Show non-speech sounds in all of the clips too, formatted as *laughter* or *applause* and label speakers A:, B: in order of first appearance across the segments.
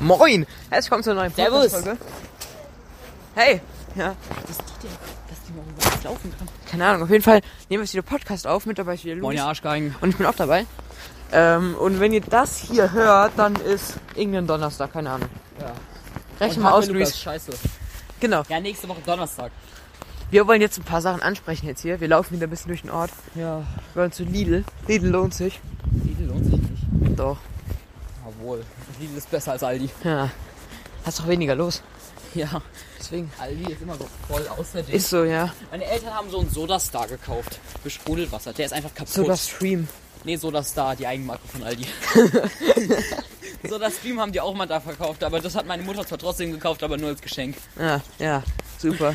A: Moin! Herzlich willkommen zur neuen
B: Servus.
A: Podcast-Folge. Hey! Ja,
B: Was ist die denn? Dass die mal überhaupt laufen kann.
A: keine Ahnung. Auf jeden Fall nehmen wir jetzt wieder Podcast auf. Mit dabei ist wieder Luis.
B: Moin, ihr Arschgeigen.
A: Und ich bin auch dabei. Ähm, und wenn ihr das hier hört, dann ist irgendein Donnerstag, keine Ahnung.
B: Ja.
A: Rechne mal aus, Luis.
B: Scheiße.
A: Genau.
B: Ja, nächste Woche Donnerstag.
A: Wir wollen jetzt ein paar Sachen ansprechen jetzt hier. Wir laufen wieder ein bisschen durch den Ort.
B: Ja.
A: Wir wollen zu Lidl. Lidl lohnt sich.
B: Lidl lohnt sich nicht.
A: Doch.
B: Jawohl. Lidl ist besser als Aldi. *laughs*
A: Ja. Hast doch weniger los.
B: Ja.
A: Deswegen.
B: Aldi ist immer so voll außerdem.
A: Ist so, ja.
B: Meine Eltern haben so einen Sodastar gekauft. Für Sprudelwasser. Der ist einfach kaputt.
A: So das Stream.
B: Nee, Sodastar, die Eigenmarke von *laughs* Aldi. Sodastream haben die auch mal da verkauft, aber das hat meine Mutter zwar trotzdem gekauft, aber nur als Geschenk.
A: Ja, ja. Super.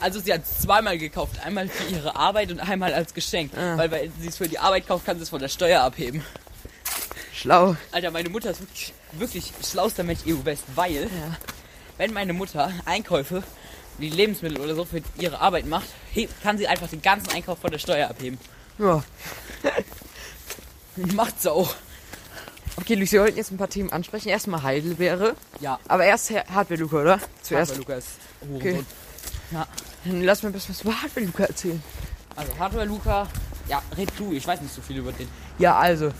B: Also sie hat es zweimal gekauft. Einmal für ihre Arbeit und einmal als Geschenk.
A: Ah.
B: Weil wenn sie es für die Arbeit kauft, kann sie es von der Steuer abheben.
A: Schlau.
B: Alter, meine Mutter ist wirklich, wirklich schlauster Mensch EU-West, weil
A: Ja.
B: wenn meine Mutter Einkäufe wie Lebensmittel oder so für ihre Arbeit macht, hebt, kann sie einfach den ganzen Einkauf von der Steuer abheben. *laughs*
A: Ja.
B: Macht's auch.
A: Okay, Luis, wir wollten jetzt ein paar Themen ansprechen. Erstmal Heidelbeere.
B: Ja.
A: Aber erst Her- Hardware-Luca, oder? Zuerst.
B: Hardware Luca ist
A: Okay.
B: Hurensohn. Ja.
A: Dann lass mir ein bisschen was über Hardware-Luca erzählen.
B: Also Hardware Luca, ja, red du, ich weiß nicht so viel über den.
A: Ja, also.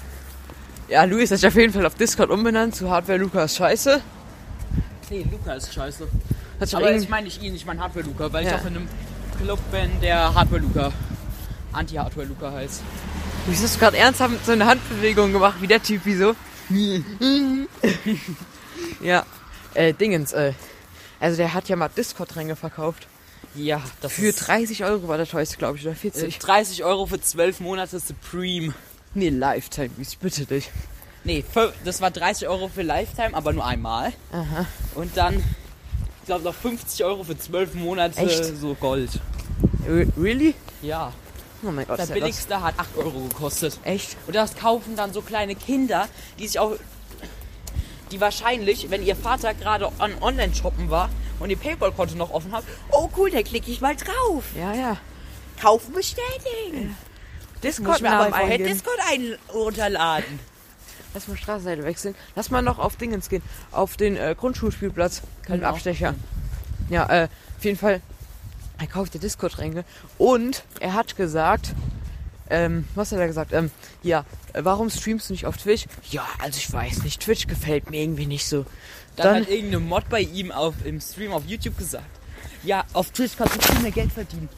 A: Ja, Luis hat sich auf jeden Fall auf Discord umbenannt zu Hardware-Luca ist scheiße.
B: Nee, Luca ist scheiße.
A: Hat schon
B: Aber
A: irgendwie-
B: ich meine nicht ihn, ich meine Hardware Luca, weil
A: Ja.
B: ich auch in einem Club bin, der Hardware Luca, Anti-Hardware Luca heißt.
A: Wieso hast du gerade ernsthaft so eine Handbewegung gemacht, wie der Typ, wieso? *laughs* ja, äh, Dingens, äh. Also der hat ja mal Discord-Ränge verkauft.
B: Ja, das
A: Für
B: ist
A: 30 Euro war der teuerste, glaube ich, oder
B: äh,
A: 40.
B: 30 Euro für 12 Monate Supreme.
A: nee, Lifetime, ich bitte dich.
B: Nee, fün- das war 30 Euro für Lifetime, aber nur einmal.
A: Aha.
B: Und dann, ich glaube, noch 50 Euro für 12 Monate
A: Echt?
B: so Gold.
A: Re- Really?
B: Ja.
A: Oh mein Gott,
B: Der
A: ist ja das.
B: billigste hat 8 Euro gekostet.
A: Echt?
B: Und das kaufen dann so kleine Kinder, die sich auch. die wahrscheinlich, wenn ihr Vater gerade an Online-Shoppen war und ihr Paypal-Konto noch offen habt, oh cool, da klicke ich mal drauf.
A: Ja, ja.
B: Kaufen bestätigen. Muss ich mir
A: Discord-Namen
B: aber vorher
A: eingeben.
B: Discord ein runterladen.
A: Lass mal Straßenseite wechseln. Lass mal noch auf Dingens gehen. Auf den äh, Grundschulspielplatz. Kein
B: Genau.
A: Abstecher. Ja, äh, auf jeden Fall. Er kaufte Discord-Ränge. Und er hat gesagt. Ähm, was hat er gesagt? Ähm, ja, äh, warum streamst du nicht auf Twitch? Ja, also ich weiß nicht. Twitch gefällt mir irgendwie nicht so.
B: Dann,
A: Dann,
B: hat irgendeine Mod bei ihm auf, im Stream auf YouTube gesagt. Ja, auf Twitch kannst du viel mehr Geld verdienen.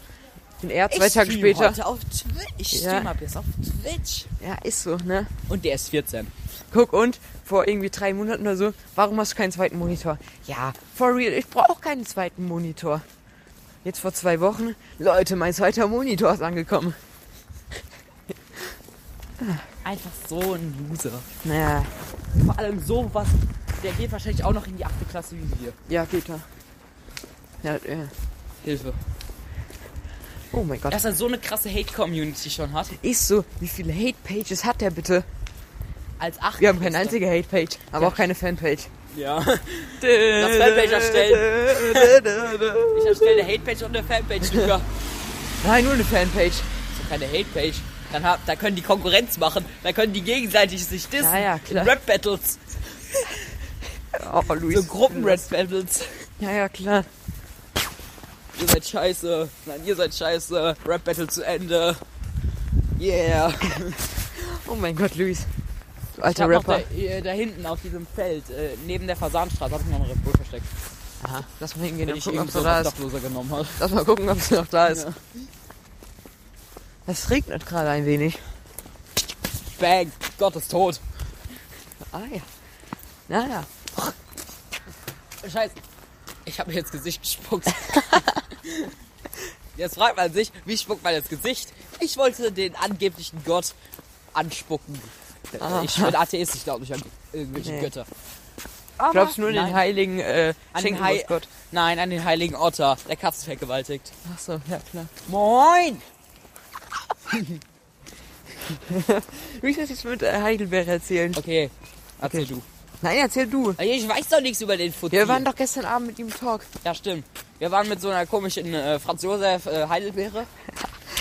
A: dann er zwei Tage
B: stream
A: später.
B: Heute auf Twitch. Ich
A: Ja.
B: stream ab jetzt auf Twitch.
A: Ja, ist so, ne?
B: Und der ist 14.
A: Guck, und vor irgendwie drei Monaten oder so, warum hast du keinen zweiten Monitor? Ja, for real, ich brauche keinen zweiten Monitor. Jetzt vor zwei Wochen, Leute, mein zweiter Monitor ist angekommen.
B: Einfach so ein Loser.
A: Naja,
B: Vor allem sowas, der geht wahrscheinlich auch noch in die 8. Klasse wie wir.
A: ja, geht da. Ja, ja.
B: Hilfe.
A: Oh mein Gott.
B: Dass er so eine krasse Hate-Community schon hat.
A: ist so, wie viele Hate-Pages hat der bitte?
B: Als 8.
A: Wir haben keine einzige Hate-Page, aber
B: Ja.
A: auch keine Fanpage. *laughs*
B: Ja. Lass Fanpage
A: erstellen.
B: Ich erstelle eine Hate-Page und eine Fanpage, Luca.
A: Nein, nur eine Fanpage.
B: Das ist keine Hate-Page. Dann hab, da können die Konkurrenz machen. Da können die gegenseitig sich dissen.
A: Ja, ja, klar.
B: In Rap-Battles.
A: Oh, Luis.
B: So Gruppen-Rap-Battles.
A: Ja, ja, klar.
B: Ihr seid scheiße. Nein, ihr seid scheiße. Rap-Battle zu Ende. Yeah.
A: Oh mein Gott, Luis. Du
B: Ich
A: alter
B: hab noch da,
A: Rapper.
B: äh, da hinten auf diesem Feld, äh, neben der Fasanstraße, hab ich noch einen Red Bull versteckt.
A: Aha, lass mal hingehen
B: Den
A: und
B: ich
A: gucken, ob
B: irgendwie
A: sie
B: so
A: da
B: auf
A: ist.
B: Dachloser genommen habe.
A: Lass mal gucken, ob sie noch da ist.
B: Ja.
A: Es regnet gerade ein wenig.
B: Bang. Gott ist tot.
A: Ah ja. Naja.
B: Scheiße. Ich habe mir ins Gesicht gespuckt. *laughs* Jetzt fragt man sich, wie spuckt man ins Gesicht? Ich wollte den angeblichen Gott anspucken.
A: Ah.
B: Ich bin Atheist, ich glaube nicht an irgendwelche
A: Nee.
B: Götter.
A: Glaubst du nur an den
B: Nein.
A: heiligen äh,
B: An den Hei-
A: Schinkenwurstgott?
B: Nein, an den heiligen Otter, der Katzen vergewaltigt.
A: Ach so, ja klar.
B: Moin!
A: Wie soll ich das mit äh, Heidelberg erzählen?
B: Okay, erzähl du.
A: Nein, erzähl du.
B: Ich weiß doch nichts über den Futter.
A: Wir waren doch gestern Abend mit ihm im Talk.
B: Ja, stimmt. Wir waren mit so einer komischen
A: *laughs*
B: äh, Franz Josef äh, Heidelbeere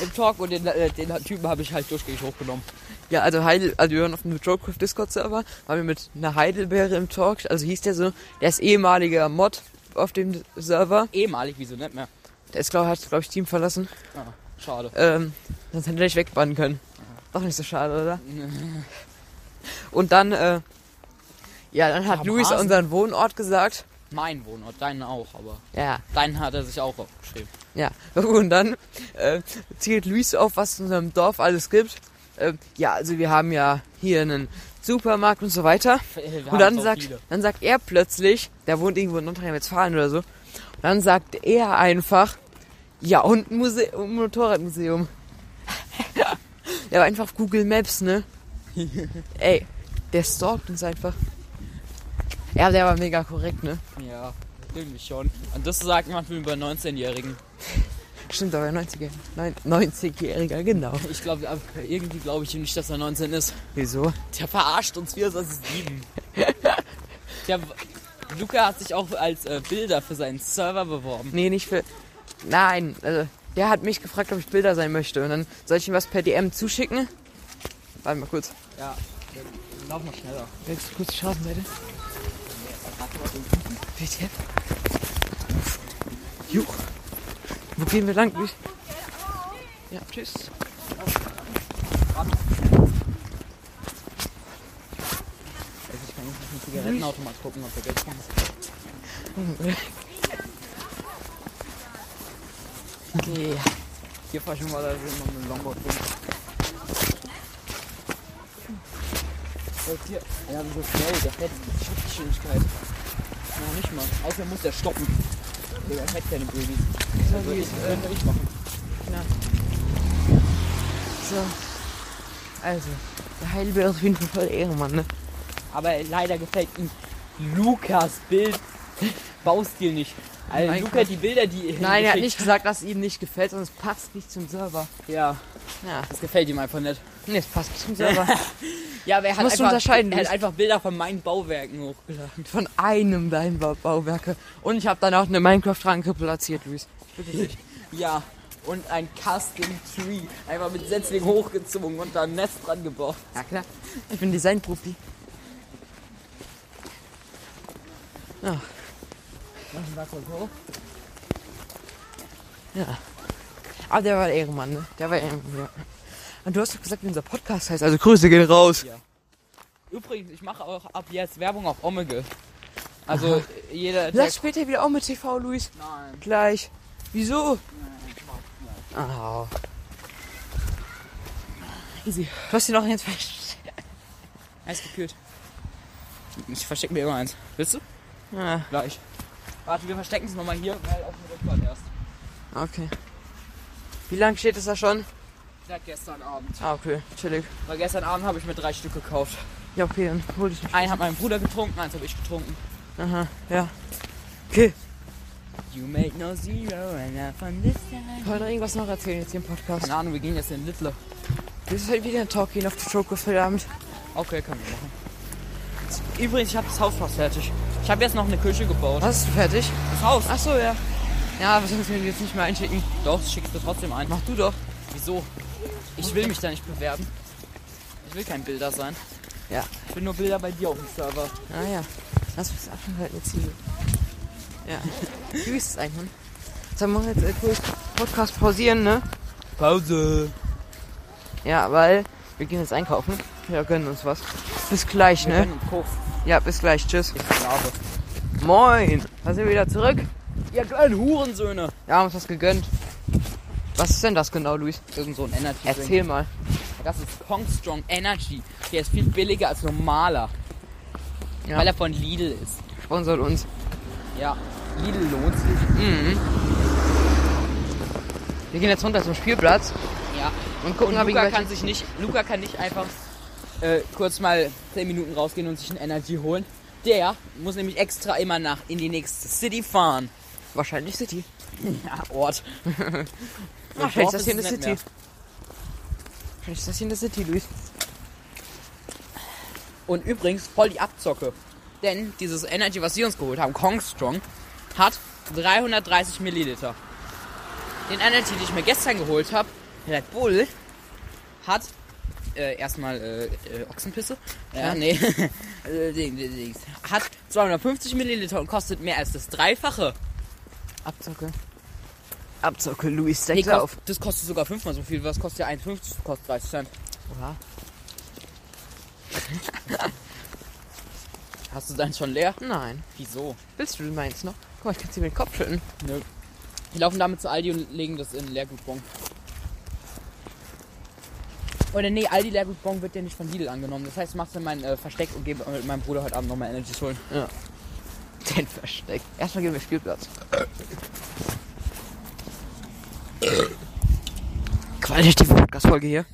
B: im Talk und den, äh, den Typen habe ich halt durchgängig hochgenommen.
A: Ja, also Heidel, also wir waren auf dem Joke Discord Server, waren wir mit einer Heidelbeere im Talk, also hieß der so, der ist ehemaliger Mod auf dem Server.
B: Ehemalig, wieso nicht mehr?
A: Der ist, glaub, hat, glaube ich, Team verlassen.
B: Ah, schade.
A: Ähm, sonst hätte er nicht wegbannen können. Doch nicht so schade, oder? Und dann, äh, ja, dann hat
B: Am
A: Luis
B: Rasen.
A: unseren Wohnort gesagt.
B: Mein Wohnort, deinen auch, aber
A: Ja,
B: deinen hat er sich auch aufgeschrieben.
A: ja. Und dann äh, zählt Luis auf, was es in unserem Dorf alles gibt. Ähm, ja, also wir haben ja hier einen Supermarkt und so weiter.
B: Wir haben
A: Und dann
B: so
A: sagt,
B: viele.
A: dann sagt er plötzlich, der wohnt irgendwo in Nordrhein-Westfalen oder so, und dann sagt er einfach, ja, und ein, Muse und ein Motorradmuseum. *laughs* der war einfach auf Google Maps,
B: *laughs*
A: ne? Ey, der stalkt uns einfach. Ja, der war mega korrekt, ne?
B: Ja, irgendwie schon. Und das sagt man für über 19-Jährigen.
A: Stimmt, aber 90er, nein, 90-Jähriger, genau.
B: Ich glaube, irgendwie glaube ich ihm nicht, dass er 19 ist.
A: Wieso?
B: Der verarscht uns wir als sieben. Der Luca hat sich auch als äh, Bilder für seinen Server beworben.
A: Nee, nicht für. Nein, also, der hat mich gefragt, ob ich Bilder sein möchte. Und dann soll ich ihm was per DM zuschicken? Warte mal kurz.
B: Ja, lauf mal schneller.
A: Wechselst du kurz die Straßenseite? Bitte? Juch. Wo gehen wir lang? Wie- Ja, tschüss.
B: Also ich kann jetzt auf den Zigarettenautomat gucken, ob der Geld kommt.
A: Okay.
B: Hier fahr ich mal da so noch mit dem Longboard rum. Und hier, ja, so schnell, der fährt die Schrittgeschwindigkeit. Noch nicht mal. Außerdem muss der stoppen. Der fährt keine Babys. Also ich, könnte ich machen.
A: So. Also, der Heidelbeer ist auf jeden Fall voll Ehrenmann, ne?
B: Aber leider gefällt ihm Lukas Bild *laughs* Baustil nicht. Also
A: Mein
B: Luca,
A: Gott.
B: die Bilder, die
A: Nein, er hat
B: geschickt-
A: nicht gesagt, dass es ihm nicht gefällt, sondern es passt nicht zum Server.
B: Ja,
A: Ja.
B: das gefällt ihm einfach nicht.
A: Nee, es passt nicht zum Server.
B: Ja, aber er hat,
A: Musst du
B: einfach,
A: unterscheiden,
B: er hat
A: Luis.
B: einfach Bilder von meinen Bauwerken
A: *laughs*
B: hochgeladen.
A: Von einem deinen Bau Bauwerke. Und ich habe dann auch eine Minecraft-Ranke platziert, Luis.
B: Ja, und ein Custom Tree. Einfach mit Setzling hochgezogen und da ein Nest dran gebaut.
A: Ja, klar. Ich bin Design-Profi. Ja. Ja. Aber der war Ehrenmann, ne? Der war Ehrenmann, ja. Und du hast doch gesagt, wie unser Podcast heißt. Also Grüße gehen raus.
B: Übrigens, ich mache auch ab jetzt Werbung auf Omega. Also jeder, der...
A: Sag später wieder auch mit TV, Luis.
B: Nein.
A: Gleich. Wieso? Au. Easy. Du hast ihn noch jetzt versteckt.
B: Eis gekühlt. Ich verstecke mir immer eins. Willst du?
A: Ah,
B: Gleich. Warte, wir verstecken es nochmal hier, weil auf dem Rückwand erst.
A: okay. Wie lange steht es da schon?
B: Seit gestern Abend.
A: Ah, okay. Chillig.
B: Weil gestern Abend habe ich mir drei Stück gekauft.
A: Ja, okay, dann hol dich nicht.
B: Einen hat mein Bruder getrunken, eins habe ich getrunken.
A: Aha, ja. Okay.
B: You made no zero and I found this time.
A: Wollen wir irgendwas noch erzählen jetzt hier im Podcast?
B: Keine Ahnung, wir gehen jetzt in Littler.
A: Das ist heute wieder ein Talk gehen auf die Schoko für den Abend.
B: Okay, können wir machen. Übrigens, ich habe das Haus fast fertig. Ich habe jetzt noch eine Küche gebaut.
A: Was ist fertig?
B: Das Haus?
A: Ach so, ja. Ja, was müssen wir jetzt nicht mehr einschicken?
B: Doch, das schickst du trotzdem ein.
A: Mach du doch.
B: Wieso? Ich will mich da nicht bewerben. Ich will kein Bilder sein.
A: Ja.
B: Ich will nur Bilder bei dir auf dem Server.
A: Ah ja. Lass uns abschalten jetzt hier. Ja. Wie ist es eigentlich? Dann machen wir jetzt äh, kurz Podcast pausieren, ne?
B: Pause.
A: Ja, weil wir gehen jetzt einkaufen. Ja, gönnen uns was. Bis gleich,
B: Ne?
A: ne? Ja, bis gleich. Tschüss.
B: Sklave.
A: Moin. Da sind wir wieder zurück.
B: Ihr kleinen Hurensöhne.
A: Wir haben uns was gegönnt. Was ist denn das genau, Luis?
B: Irgend so ein Energy Drink.
A: Erzähl mal.
B: Das ist Kong Strong Energy. Der ist viel billiger als normaler.
A: Ja.
B: Weil er von Lidl ist.
A: Sponsort uns.
B: Ja. Lidl lohnt sich.
A: Wir gehen jetzt runter zum Spielplatz
B: Ja.
A: und gucken,
B: Und
A: ob
B: Luca
A: irgendwelche-
B: kann sich nicht, Luca kann nicht einfach äh, kurz mal 10 Minuten rausgehen und sich ein Energy holen. Der muss nämlich extra immer nach in die nächste City fahren.
A: wahrscheinlich City.
B: Ja, *laughs* Ort.
A: Wahrscheinlich ist das hier
B: Dorf
A: eine
B: ist es
A: City.
B: nicht
A: Wahrscheinlich ist das hier eine City, Luis.
B: Und übrigens voll die Abzocke. Denn dieses Energy, was sie uns geholt haben, Kong Strong, hat 330 Milliliter. Den Energy, den ich mir gestern geholt habe, Red Bull, hat äh, erstmal äh, äh, Ochsenpisse. Ja, nee. *laughs* Äh, Ding, Ding, Ding. Hat 250 Milliliter und kostet mehr als das Dreifache.
A: Abzocke. Abzocke, Luis,
B: Nee,
A: deckt
B: kost-
A: auf.
B: Das kostet sogar fünfmal so viel. Was kostet ja 1,50? Kostet 30 Cent.
A: Oha.
B: Hast du deins schon leer?
A: Nein.
B: Wieso?
A: Willst du meins noch? Guck mal, ich kann sie mit dem Kopf schütteln.
B: Nö. Wir laufen damit zu Aldi und legen das in Leergutbon. Oder nee, Aldi Leergutbon wird ja nicht von Lidl angenommen. Das heißt, ich mach's in mein äh, Versteck und gebe mit meinem Bruder heute Abend nochmal Energies holen.
A: Den Versteck. Erstmal gehen wir Spielplatz. Qualitative Podcast-Folge hier.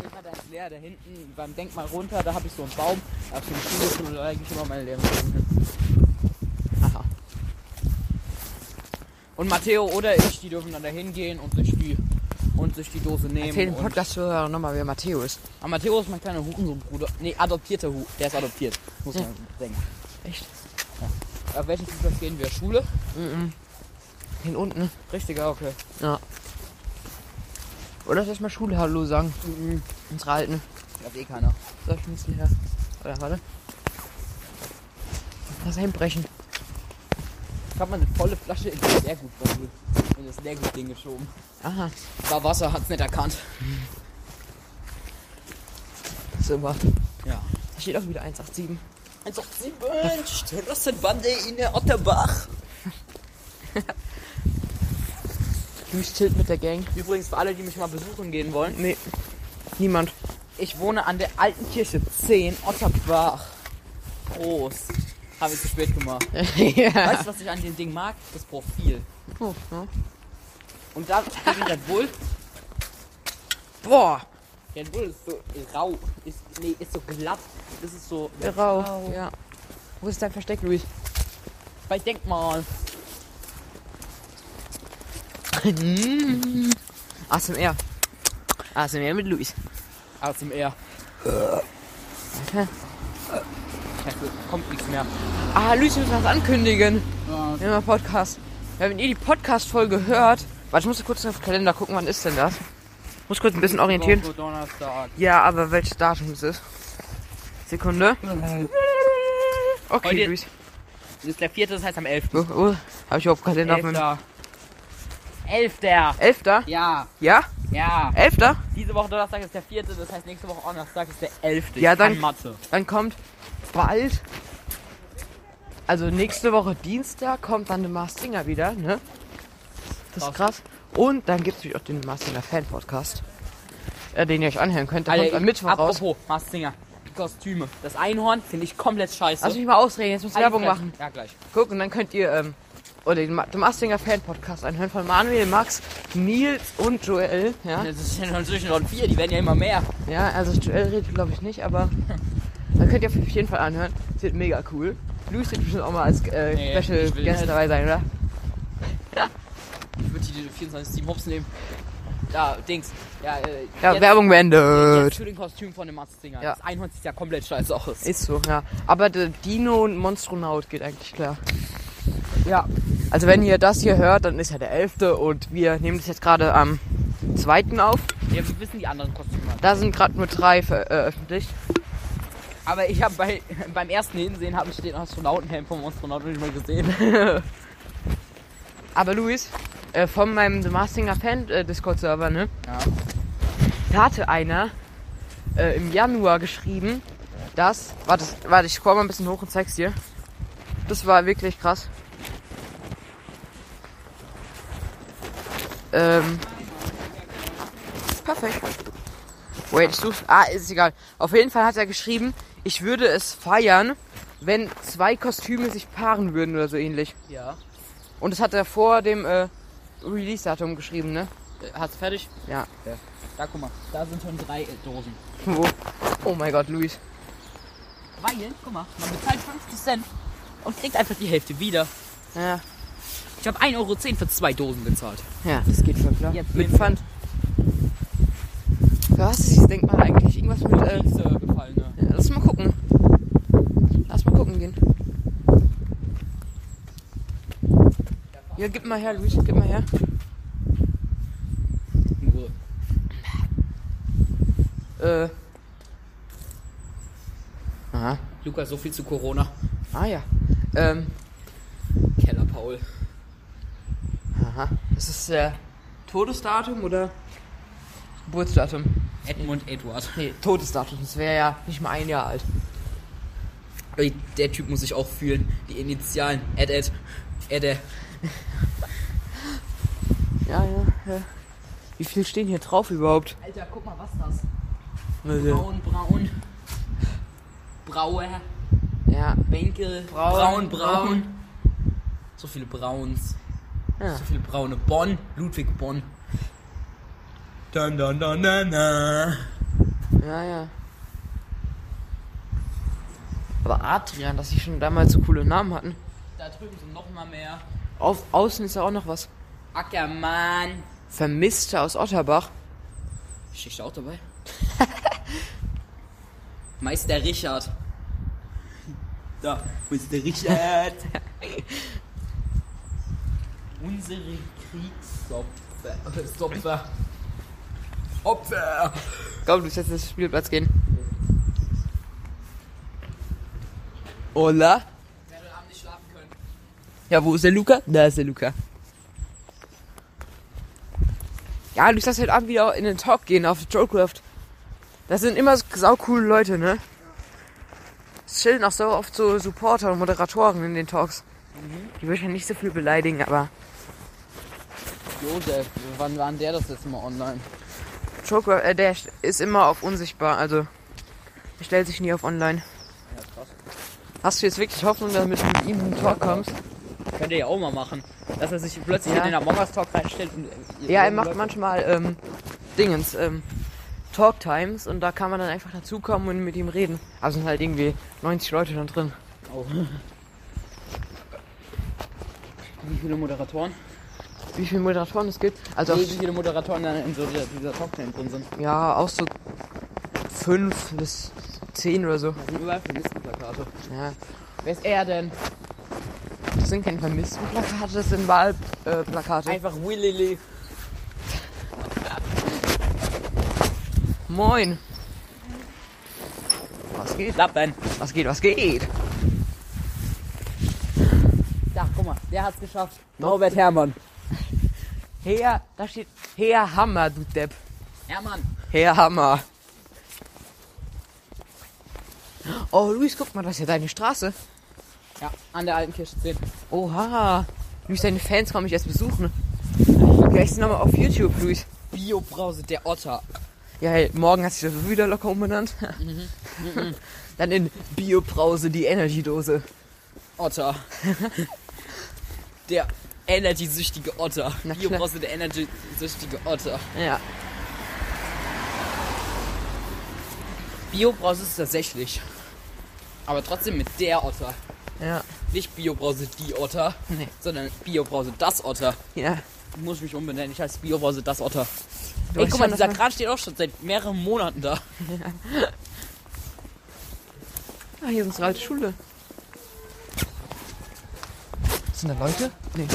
B: Ich hatte das leer da hinten beim Denkmal runter, da habe ich so einen Baum, da hab ich so einen Stuhl drin und da lege ich immer meine leeren Sachen hin.
A: Aha.
B: Und Matteo oder ich, die dürfen dann da hingehen und sich die und sich die Dose nehmen.
A: Erzähl dem
B: und-
A: Podcast-Zuhörer nochmal, wer Matteo ist.
B: Aber Matteo ist mein kleiner Hurensohn-Bruder. Nee, adoptierter Hu. Der ist adoptiert. Muss man denken.
A: Echt?
B: Auf welchen Schulplatz gehen wir? Schule?
A: Hin Mhm. unten.
B: Richtiger, okay.
A: Ja. Oder soll ich mal Schule Hallo sagen?
B: Mhm.
A: Unsere alten.
B: Das eh keiner.
A: Soll ich ein bisschen her? Oder warte. Das einbrechen.
B: Ich hab mal eine volle Flasche in das Leergut in das Leergutding geschoben.
A: Aha.
B: War Wasser, hat's nicht erkannt.
A: Super.
B: Ja.
A: Da steht auch wieder 187.
B: 187 Straßenbande in der Otterbach.
A: Luis chillt mit der Gang.
B: Übrigens für alle, die mich mal besuchen gehen wollen.
A: Nee. Niemand.
B: Ich wohne an der alten Kirche 10 Otterbach. Groß. Habe ich zu spät gemacht.
A: *laughs* ja.
B: Weißt du, was ich an dem Ding mag? Das Profil.
A: Oh, ja.
B: Und da steht ein Red Bull.
A: Boah.
B: Red Bull ist so rau. Ist, nee, ist so glatt. Das ist so
A: Rau. Ja. Wo ist dein Versteck, Luis?
B: Bei Denkmal.
A: ASMR. ASMR mit Luis.
B: ASMR. Scheiße, kommt nichts mehr.
A: Ah, Luis, wir müssen was ankündigen. Wir haben einen Podcast. Ja, wenn ihr die Podcast-Folge hört. Warte, ich muss kurz auf den Kalender gucken, wann ist denn das? Ich muss kurz ein bisschen orientieren.
B: Woche Donnerstag.
A: Ja, aber welches Datum es ist? Sekunde. Okay,
B: Heute-
A: Luis.
B: Das ist der vierte, das heißt am 11.
A: Oh, oh. Habe ich überhaupt Kalender auf meinem...
B: Elfter. Elfter.
A: Elfter?
B: Ja,
A: Ja?
B: ja.
A: Elfter?
B: Diese Woche Donnerstag ist der vierte, das heißt nächste Woche Donnerstag ist der elfte.
A: Ja,
B: Ich kann
A: dann-
B: Mathe.
A: Dann kommt bald... Also nächste Woche Dienstag kommt dann der Mars Singer wieder, ne? Das ist krass. Und dann gibt es natürlich auch den Mars Singer Fan Podcast. Äh, den ihr euch anhören könnt. Der kommt am Mittwoch raus.
B: apropos, Mars Singer. Die Kostüme. Das Einhorn finde ich komplett scheiße.
A: Lass mich mal ausreden, jetzt muss ich
B: Halt die
A: Werbung
B: Fresse.
A: machen.
B: Ja, gleich.
A: Guck, und dann könnt ihr ähm, oder den, Ma- den Astinger Fan-Podcast anhören von Manuel, Max, Nils und Joel. Ja,
B: Das ist ja schon zwischen schon vier, die werden ja immer mehr.
A: ja also Joel redet, glaube ich, nicht, aber dann könnt ihr auf jeden Fall anhören. Das wird mega cool. Luis wird bestimmt auch mal als äh,
B: Nee,
A: Special
B: ich will
A: Guest
B: nicht.
A: dabei sein, oder?
B: Ich würde die 24-7 Hops nehmen. Da, Dings. Ja, äh,
A: Ja,
B: jetzt-
A: Werbung
B: Jetzt
A: beendet.
B: zu den Kostümen von dem Mastzinger.
A: Ja.
B: Das Einhorn sieht Äh, ja Äh, komplett scheiße aus.
A: Ist so, ja. Aber der Dino und Monstronaut geht eigentlich klar.
B: Ja.
A: Also wenn ihr das hier hört, dann ist ja der 11. und wir nehmen das jetzt gerade am 2. auf.
B: ja. Wir wissen die anderen Kostüme.
A: Da sind gerade nur drei ver- veröffentlicht.
B: Aber ich habe bei, beim ersten Hinsehen habe ich den Astronautenhelm vom Astronauten nicht mal gesehen.
A: Aber Luis, äh, von meinem The Mastinger Fan äh, Discord Server, ne?
B: Ja.
A: Da hatte einer äh, im Januar geschrieben, dass. Warte, warte, ich scroll mal ein bisschen hoch und zeig's dir. Das war wirklich krass. Ähm. Perfekt. Wait, ich such. Ah, ist egal. Auf jeden Fall hat er geschrieben, ich würde es feiern, wenn zwei Kostüme sich paaren würden oder so ähnlich.
B: Ja.
A: Und das hat er vor dem äh, Release-Datum geschrieben, ne?
B: Äh, Hast du fertig?
A: Ja.
B: Da guck mal, da sind schon drei äh, Dosen.
A: Wo? Oh mein Gott, Luis.
B: Weil, guck mal, man bezahlt 50 Cent und kriegt einfach die Hälfte wieder.
A: Ja,
B: Ich habe 1,10 Euro für zwei Dosen bezahlt.
A: ja das geht schon klar.
B: Jetzt
A: mit
B: nehmen wir-
A: Pfand. Für was ist dieses Denkmal eigentlich? Irgendwas mit. Äh,
B: Nichts äh, gefallen, ne?
A: ja, lass mal gucken. Lass mal gucken gehen. Ja, gib mal her, Luis, gib mal her.
B: Nur.
A: Äh,
B: Lukas, so viel zu Corona.
A: Ah ja. Ähm,
B: Keller Paul.
A: aha. Ist das äh, Todesdatum oder Geburtsdatum?
B: Edmund Eduard.
A: Nee, Todesdatum. Das wäre ja nicht mal ein Jahr alt.
B: Ey, Der Typ muss sich auch fühlen. Die Initialen. Ed Ed. Edde.
A: Ja, ja, ja. Wie viel stehen hier drauf überhaupt?
B: Alter, guck mal, was das?
A: Ja,
B: Braun, braun. Brauer. Benkel.
A: Braun,
B: braun, braun. So viele Brauns.
A: ja.
B: So viele braune Bonn, Ludwig Bonn. Dun, dun, dun, dun, dun.
A: Ja, ja. Aber Adrian, dass die schon damals so coole Namen hatten.
B: Da drüben sind noch mal mehr.
A: Auf, außen ist ja auch noch was.
B: Ackermann.
A: Vermisste aus Otterbach.
B: Stehst du auch dabei? *laughs* Meister Richard. Da, Meister Richard. *laughs* Unsere Kriegsopfer. Opfer. Opfer.
A: Komm, du musst jetzt ins Spielplatz gehen. Ola?
B: Wer heute Abend nicht schlafen können.
A: Ja, wo ist der Luca? Da ist der Luca. Ja, du sollst heute Abend wieder in den Talk gehen auf Trollcraft. Das sind immer so saucoole Leute, ne? Es chillen auch so oft so Supporter und Moderatoren in den Talks. Die würde ich ja nicht so viel beleidigen, aber
B: Josef, wann war denn der das letzte Mal online?
A: Trollcraft, äh, der ist immer auf unsichtbar, also der stellt sich nie auf online.
B: Ja, krass.
A: Hast du jetzt wirklich Hoffnung, dass du mit ihm in den Talk kommst?
B: Könnt ihr ja auch mal machen. Dass er sich plötzlich
A: Ja.
B: in den Among Us Talk reinstellt und. äh,
A: Ja, er
B: irgendwelche
A: macht
B: Leute-
A: manchmal ähm, Dingens, ähm, Talk Times und da kann man dann einfach dazukommen und mit ihm reden. Also sind halt irgendwie 90 Leute dann drin.
B: Oh. Wie viele Moderatoren?
A: Wie viele Moderatoren es gibt? Also,
B: Nee, wie viele Moderatoren dann in so dieser, dieser Talkchain drin sind.
A: ja, auch so fünf bis zehn oder so.
B: Das sind überall Vermisstenplakate.
A: Ja.
B: Wer ist er denn?
A: Das sind keine Vermisstenplakate, das sind Wahlplakate. Äh, Plakate.
B: Einfach Willily.
A: Moin! Was geht?
B: Lappen.
A: Was geht? Was geht?
B: Da, guck mal, der hat's geschafft. Norbert Hermann.
A: Herr, da steht Herr Hammer, du Depp.
B: Hermann.
A: Herr Hammer. Oh, Luis, guck mal, das ist ja deine Straße.
B: Ja, an der alten Kirche 10.
A: Oha. Luis, deine Fans kommen mich erst besuchen. Wer ist denn nochmal auf YouTube, Luis?
B: Biobrause der Otter.
A: Ja, hey, morgen hast du dich wieder locker umbenannt. mhm, Dann in Biobrause die Energiedose.
B: *laughs* Otter. der energiesüchtige Otter.
A: Na klar.
B: Biobrause der energiesüchtige Otter.
A: Ja.
B: Biobrause ist tatsächlich. Aber trotzdem mit der Otter.
A: Ja.
B: Nicht Biobrause die Otter,
A: Nee.
B: sondern Biobrause das Otter.
A: Ja.
B: Ich muss mich umbenennen, ich heiße Biobrause das Otter.
A: Du
B: Ey,
A: weißt
B: guck mal,
A: schon, dass
B: dieser
A: man-
B: Kran steht auch schon seit mehreren Monaten da.
A: Ah, hier ist unsere alte Schule. Sind da Leute? Nee.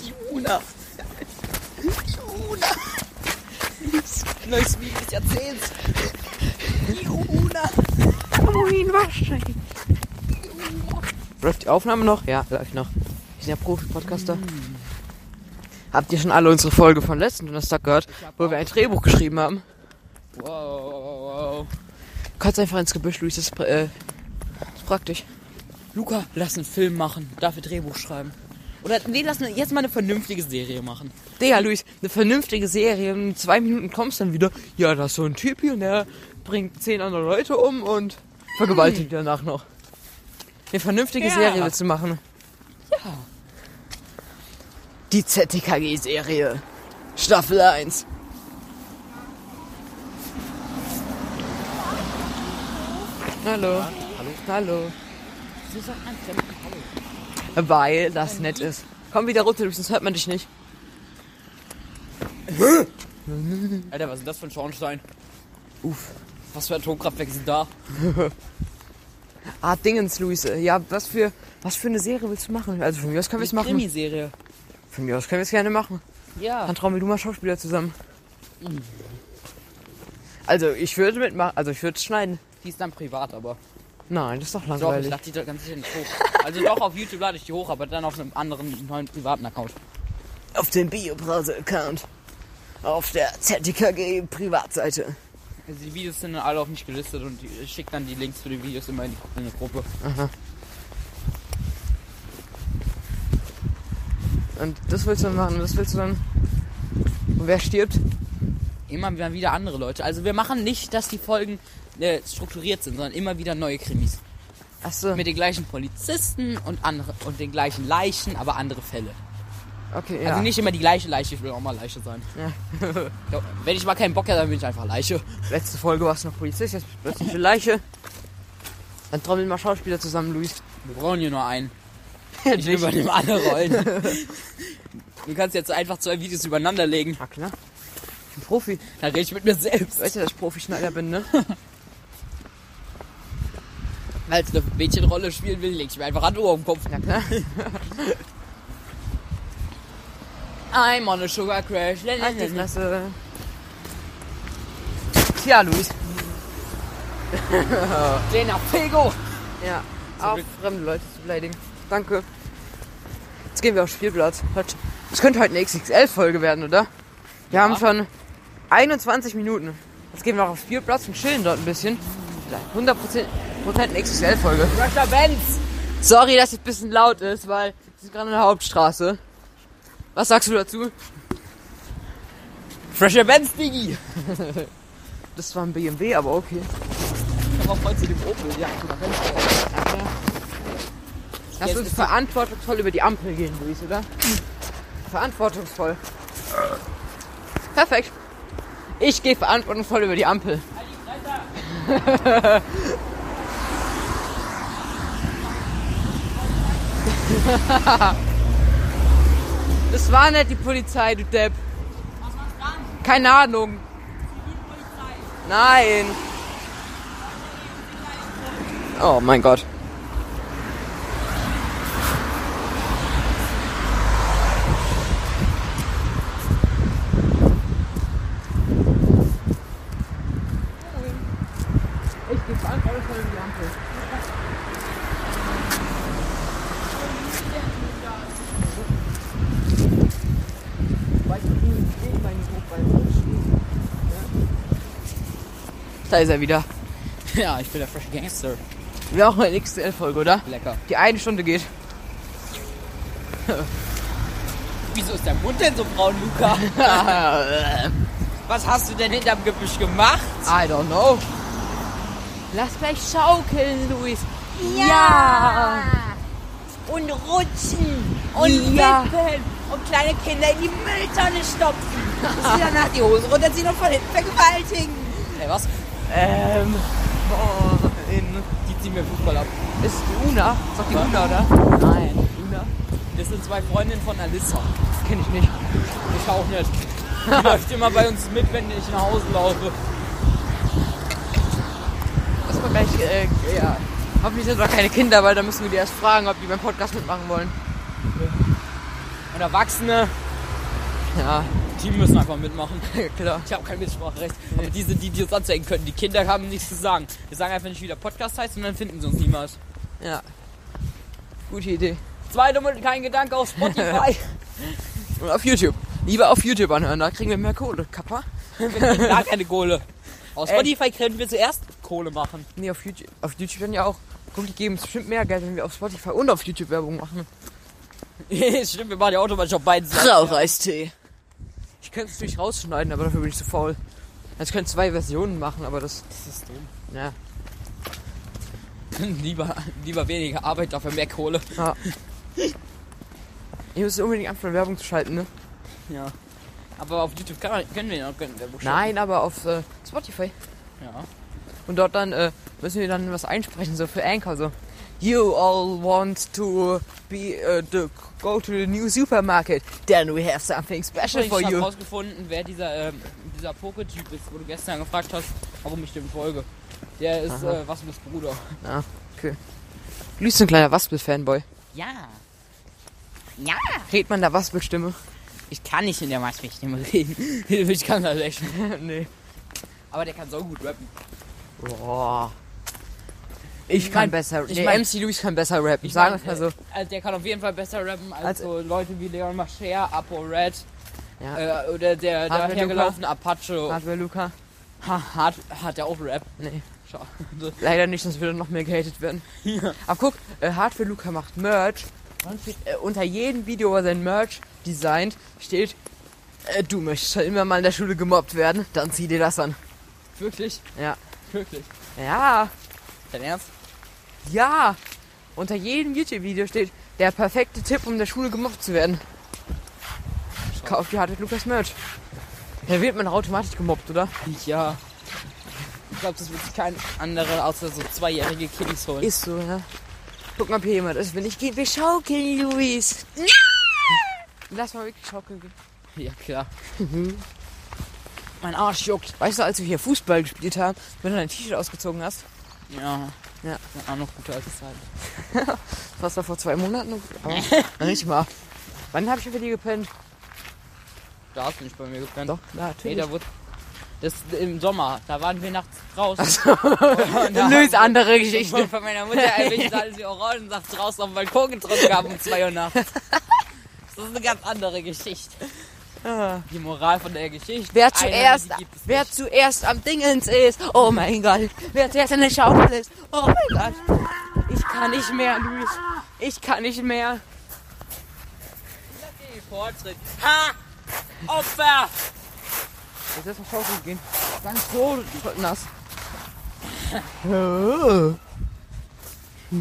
B: Die Una. Die Una. Neues Video des Jahrzehnts. Die Una.
A: Moin, wahrscheinlich. Läuft die Aufnahme noch? Ja, läuft noch. Ich bin ja Profi-Podcaster. Habt ihr schon alle unsere Folge von letzten Donnerstag gehört, wo wir ein Drehbuch geschrieben haben?
B: Wow.
A: Kotzt einfach ins Gebüsch, Luis, das ist, prä- äh, ist praktisch.
B: Luca, lass einen Film machen. Dafür Drehbuch schreiben. Oder nee, lass mir jetzt mal eine vernünftige Serie machen.
A: Digga, Luis, eine vernünftige Serie, in zwei Minuten kommst du dann wieder. Ja, da ist so ein Typ hier und der bringt zehn andere Leute um und vergewaltigt danach noch. Eine vernünftige
B: Ja.
A: Serie willst du machen?
B: Ja.
A: Die ZTKG-Serie. Staffel 1. Hallo. Hallo. Hallo.
B: Sie sagt einfach Hallo.
A: Weil das nett ist. Komm wieder runter, sonst hört man dich nicht.
B: Alter, was ist denn das für ein Schornstein?
A: Uff.
B: Was für Atomkraftwerke sind da?
A: Ah, Dingens, Luise. Ja, was für, was für eine Serie willst du machen? Also von mir aus können wir es
B: Die
A: machen.
B: Krimiserie.
A: Von mir aus können wir es gerne machen.
B: Ja.
A: Dann trauen wir du mal Schauspieler zusammen. Also ich würde mitmachen, also ich würde schneiden.
B: Die ist dann privat, aber.
A: Nein, das ist doch
B: Doch, ich
A: langweilig.
B: lade die doch ganz sicher nicht hoch. Also doch, auf YouTube lade ich die hoch, aber dann auf einem anderen neuen privaten Account.
A: Auf dem Biobrowser-Account. Auf der ZTKG-Privatseite.
B: Also die Videos sind dann alle auf mich gelistet und die- ich schicke dann die Links zu den Videos immer in die, in die Gruppe.
A: Und das willst du dann machen, und das willst du dann. Und wer stirbt?
B: Immer mal wieder andere Leute. Also wir machen nicht, dass die Folgen äh, strukturiert sind, sondern immer wieder neue Krimis.
A: Achso,
B: Mit den gleichen Polizisten und andere und den gleichen Leichen, aber andere Fälle.
A: okay, ja.
B: Also nicht immer die gleiche Leiche, ich will auch mal Leiche sein. Ja, Wenn ich mal keinen Bock hätte, dann bin ich einfach Leiche.
A: Letzte Folge warst du noch Polizist, jetzt bist du plötzlich eine Leiche. Dann trommeln mal Schauspieler zusammen, Luis.
B: Wir brauchen hier nur einen. Ich übernehme alle Rollen. *laughs* Du kannst jetzt einfach zwei Videos übereinander legen.
A: Na klar. ne? Ich bin Profi.
B: Dann rede ich mit mir selbst.
A: Weißt du, dass ich Profi-Schneider bin, *laughs* ne?
B: Als eine Mädchenrolle spielen will, leg ich mir einfach Handschuhe auf den Kopf.
A: Na klar.
B: I'm on a sugar crash. La, la,
A: Halt
B: la,
A: die
B: la.
A: Fresse. Tja, Luis.
B: Lena Fego.
A: Ja, auch
B: Glück.
A: fremde Leute zu beleidigen. Danke. Jetzt gehen wir aufs Spielplatz. Quatsch. Es könnte heute eine XXL-Folge werden, oder? Wir haben schon 21 Minuten. Jetzt gehen wir noch aufs Spielplatz und chillen dort ein bisschen. 100% Prozent eine XXL-Folge.
B: Crusher Benz.
A: Sorry, dass es ein bisschen laut ist, weil wir sind gerade in der Hauptstraße. Was sagst du dazu?
B: Fresher Benz, Diggi.
A: Das war ein BMW, aber okay.
B: Komm mal voll zu dem Opel. Ja, Sugar Benz.
A: Lass
B: Jetzt
A: uns
B: ist-
A: verantwortungsvoll über die Ampel gehen, Luis, oder? Verantwortungsvoll. Perfekt. Ich gehe verantwortungsvoll über die Ampel. *laughs* Das war nicht die Polizei, du Depp. Keine Ahnung. Nein. Oh mein Gott. Ich gehe verantwortungsvoll über die Ampel. Da ist er wieder.
B: Ja, ich bin der Fresh Gangster.
A: Wir auch eine XL-Folge, oder?
B: Lecker.
A: Die eine Stunde geht.
B: Wieso ist dein Mund denn so braun,
A: *laughs*
B: Luca? Was hast du denn hinterm Gebüsch gemacht?
A: I don't know. Lass gleich schaukeln, Luis. Ah.
B: Und rutschen. Und
A: Ja.
B: wippen. Und kleine Kinder in die Mülltonne stopfen. Und sie danach die Hose runterziehen und von hinten vergewaltigen. Hey, Äh, was?
A: Ähm. Boah, in.
B: Die ziehen mir Fußball ab.
A: Ist die Una? Ist doch die
B: Was?
A: Una, oder?
B: Nein. Luna. Das sind zwei Freundinnen von Alissa.
A: Kenn ich nicht.
B: Ich auch nicht.
A: *laughs*
B: Die läuft immer bei uns mit, wenn ich nach Hause laufe.
A: Lass mal gleich, äh, ja. Hoffentlich sind doch keine Kinder, weil da müssen wir die erst fragen, ob die beim Podcast mitmachen wollen.
B: Und Erwachsene,
A: Ja,
B: die müssen
A: *laughs*
B: einfach mitmachen.
A: klar.
B: Ich habe kein Mitspracherecht. Aber die sind die, die uns anzeigen könnten. Die Kinder haben nichts zu sagen. Wir sagen einfach nicht, wie der Podcast heißt und dann finden sie uns niemals.
A: Ja. Gute Idee.
B: Zwei dumme, kein Gedanke auf
A: *laughs*
B: Spotify.
A: Und auf YouTube. Lieber auf YouTube anhören, da kriegen wir mehr Kohle. Kappa?
B: Gar keine Kohle. Aus
A: Ey.
B: Spotify können wir zuerst Kohle machen. *laughs*
A: Nee, auf YouTube. Auf YouTube dann ja auch. Guck, die geben uns bestimmt mehr Geld, wenn wir auf Spotify und auf YouTube Werbung machen.
B: Stimmt, wir machen ja automatisch auf beiden Seiten.
A: Rauchreistee. Ich könnte es natürlich rausschneiden, aber dafür bin ich zu faul. Also ich könnte zwei Versionen machen, aber das.
B: Das ist dumm.
A: Ja.
B: *laughs* lieber, lieber weniger Arbeit, dafür mehr Kohle.
A: Ihr müsst unbedingt anfangen, Werbung zu schalten, ne?
B: Ja. Aber auf YouTube kann man, können wir ja noch können wir
A: Nein, aber auf äh, Spotify.
B: Ja.
A: Und dort dann äh, müssen wir dann was einsprechen, so für Anchor, so. You all want to be äh, the, go to the new supermarket. Then we have something special
B: Ich
A: for
B: habe
A: you.
B: rausgefunden, wer dieser, ähm, dieser Poke-Typ ist, wo du gestern gefragt hast, warum ich dem folge. Der ist
A: Aha.
B: äh, was mit Bruder.
A: Ja, okay. Du bist ein kleiner Waspel-Fanboy.
B: Ja. Ja.
A: Redet man da Waspel-Stimme? *laughs*
B: Ich kann nicht in der Maßrichtung reden. *laughs* ich kann das echt. nicht.
A: nee.
B: Aber der kann so gut rappen.
A: Boah. Ich kann
B: mein-
A: besser.
B: ich
A: nee,
B: mein-
A: MC Luis kann besser rappen.
B: Ich
A: Sagen
B: mein,
A: wir mal so.
B: äh, Also der kann auf jeden Fall besser rappen als,
A: Als-
B: so Leute wie Leon Mascher, Apo Red
A: Ja.
B: äh, oder der
A: Hardware
B: dahergelaufene Apache.
A: Hardware Luca?
B: Ha, hat, hat der auch Rap?
A: Nee.
B: Schade.
A: Leider nicht, sonst würde noch mehr gehatet werden. Aber guck, äh, Hardware Luca macht Merch. Und äh, unter jedem Video, wo er sein Merch designt, steht, äh, du möchtest schon immer mal in der Schule gemobbt werden, dann zieh dir das an.
B: Wirklich?
A: Ja.
B: Wirklich.
A: Ja,
B: Dein Ernst?
A: ja. Unter jedem YouTube-Video steht, der perfekte Tipp, um in der Schule gemobbt zu werden. Kauf dir Hardware Lukas Merch. Da wird man doch automatisch gemobbt, oder?
B: Ja. Ich glaube, das wird sich kein anderer außer so zweijährige Kiddies holen.
A: Ist so, ja. Guck mal, ob hier jemand ist. Will ich gehen? Wir schaukeln, Luis. Lass mal wirklich schaukeln. gehen.
B: Ja, klar.
A: Mhm.
B: mein Arsch juckt.
A: Weißt du, als wir hier Fußball gespielt haben, wenn du dein T-Shirt ausgezogen hast,
B: Ja.
A: Ja.
B: Sind Auch noch gute alte Zeiten.
A: das war zwar vor zwei Monaten, aber
B: *laughs*
A: noch nicht mal. Wann habe ich über die gepennt?
B: Da hast du nicht bei mir gepennt.
A: Doch, na,
B: Nee,
A: natürlich.
B: da wurde. Das im Sommer, da waren wir nachts draußen.
A: *laughs* Luis, andere
B: Ich
A: Geschichte.
B: wurde von meiner Mutter erwischt, als wir Orangensaft draußen auf dem Balkon getrunken haben um 2 Uhr nachts. Das ist eine ganz andere Geschichte. Die Moral von der Geschichte.
A: Ah. Wer
B: eine,
A: zuerst,
B: die gibt es
A: wer
B: nicht.
A: zuerst am Dingens ist, oh mein Gott. Wer zuerst in der Schaufel ist, oh mein Gott. Ich kann nicht mehr, Luis. Ich kann nicht mehr.
B: Okay, Fortschritt. Ha! Opfer!
A: Jetzt erstmal schaukeln gehen. Ganz so
B: *laughs*
A: nass. Oh.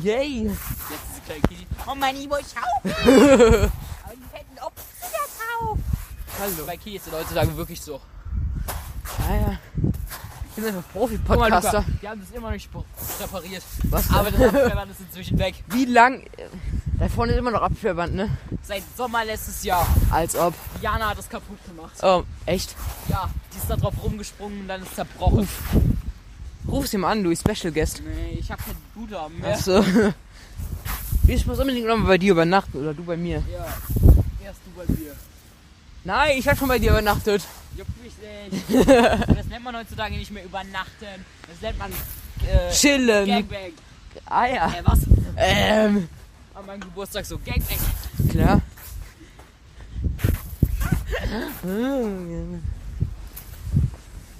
A: Yay.
B: Jetzt ist kleine Kitty. Oh mein
A: *laughs*
B: lieber Schaukel! Aber die fetten Opfer drauf!
A: Hallo.
B: Bei Kitty ist die Leute sagen wirklich so.
A: Ah, ja. Ich bin einfach
B: Guck mal, Luca,
A: Profi-Podcaster.
B: die haben das immer noch nicht repariert.
A: Was?
B: Aber das Absperrband ist inzwischen weg.
A: Wie lang? äh, Da vorne ist immer noch Absperrband, ne?
B: Seit Sommer letztes Jahr.
A: Als ob.
B: Jana hat das kaputt gemacht.
A: Oh, echt?
B: Ja, die ist da drauf rumgesprungen und dann ist zerbrochen.
A: Ruf sie mal an, du Special Guest.
B: Nee, ich hab keinen Bruder mehr.
A: Achso. *laughs* Ich muss unbedingt nochmal bei dir übernachten oder du bei mir.
B: Ja, erst du bei mir.
A: Nein, ich habe schon bei dir übernachtet.
B: Juckt mich
A: *laughs*
B: nicht. das nennt man heutzutage nicht mehr übernachten. Das nennt man äh,
A: Chillen.
B: Gangbang.
A: Ah ja.
B: Äh, was?
A: Ähm.
B: An meinem Geburtstag so Gangbang.
A: Klar.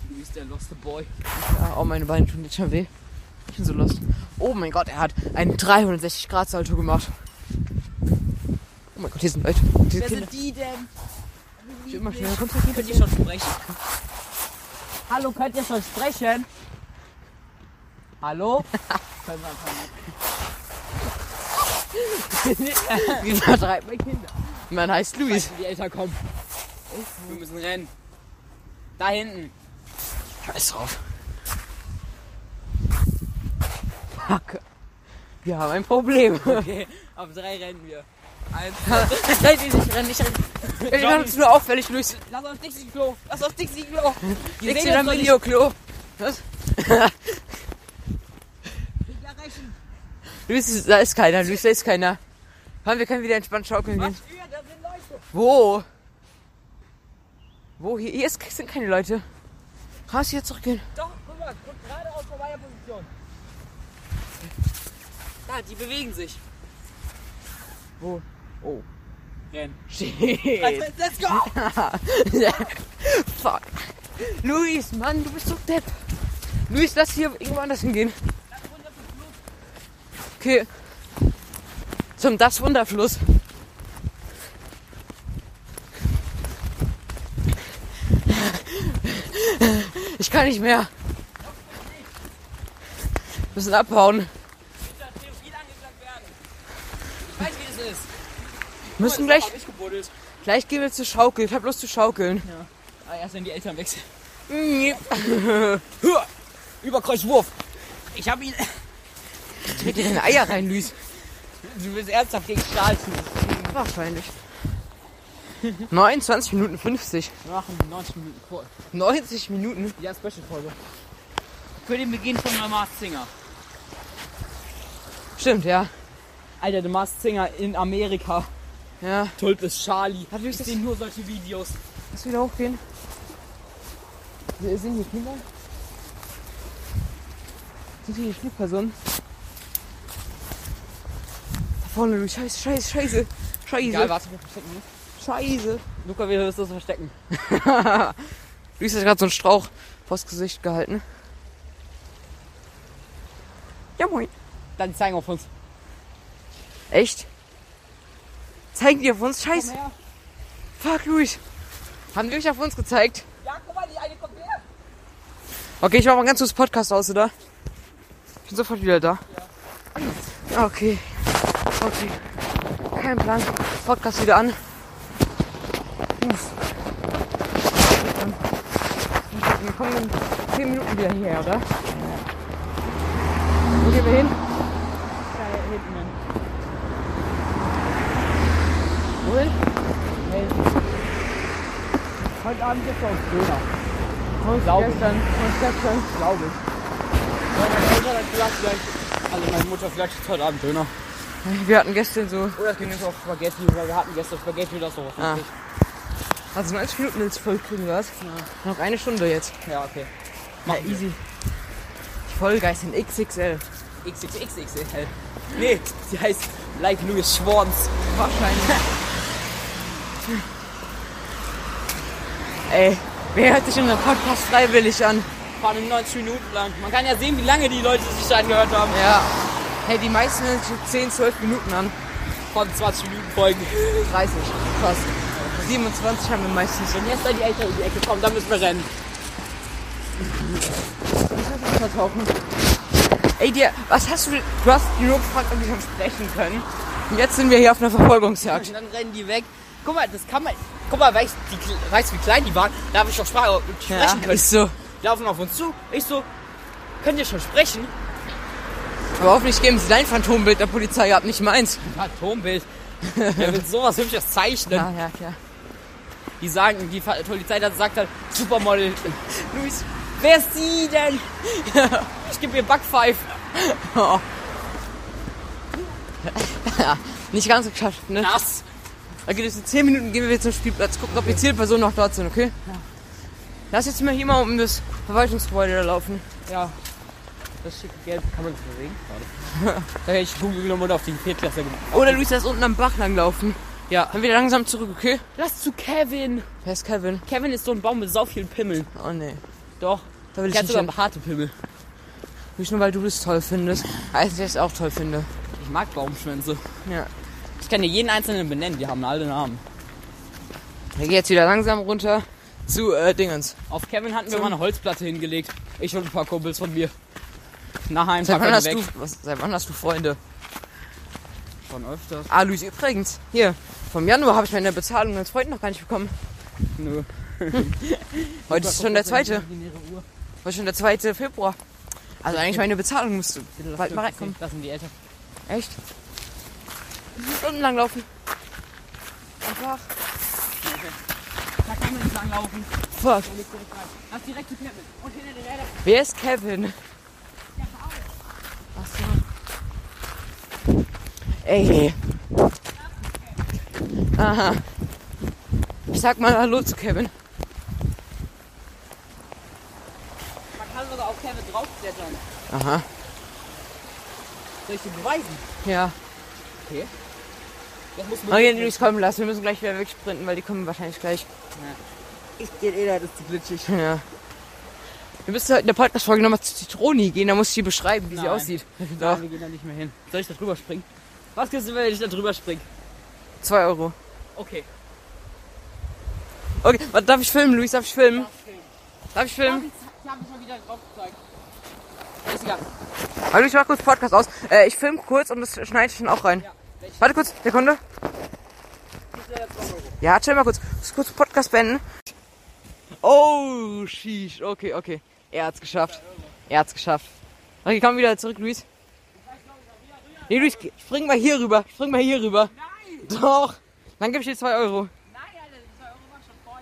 B: Du bist der loste Boy.
A: Ja, oh, meine Beine tun jetzt schon weh. Ich bin so lost. Oh mein Gott, er hat einen 360-Grad-Salto gemacht. Oh mein Gott, hier sind Leute. Diese
B: Wer
A: Kinder.
B: sind die denn?
A: Ich immer schneller runtergehen.
B: Könnt ihr schon sprechen? Hallo, könnt ihr schon sprechen?
A: *laughs*
B: Hallo? Können wir einfach nicht.
A: Wie vertreibt
B: Zwei Kinder.
A: man heißt Luis.
B: Die Eltern kommen. Wir müssen rennen. Da hinten.
A: Scheiß drauf. Fuck. Wir haben ein Problem.
B: Okay, auf drei rennen wir. Eins. Nein, die nicht rennen, nicht rennen.
A: Ich mach uns nur auffällig, Luis.
B: Lass auf Dixie Klo. Lass auf Dixie Klo.
A: Wir
B: sehen
A: sehen am
B: uns doch nicht.
A: Videoklo.
B: *laughs*
A: Was?
B: Nicht erreichen.
A: Luis, ist- da ist keiner. Luis, da ist keiner. Komm, wir können wieder entspannt schaukeln gehen.
B: Was? Ja, da sind Leute.
A: Wo? Wo? Hier, hier ist, sind keine Leute. Kannst du hier zurückgehen?
B: Doch, guck mal, guck gerade aus meiner Position. Da, die bewegen sich.
A: Wo? Oh.
B: Rennen.
A: Shit.
B: Let's go.
A: Fuck. Luis, Mann, du bist so depp. Luis, lass hier irgendwo anders hingehen. Okay. Zum Das Wunderfluss. Ich kann nicht mehr. Müssen abhauen.
B: Ich weiß, wie das ist.
A: Müssen gleich.
B: Hab ich gebuddelt.
A: Gleich gehen wir zur Schaukel. Ich hab Lust zu schaukeln.
B: Ah, erst wenn die Eltern wechseln.
A: Mhm.
B: Hör! Überkreuzwurf! Ich hab ihn.
A: Trete dir deine Eier rein, Luis.
B: *laughs* Du willst ernsthaft gegen Stahl zu.
A: *laughs* Wahrscheinlich. 29 Minuten 50.
B: Wir machen 90 Minuten voll.
A: 90 Minuten.
B: Ja, Special-Folge. für den Beginn von der Mars Singer.
A: Stimmt, ja.
B: Alter, der Mars Singer in Amerika.
A: Ja.
B: Tulp ist Charlie.
A: Hat
B: ich
A: wirklich das-
B: sehe nur solche Videos.
A: Lass wieder hochgehen. Sind hier Kinder? Sind hier die Schnittpersonen? Da vorne, du Scheiße, Scheiße, Scheiße. Scheiße.
B: Egal, warte, wir verstecken uns.
A: Scheiße.
B: Luca, wir wirst das verstecken.
A: Luis hat gerade so einen Strauch vors Gesicht gehalten. Ja, moin.
B: Dann zeigen auf uns.
A: Echt? Zeigen die auf uns? Scheiße.
B: her.
A: Fuck, Luis. Haben die euch auf uns gezeigt?
B: Ja, guck mal, die eine kommt her.
A: Okay, ich mach mal ganz kurz Podcast aus, oder? Ich bin sofort wieder da. Okay. Okay. Kein Plan. Podcast wieder an. Uff. Wir kommen in 10 Minuten wieder hierher, oder? Wo gehen wir hin?
B: Da hinten.
A: Wohin?
B: Heute Abend gibt's auch Döner.
A: Von
B: Glaube ich.
A: gestern. Von gestern.
B: Glaube ich. Meine Eltern hat gesagt, vielleicht... Also meine Mutter, vielleicht gibt's heute Abend Döner.
A: Wir hatten gestern so
B: Oder es gibt jetzt auch Spaghetti, weil wir hatten gestern Spaghetti oder sowas.
A: Ah.
B: richtig.
A: Also 90 Minuten ins Vollkriegen war's. Ja. Noch eine Stunde jetzt.
B: Ja, okay.
A: Na, easy. Die Folge heißt in XXL.
B: XXXXL. Nee, sie heißt Like Louis Schwanz.
A: Wahrscheinlich. Ey, wer hört sich unseren Podcast freiwillig an?
B: Vor allem 90 Minuten lang. Man kann ja sehen, wie lange die Leute sich da angehört haben.
A: Ja. Hey, die meisten hören sich 10, 12 Minuten an.
B: Von 20 Minuten *laughs* Folgen.
A: 30. Krass. 27 haben wir meistens.
B: Wenn jetzt da die Eltern um die Ecke kommen, dann müssen wir rennen.
A: vertauchen. Ey, dir, was hast du denn? Du hast die nur gefragt, ob wir schon sprechen können. Und jetzt sind wir hier auf einer Verfolgungsjagd.
B: *laughs* Und dann rennen die weg. Guck mal, das kann man. Guck mal, weißt du, die- weißt du, wie klein die waren? Da habe ich doch Sprache ob die sprechen können.
A: ist so.
B: Die laufen auf uns zu. Ich so, könnt ihr schon sprechen? *laughs*
A: Aber hoffentlich geben sie dein Phantombild der Polizei ab, nicht meins.
B: *laughs* Phantombild. Wer will sowas Hübsches zeichnen?
A: Ja, ja, ja.
B: Die sagen, die Fa- Polizei dann sagt halt, Supermodel. *laughs* Luis, wer ist sie denn? *laughs* ich gebe ihr Backpfeife.
A: Nicht ganz so geschafft, ne?
B: Nass.
A: Da geht es in 10 Minuten, gehen wir wieder zum Spielplatz, gucken, ob die Zielpersonen noch dort sind, okay? Lass jetzt mal hier mal um das Verwaltungsgebäude da laufen.
B: Ja. Das schicke Gelb kann man sich bewegen. *laughs* da hätte ich Google genommen und auf die Viertklasse gemacht.
A: Oder Luis, lass unten am Bach langlaufen.
B: Ja.
A: Dann wieder langsam zurück, okay?
B: Lass zu Kevin.
A: Wer ist Kevin?
B: Kevin ist so ein Baum mit sau vielen Pimmeln.
A: Oh nee.
B: Doch.
A: Da will
B: Ich
A: ich
B: hatte
A: nicht hin.
B: sogar harte Pimmel.
A: Nicht nur, weil du das toll findest, als ich es auch toll finde.
B: Ich mag Baumschwänze.
A: Ja.
B: Ich kann dir jeden einzelnen benennen, die haben alle Namen.
A: Wir gehen jetzt wieder langsam runter zu äh, Dingens.
B: Auf Kevin hatten wir
A: So.
B: mal eine Holzplatte hingelegt. Ich und ein paar Kumpels von mir. Nachher ein paar
A: Seit wann,
B: Kumpel
A: hast
B: weg.
A: du, was, seit wann hast du Freunde?
B: Von öfters.
A: Ah, Luis, übrigens, hier, vom Januar habe ich meine Bezahlung als Freund noch gar nicht bekommen.
B: Nö.
A: *laughs* Heute ist schon der zweite. Heute ist schon der zweite Februar. Also eigentlich meine Bezahlung müsste bald mal reinkommen.
B: Das sind die Eltern.
A: Echt? Stundenlang laufen. Einfach.
B: Da kann man nicht langlaufen.
A: Fuck.
B: Lass direkt die Kevin. Und hinter den Eltern.
A: Wer ist Kevin? Ach so. Ey. Aha. Ich sag mal Hallo zu Kevin.
B: Man kann sogar auf Kevin draufklettern.
A: Aha.
B: Soll ich dir beweisen?
A: Ja.
B: Das muss man.
A: Okay, Luis, komm, lass. Wir müssen gleich wieder wegsprinten, weil die kommen wahrscheinlich gleich.
B: Ich den Eltern ist zu glitschig.
A: Ja. Wir müssen heute in der Podcast-Folge nochmal zu Zitroni gehen. Da muss ich die beschreiben, wie sie
B: Nein.
A: aussieht.
B: Nein,
A: Doch.
B: wir gehen da nicht mehr hin. Soll ich da drüber springen? Was kriegst du, wenn ich da drüber springe?
A: Zwei Euro.
B: Okay.
A: Okay, warte, darf ich filmen, Luis? Darf ich filmen? Darf ich filmen?
B: Ich habe mich mal wieder drauf gezeigt. Ist egal.
A: Also ich mach kurz Podcast aus. Äh, ich film kurz und das schneide ich dann auch rein.
B: Ja. Ich
A: Warte kurz, Sekunde. Ja, chill mal kurz. Ich muss kurz Podcast beenden. Oh, sheesh. Okay, okay. Er hat's geschafft. Er hat's geschafft. Okay, komm wieder zurück, Luis. Nee, Luis, geh- spring mal hier rüber. Spring mal hier rüber. Nein! Doch! Dann gebe ich dir 2 Euro.
B: Nein, Alter, das war irgendwann schon voll.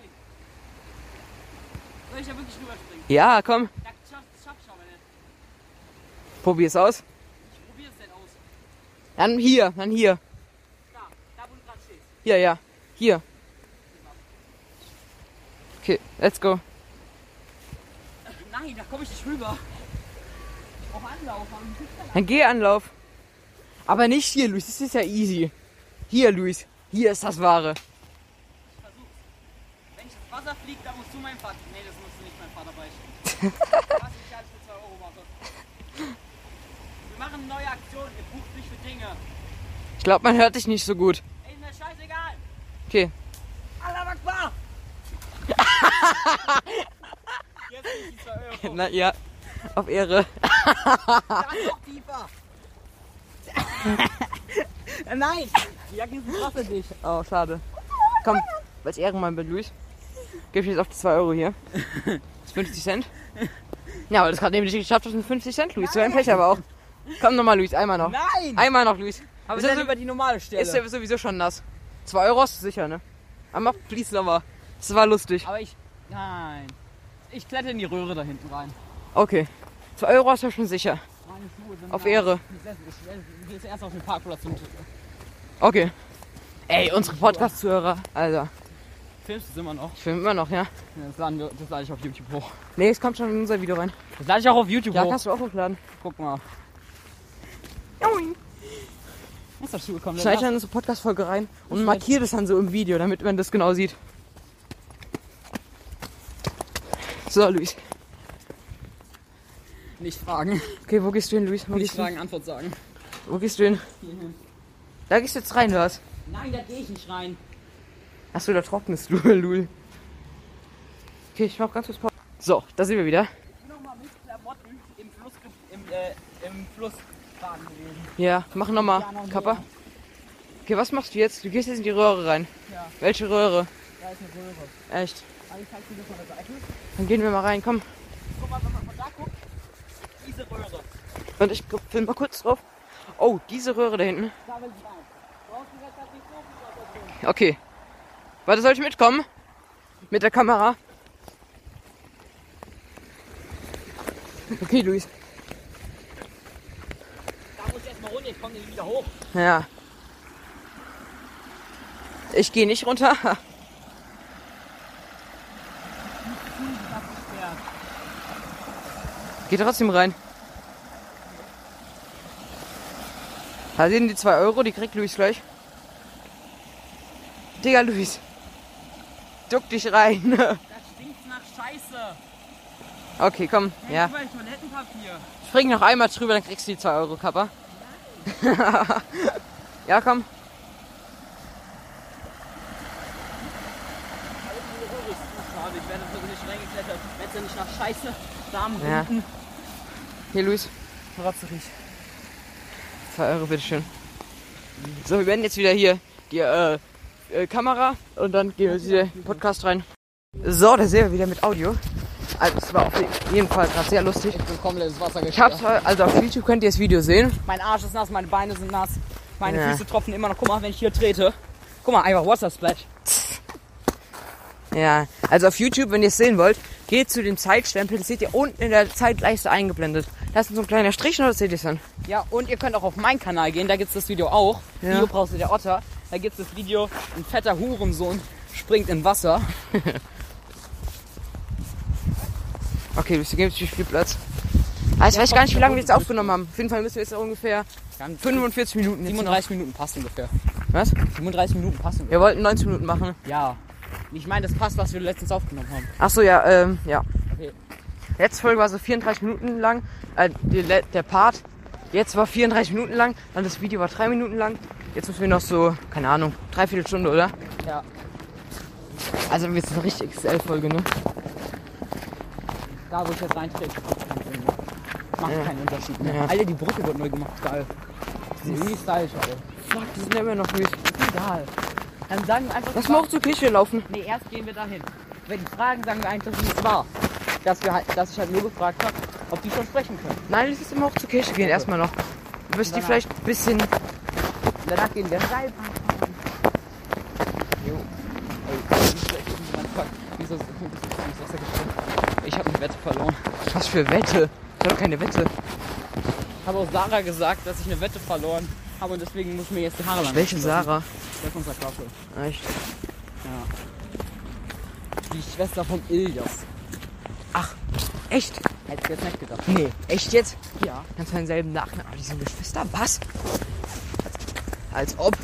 B: Soll ich da wirklich rüberspringen?
A: Ja, komm.
B: Das schaff, ne? das schaff ich aber nicht.
A: Probier's aus.
B: Probier es denn aus.
A: Dann hier, dann hier.
B: Da, da wo du gerade stehst.
A: Hier, ja. Hier. Okay, let's go.
B: Nein, da komme ich nicht rüber. Ich brauche Anlauf.
A: Dann geh Anlauf. Aber nicht hier, Luis. Das ist ja easy. Hier, Luis. Hier ist das Wahre.
B: Wenn ich ins Wasser fliege, dann musst du meinen Vater. Nee, das musst du nicht meinen Vater beichten. Lass mich alles für 2 Euro machen. Wir machen eine neue Aktion. Ihr bucht mich für Dinge.
A: Ich glaube, man hört dich nicht so gut.
B: Ey, ist mir scheißegal.
A: Okay.
B: Allah Akbar! *laughs* Jetzt bin ich die 2 Euro.
A: Na ja. Auf Ehre.
B: Dann noch tiefer. Nein! Die Jacke ist ein Wasser dich.
A: Oh, schade. Komm, als Ehrenmann bin Luis. Gib ich jetzt auf die 2 Euro hier. Das ist 50 Cent. Ja, aber das hat nämlich nicht geschafft, das sind 50 Cent, Luis. So ein Pech aber auch. Komm nochmal, Luis. Einmal noch.
B: Nein!
A: Einmal noch, Luis.
B: Aber
A: Ist ja
B: dann
A: so-
B: über die normale Stelle.
A: Ist ja sowieso schon nass. 2 Euro hast du sicher, ne? Aber mach please nochmal. Das war lustig.
B: Aber ich. Nein. Ich kletter in die Röhre da hinten rein.
A: Okay. 2 Euro hast du schon sicher.
B: Meine Schuhe sind
A: Auf
B: nass.
A: Ehre.
B: Ich setz- ich setz- Ich setz erst auf den Parkplatz und
A: Okay. Ey, unsere Podcast-Zuhörer. Alter,
B: filmst es immer noch.
A: ich filme immer noch, ja?
B: Das lade, das lade ich auf YouTube hoch.
A: Nee, es kommt schon in unser Video rein.
B: Das lade ich auch auf YouTube
A: Ja,
B: hoch.
A: kannst du auch hochladen.
B: Guck mal. Ist das Schuhe komplett
A: Schneid
B: nass?
A: dann unsere Podcast-Folge rein und markier das dann so im Video, damit man das genau sieht. So, Luis.
B: Nicht fragen.
A: Okay, wo gehst du hin, Luis? Wo,
B: Nicht
A: gehst du, hin?
B: fragen, Antwort sagen.
A: wo gehst du hin? Da gehst du jetzt rein, oder was?
B: Nein, da gehe ich nicht rein.
A: Achso, da trocknest du, *laughs* Lul. Okay, ich mach ganz kurz Pause. So, da sind wir wieder.
B: Nochmal mit Klamotten im Fluss, ge- im, äh, im Fluss baden gewesen.
A: Ja, mach nochmal.
B: Ja, noch mal.
A: Kappa. Okay, was machst du jetzt? Du gehst jetzt in die Röhre rein.
B: Ja.
A: Welche Röhre?
B: Da ist eine Röhre.
A: Echt?
B: Aber ich zeig dir das von der Seite.
A: Dann gehen wir mal rein, komm.
B: Guck mal, wenn man von da guckt. Diese Röhre.
A: Und ich guck- film mal kurz drauf. Oh, diese Röhre da hinten.
B: Da will ich rein. Brauchst du jetzt halt nicht so viel Wasser tun.
A: Okay. Warte, soll ich mitkommen? Mit der Kamera? Okay, Luis.
B: Da muss ich erstmal runter, ich komme nicht wieder hoch.
A: Ja. Ich gehe nicht runter. *laughs*
B: Ja.
A: Geh trotzdem rein. Da sind die 2 Euro, die kriegt Luis gleich. Digga, Luis. Duck dich rein. *laughs*
B: Das stinkt nach Scheiße.
A: Okay, komm. Ja.
B: Überall Toilettenpapier.
A: Spring noch einmal drüber, dann kriegst du die 2 Euro, Kappa. *laughs* ja, komm.
B: Schade, ich werde so nicht reingeklettert. Wenn es ja nicht nach Scheiße, Samen
A: Ja.
B: unten.
A: Hier, Luis.
B: Rotzerig.
A: 2 Euro, äh, bitteschön. So, wir werden jetzt wieder hier die äh, äh, Kamera und dann gehen wir jetzt wieder in den Podcast rein. So, da sind wir wieder mit Audio. Also, es war auf jeden Fall gerade sehr lustig.
B: Ich bin komplett ins Wasser
A: Ich hab's, äh, also auf YouTube könnt ihr das Video sehen.
B: Mein Arsch ist nass, meine Beine sind nass. Meine
A: Ja.
B: Füße tropfen immer noch. Guck mal, wenn ich hier trete. Guck mal, einfach Water Splash.
A: Ja, also auf YouTube, wenn ihr es sehen wollt, geht zu dem Zeitstempel. Das seht ihr unten in der Zeitleiste eingeblendet. Da ist so ein kleiner Strich und das seht ihr dann.
B: Ja, und ihr könnt auch auf meinen Kanal gehen, da gibt's das Video auch.
A: Ja.
B: Video brauchst du der Otter. Da gibt's das Video, ein fetter Hurensohn springt in Wasser.
A: Okay, wir geben jetzt viel Platz. Ah, ich weiß gar nicht, wie lange wir jetzt aufgenommen haben. Auf jeden Fall müssen wir jetzt ungefähr
B: Wir haben
A: 45 Minuten jetzt noch.
B: 37 Minuten passt ungefähr.
A: Was?
B: 35 Minuten passen.
A: Wir wollten 19 Minuten machen.
B: Ja. Ich meine, das passt, was wir letztens aufgenommen haben.
A: Ach so, ja, ähm, ja.
B: Okay.
A: Letzte Folge war so 34 Minuten lang, äh, die, le- der Part. Jetzt war 34 Minuten lang, dann das Video war 3 Minuten lang. Jetzt müssen wir noch so, keine Ahnung, dreiviertel Stunde, oder?
B: Ja.
A: Also wir sind eine richtig XL-Folge, ne?
B: Da, wo ich jetzt reintrete, macht keinen Unterschied mehr.
A: Ja.
B: Alter, die Brücke wird neu gemacht. Geil. Wie stylisch, Alter.
A: Fuck, die sind ja immer noch nicht.
B: Egal. Dann sagen wir einfach.
A: Lass
B: wir-
A: mal auch zur Kirche laufen.
B: Nee, erst gehen wir dahin. Wenn die fragen, sagen wir einfach, wie es war. Dass, wir halt, dass ich halt nur gefragt habe, ob die schon sprechen können.
A: Nein, lass uns immer auch zur Kirche gehen, erstmal noch. Du wirst die
B: Danach.
A: vielleicht ein bisschen...
B: Und danach gehen wir rein. Jo. Ey, wie schlecht ist denn mein Fuck? Wieso ist wieso ist das ins Wasser gesprungen? Ich habe eine Wette verloren.
A: Was für Wette? Ich habe keine Wette.
B: Habe auch Sarah gesagt, dass ich eine Wette verloren habe und deswegen muss ich mir jetzt die Haare lang
A: Welche Sarah?
B: Das ist unser Klasse.
A: Echt?
B: Ja. Die Schwester von Ilias.
A: Ach, echt?
B: Hätte ich jetzt nicht gedacht.
A: Nee, echt jetzt?
B: Ja.
A: Ganz meinen selben Nachnamen. Aber die sind Geschwister? Was? Als ob.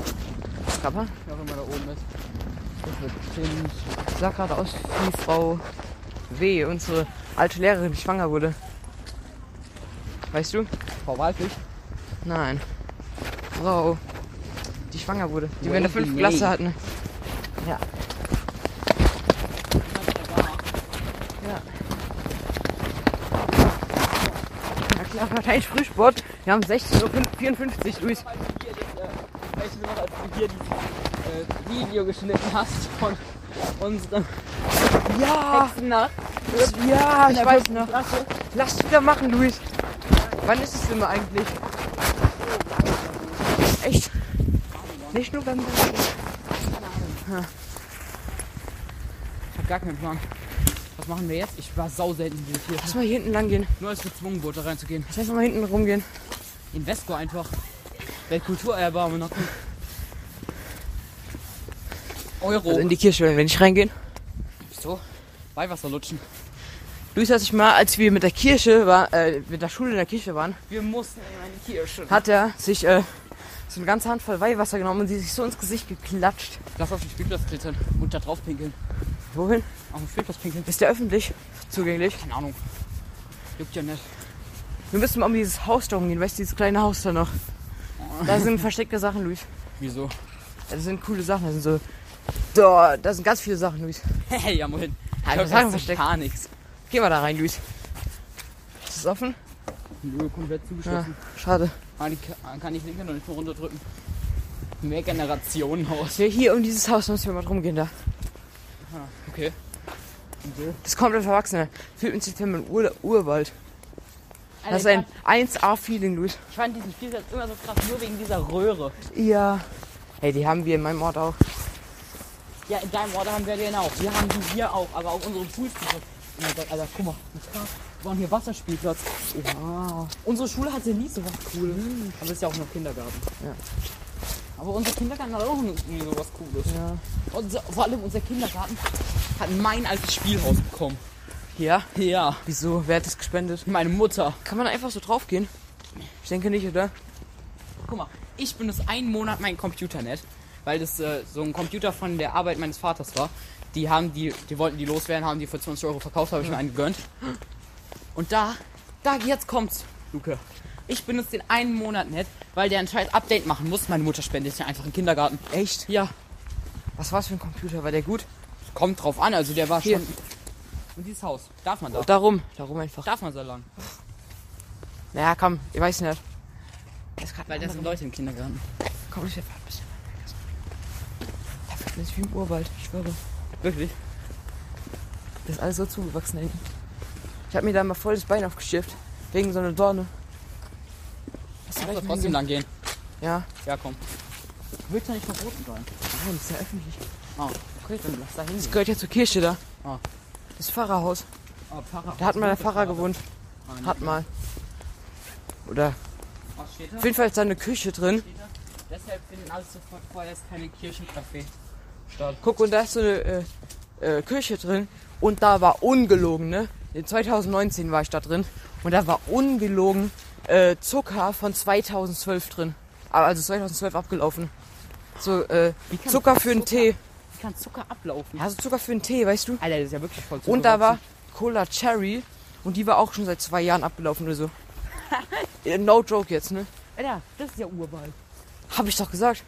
A: Papa,
B: Wer auch immer da oben ist. Das wird bestimmt.
A: sah gerade aus wie Frau W., unsere alte Lehrerin, die schwanger wurde. Weißt du?
B: Frau Walfig.
A: Nein. Frau, die schwanger wurde. Die wir in der
B: Wavy
A: 5.
B: May.
A: Klasse hatten. Ja. Ja. Na klar, Partei Frühsport. Wir haben 16.54 Uhr, Luis.
B: Weißt du noch, als du hier dieses äh, Video geschnitten hast von unserem
A: Ja,
B: Nacht?
A: ja, ich weiß noch.
B: Klasse.
A: Lass wieder machen, Luis. Wann ist es immer eigentlich? Echt? Nicht November.
B: Ich hab gar keinen Plan. Was machen wir jetzt? Ich war sau selten in diesem Tier.
A: Lass mal hier hinten lang gehen.
B: Nur als ich gezwungen wurde, da reinzugehen.
A: Lass einfach mal hinten rumgehen.
B: In Vesco einfach. Weltkulturerbe haben wir noch. Euro.
A: Also in die Kirche, wenn wir nicht reingehen.
B: Wieso? Weihwasser lutschen.
A: Luis, als ich mal, als wir mit der Kirche war, äh, mit der Schule in der Kirche waren,
B: Wir mussten in eine Kirche.
A: hat er sich äh, so eine ganze Handvoll Weihwasser genommen und sie sich so ins Gesicht geklatscht.
B: Lass auf den Spielplatz klettern und da drauf pinkeln.
A: Wohin?
B: Auf den Spielplatz pinkeln.
A: Ist der öffentlich zugänglich?
B: Keine Ahnung. Juckt ja nicht.
A: Wir müssen mal um dieses Haus da rumgehen, weißt du, dieses kleine Haus da noch. Da sind versteckte Sachen, Luis.
B: Wieso? *laughs*
A: Das sind coole Sachen, das sind so. Da, da sind ganz viele Sachen, Luis.
B: Hey, ja, wohin?
A: Halt, was haben wir versteckt?
B: Gar nichts.
A: Geh mal da rein, Luis. Ist es offen?
B: Nur komplett
A: Ja,
B: zugeschissen.
A: schade.
B: Ah, die kann, kann ich links noch nicht mehr runterdrücken. Mehr Generationenhaus.
A: Ja, hier um dieses Haus müssen wir mal rumgehen da.
B: Okay. Und so.
A: Das ist komplett verwachsene. Fühlt uns jetzt im Ur Urwald. Das ist
B: Alter,
A: ein 1A-Feeling, Luis.
B: Also ich fand diesen Spielplatz immer so krass, nur wegen dieser Röhre.
A: Ja. Hey, die haben wir in meinem Ort auch.
B: Ja, in deinem Ort haben wir den auch. Wir haben die hier auch, aber auch unsere Poolspielplatz. Oh mein Gott, Alter, guck mal. wie krass. Wir waren hier Wasserspielplatz. Oh, Wow. Unsere Schule hatte nie so was Cooles. Aber es ist ja auch noch Kindergarten.
A: Hm. Ja.
B: Aber unser Kindergarten hat auch nie so was Cooles.
A: Ja.
B: Unser, vor allem unser Kindergarten hat mein altes Spielhaus bekommen.
A: Ja?
B: Ja,
A: Wieso? Wer hat das gespendet?
B: meine Mutter.
A: Kann man einfach so drauf gehen? Ich denke nicht, oder?
B: Guck mal, ich benutze einen Monat meinen Computer nicht, weil das äh, so ein Computer von der Arbeit meines Vaters war. Die haben die, die wollten die loswerden, haben die für 20 Euro verkauft, habe ich mir einen gegönnt. Und da, da, jetzt kommt's, Luke. Ich benutze den einen Monat nicht, weil der ein scheiß Update machen muss. Meine Mutter spendet ja einfach in den Kindergarten.
A: Echt?
B: Ja,
A: Was war's für ein Computer? War der gut?
B: kommt drauf an, also der war
A: Hier.
B: schon. Und dieses Haus, darf man da?
A: Darum. Darum einfach.
B: Darf man so lang?
A: Naja, komm, ich weiß nicht. Das kann
B: Weil da sind Leute im Kindergarten.
A: Komm, Luis, wir fahren ein bisschen weiter. Da fühlt man sich wie im Urwald, ich schwöre.
B: Wirklich?
A: Das ist alles so zugewachsen da hinten. Ich habe mir da mal voll das Bein aufgeschifft. Wegen so einer Dorne. Lass
B: Kannst du
A: gleich mal hingehen.
B: trotzdem lang gehen?
A: Ja.
B: Ja, komm. Wird ja nicht verboten sein.
A: Nein, das ist ja öffentlich.
B: Ah, okay, dann lass da hin.
A: Das gehört ja zur Kirche da.
B: Ah.
A: Das Pfarrerhaus.
B: Oh, Pfarrer.
A: Da hat mal der Pfarrer gewohnt.
B: Ah, nee.
A: Hat mal. Oder
B: Was steht da?
A: auf jeden Fall ist da eine Küche drin.
B: Deshalb finden alle sofort vorher dass keine Kirchencafé statt.
A: Guck, und da ist so eine äh, äh, Küche drin. Und da war ungelogen, ne? In 2019 war ich da drin. Und da war ungelogen äh, Zucker von 2012 drin. Aber Also 2012 abgelaufen. So, äh,
B: Wie kann
A: Zucker für einen
B: Zucker-
A: Tee.
B: Wie kann Zucker ablaufen?
A: Ja, so Zucker für einen Tee, weißt du?
B: Alter, das ist ja wirklich voll Zucker.
A: Und da war Cola Cherry. Und die war auch schon seit zwei Jahren abgelaufen oder so. Äh, no joke jetzt, ne?
B: Alter, das ist ja Urwald.
A: Hab ich doch gesagt.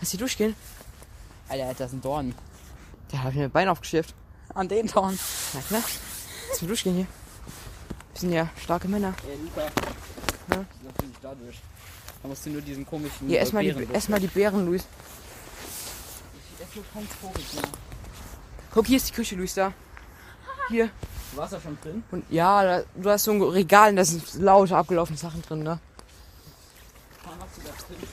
A: Lass die durchgehen.
B: Alter, das sind Dornen.
A: Da hab ich mir ein Bein aufgeschifft.
B: An den Dornen.
A: Na klar. Lass mir durchgehen hier. Wir sind ja starke Männer.
B: Ey, Luca.
A: Ja?
B: Das finde ich dadurch. Da musst du nur diesen komischen.
A: Hier, erstmal die,
B: Beeren-
A: ess mal die Beeren, Luis.
B: Ich esse nur kaum Vogel, ne?
A: Guck, hier ist die Küche, Luis, da. Hier.
B: Du warst ja schon drin.
A: Und ja, da, du hast so ein Regal und da sind lauter abgelaufene Sachen drin, ne?
B: Wann warst du da drin?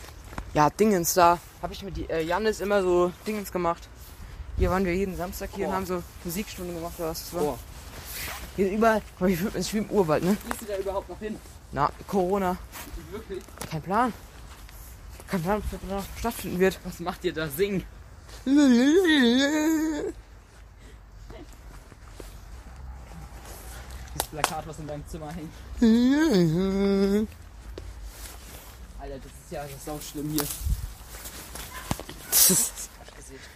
A: Ja, Dingens da. Hab ich mit die, äh, Jannis immer so Dingens gemacht. Hier waren wir jeden Samstag hier und
B: Oh.
A: haben so Musikstunde gemacht oder was das war.
B: Oh.
A: Hier ist überall, guck mal, hier schwimmt- es schwimmt Urwald, ne?
B: Gehst du da überhaupt noch hin?
A: Na, Corona.
B: Wirklich?
A: Kein Plan. Kein Plan, ob das noch stattfinden wird.
B: Was macht ihr da? Singen? Das Plakat, was in deinem Zimmer hängt. Alter, das ist ja das ist auch schlimm hier.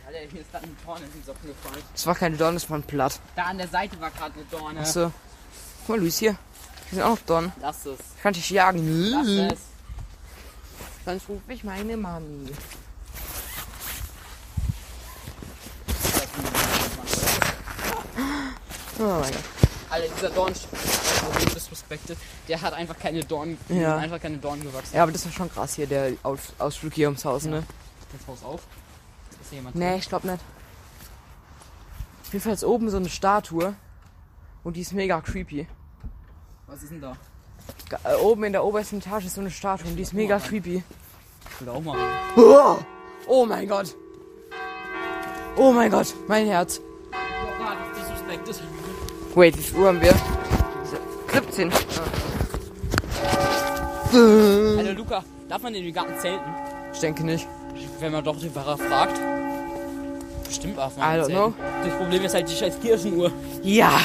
B: Alter, hier ist gerade eine Dorne in den Socken gefallen.
A: Das war keine Dorn, das war ein Blatt.
B: Da an der Seite war gerade eine Dorne.
A: Achso. Guck mal, Luis, hier. Hier sind auch noch Dornen.
B: Lass es.
A: Ich kann dich jagen.
B: Lass es.
A: Sonst ruft mich meine Mami. Oh mein Gott.
B: Alter, dieser Dorn, also disrespektet, der hat einfach keine Dornen,
A: Ja.
B: einfach keine Dornen gewachsen.
A: Ja, aber das war schon krass hier, der Aus Ausflug hier ums Haus, ne?
B: Jetzt haus auf. Ist hier jemand?
A: Nee, ich glaub nicht. Auf jeden Fall ist oben so eine Statue. Und die ist mega creepy.
B: Was ist denn da?
A: Ga- Äh, oben in der obersten Etage ist so eine Statue und die ist mega creepy.
B: Ich will da auch mal rein.
A: Oh, oh mein Gott. Oh mein Gott, mein Herz.
B: Oh, warte, das ist disrespektet.
A: Hm. Wait, wie viel Uhr haben wir? Se- 17.
B: Alter, Luca, darf man in den Garten zelten?
A: Ich denke nicht.
B: Wenn man doch den Pfarrer fragt. Bestimmt darf
A: I
B: man
A: don't
B: zelten. Das Problem ist halt die scheiß Kirchenuhr.
A: Ja.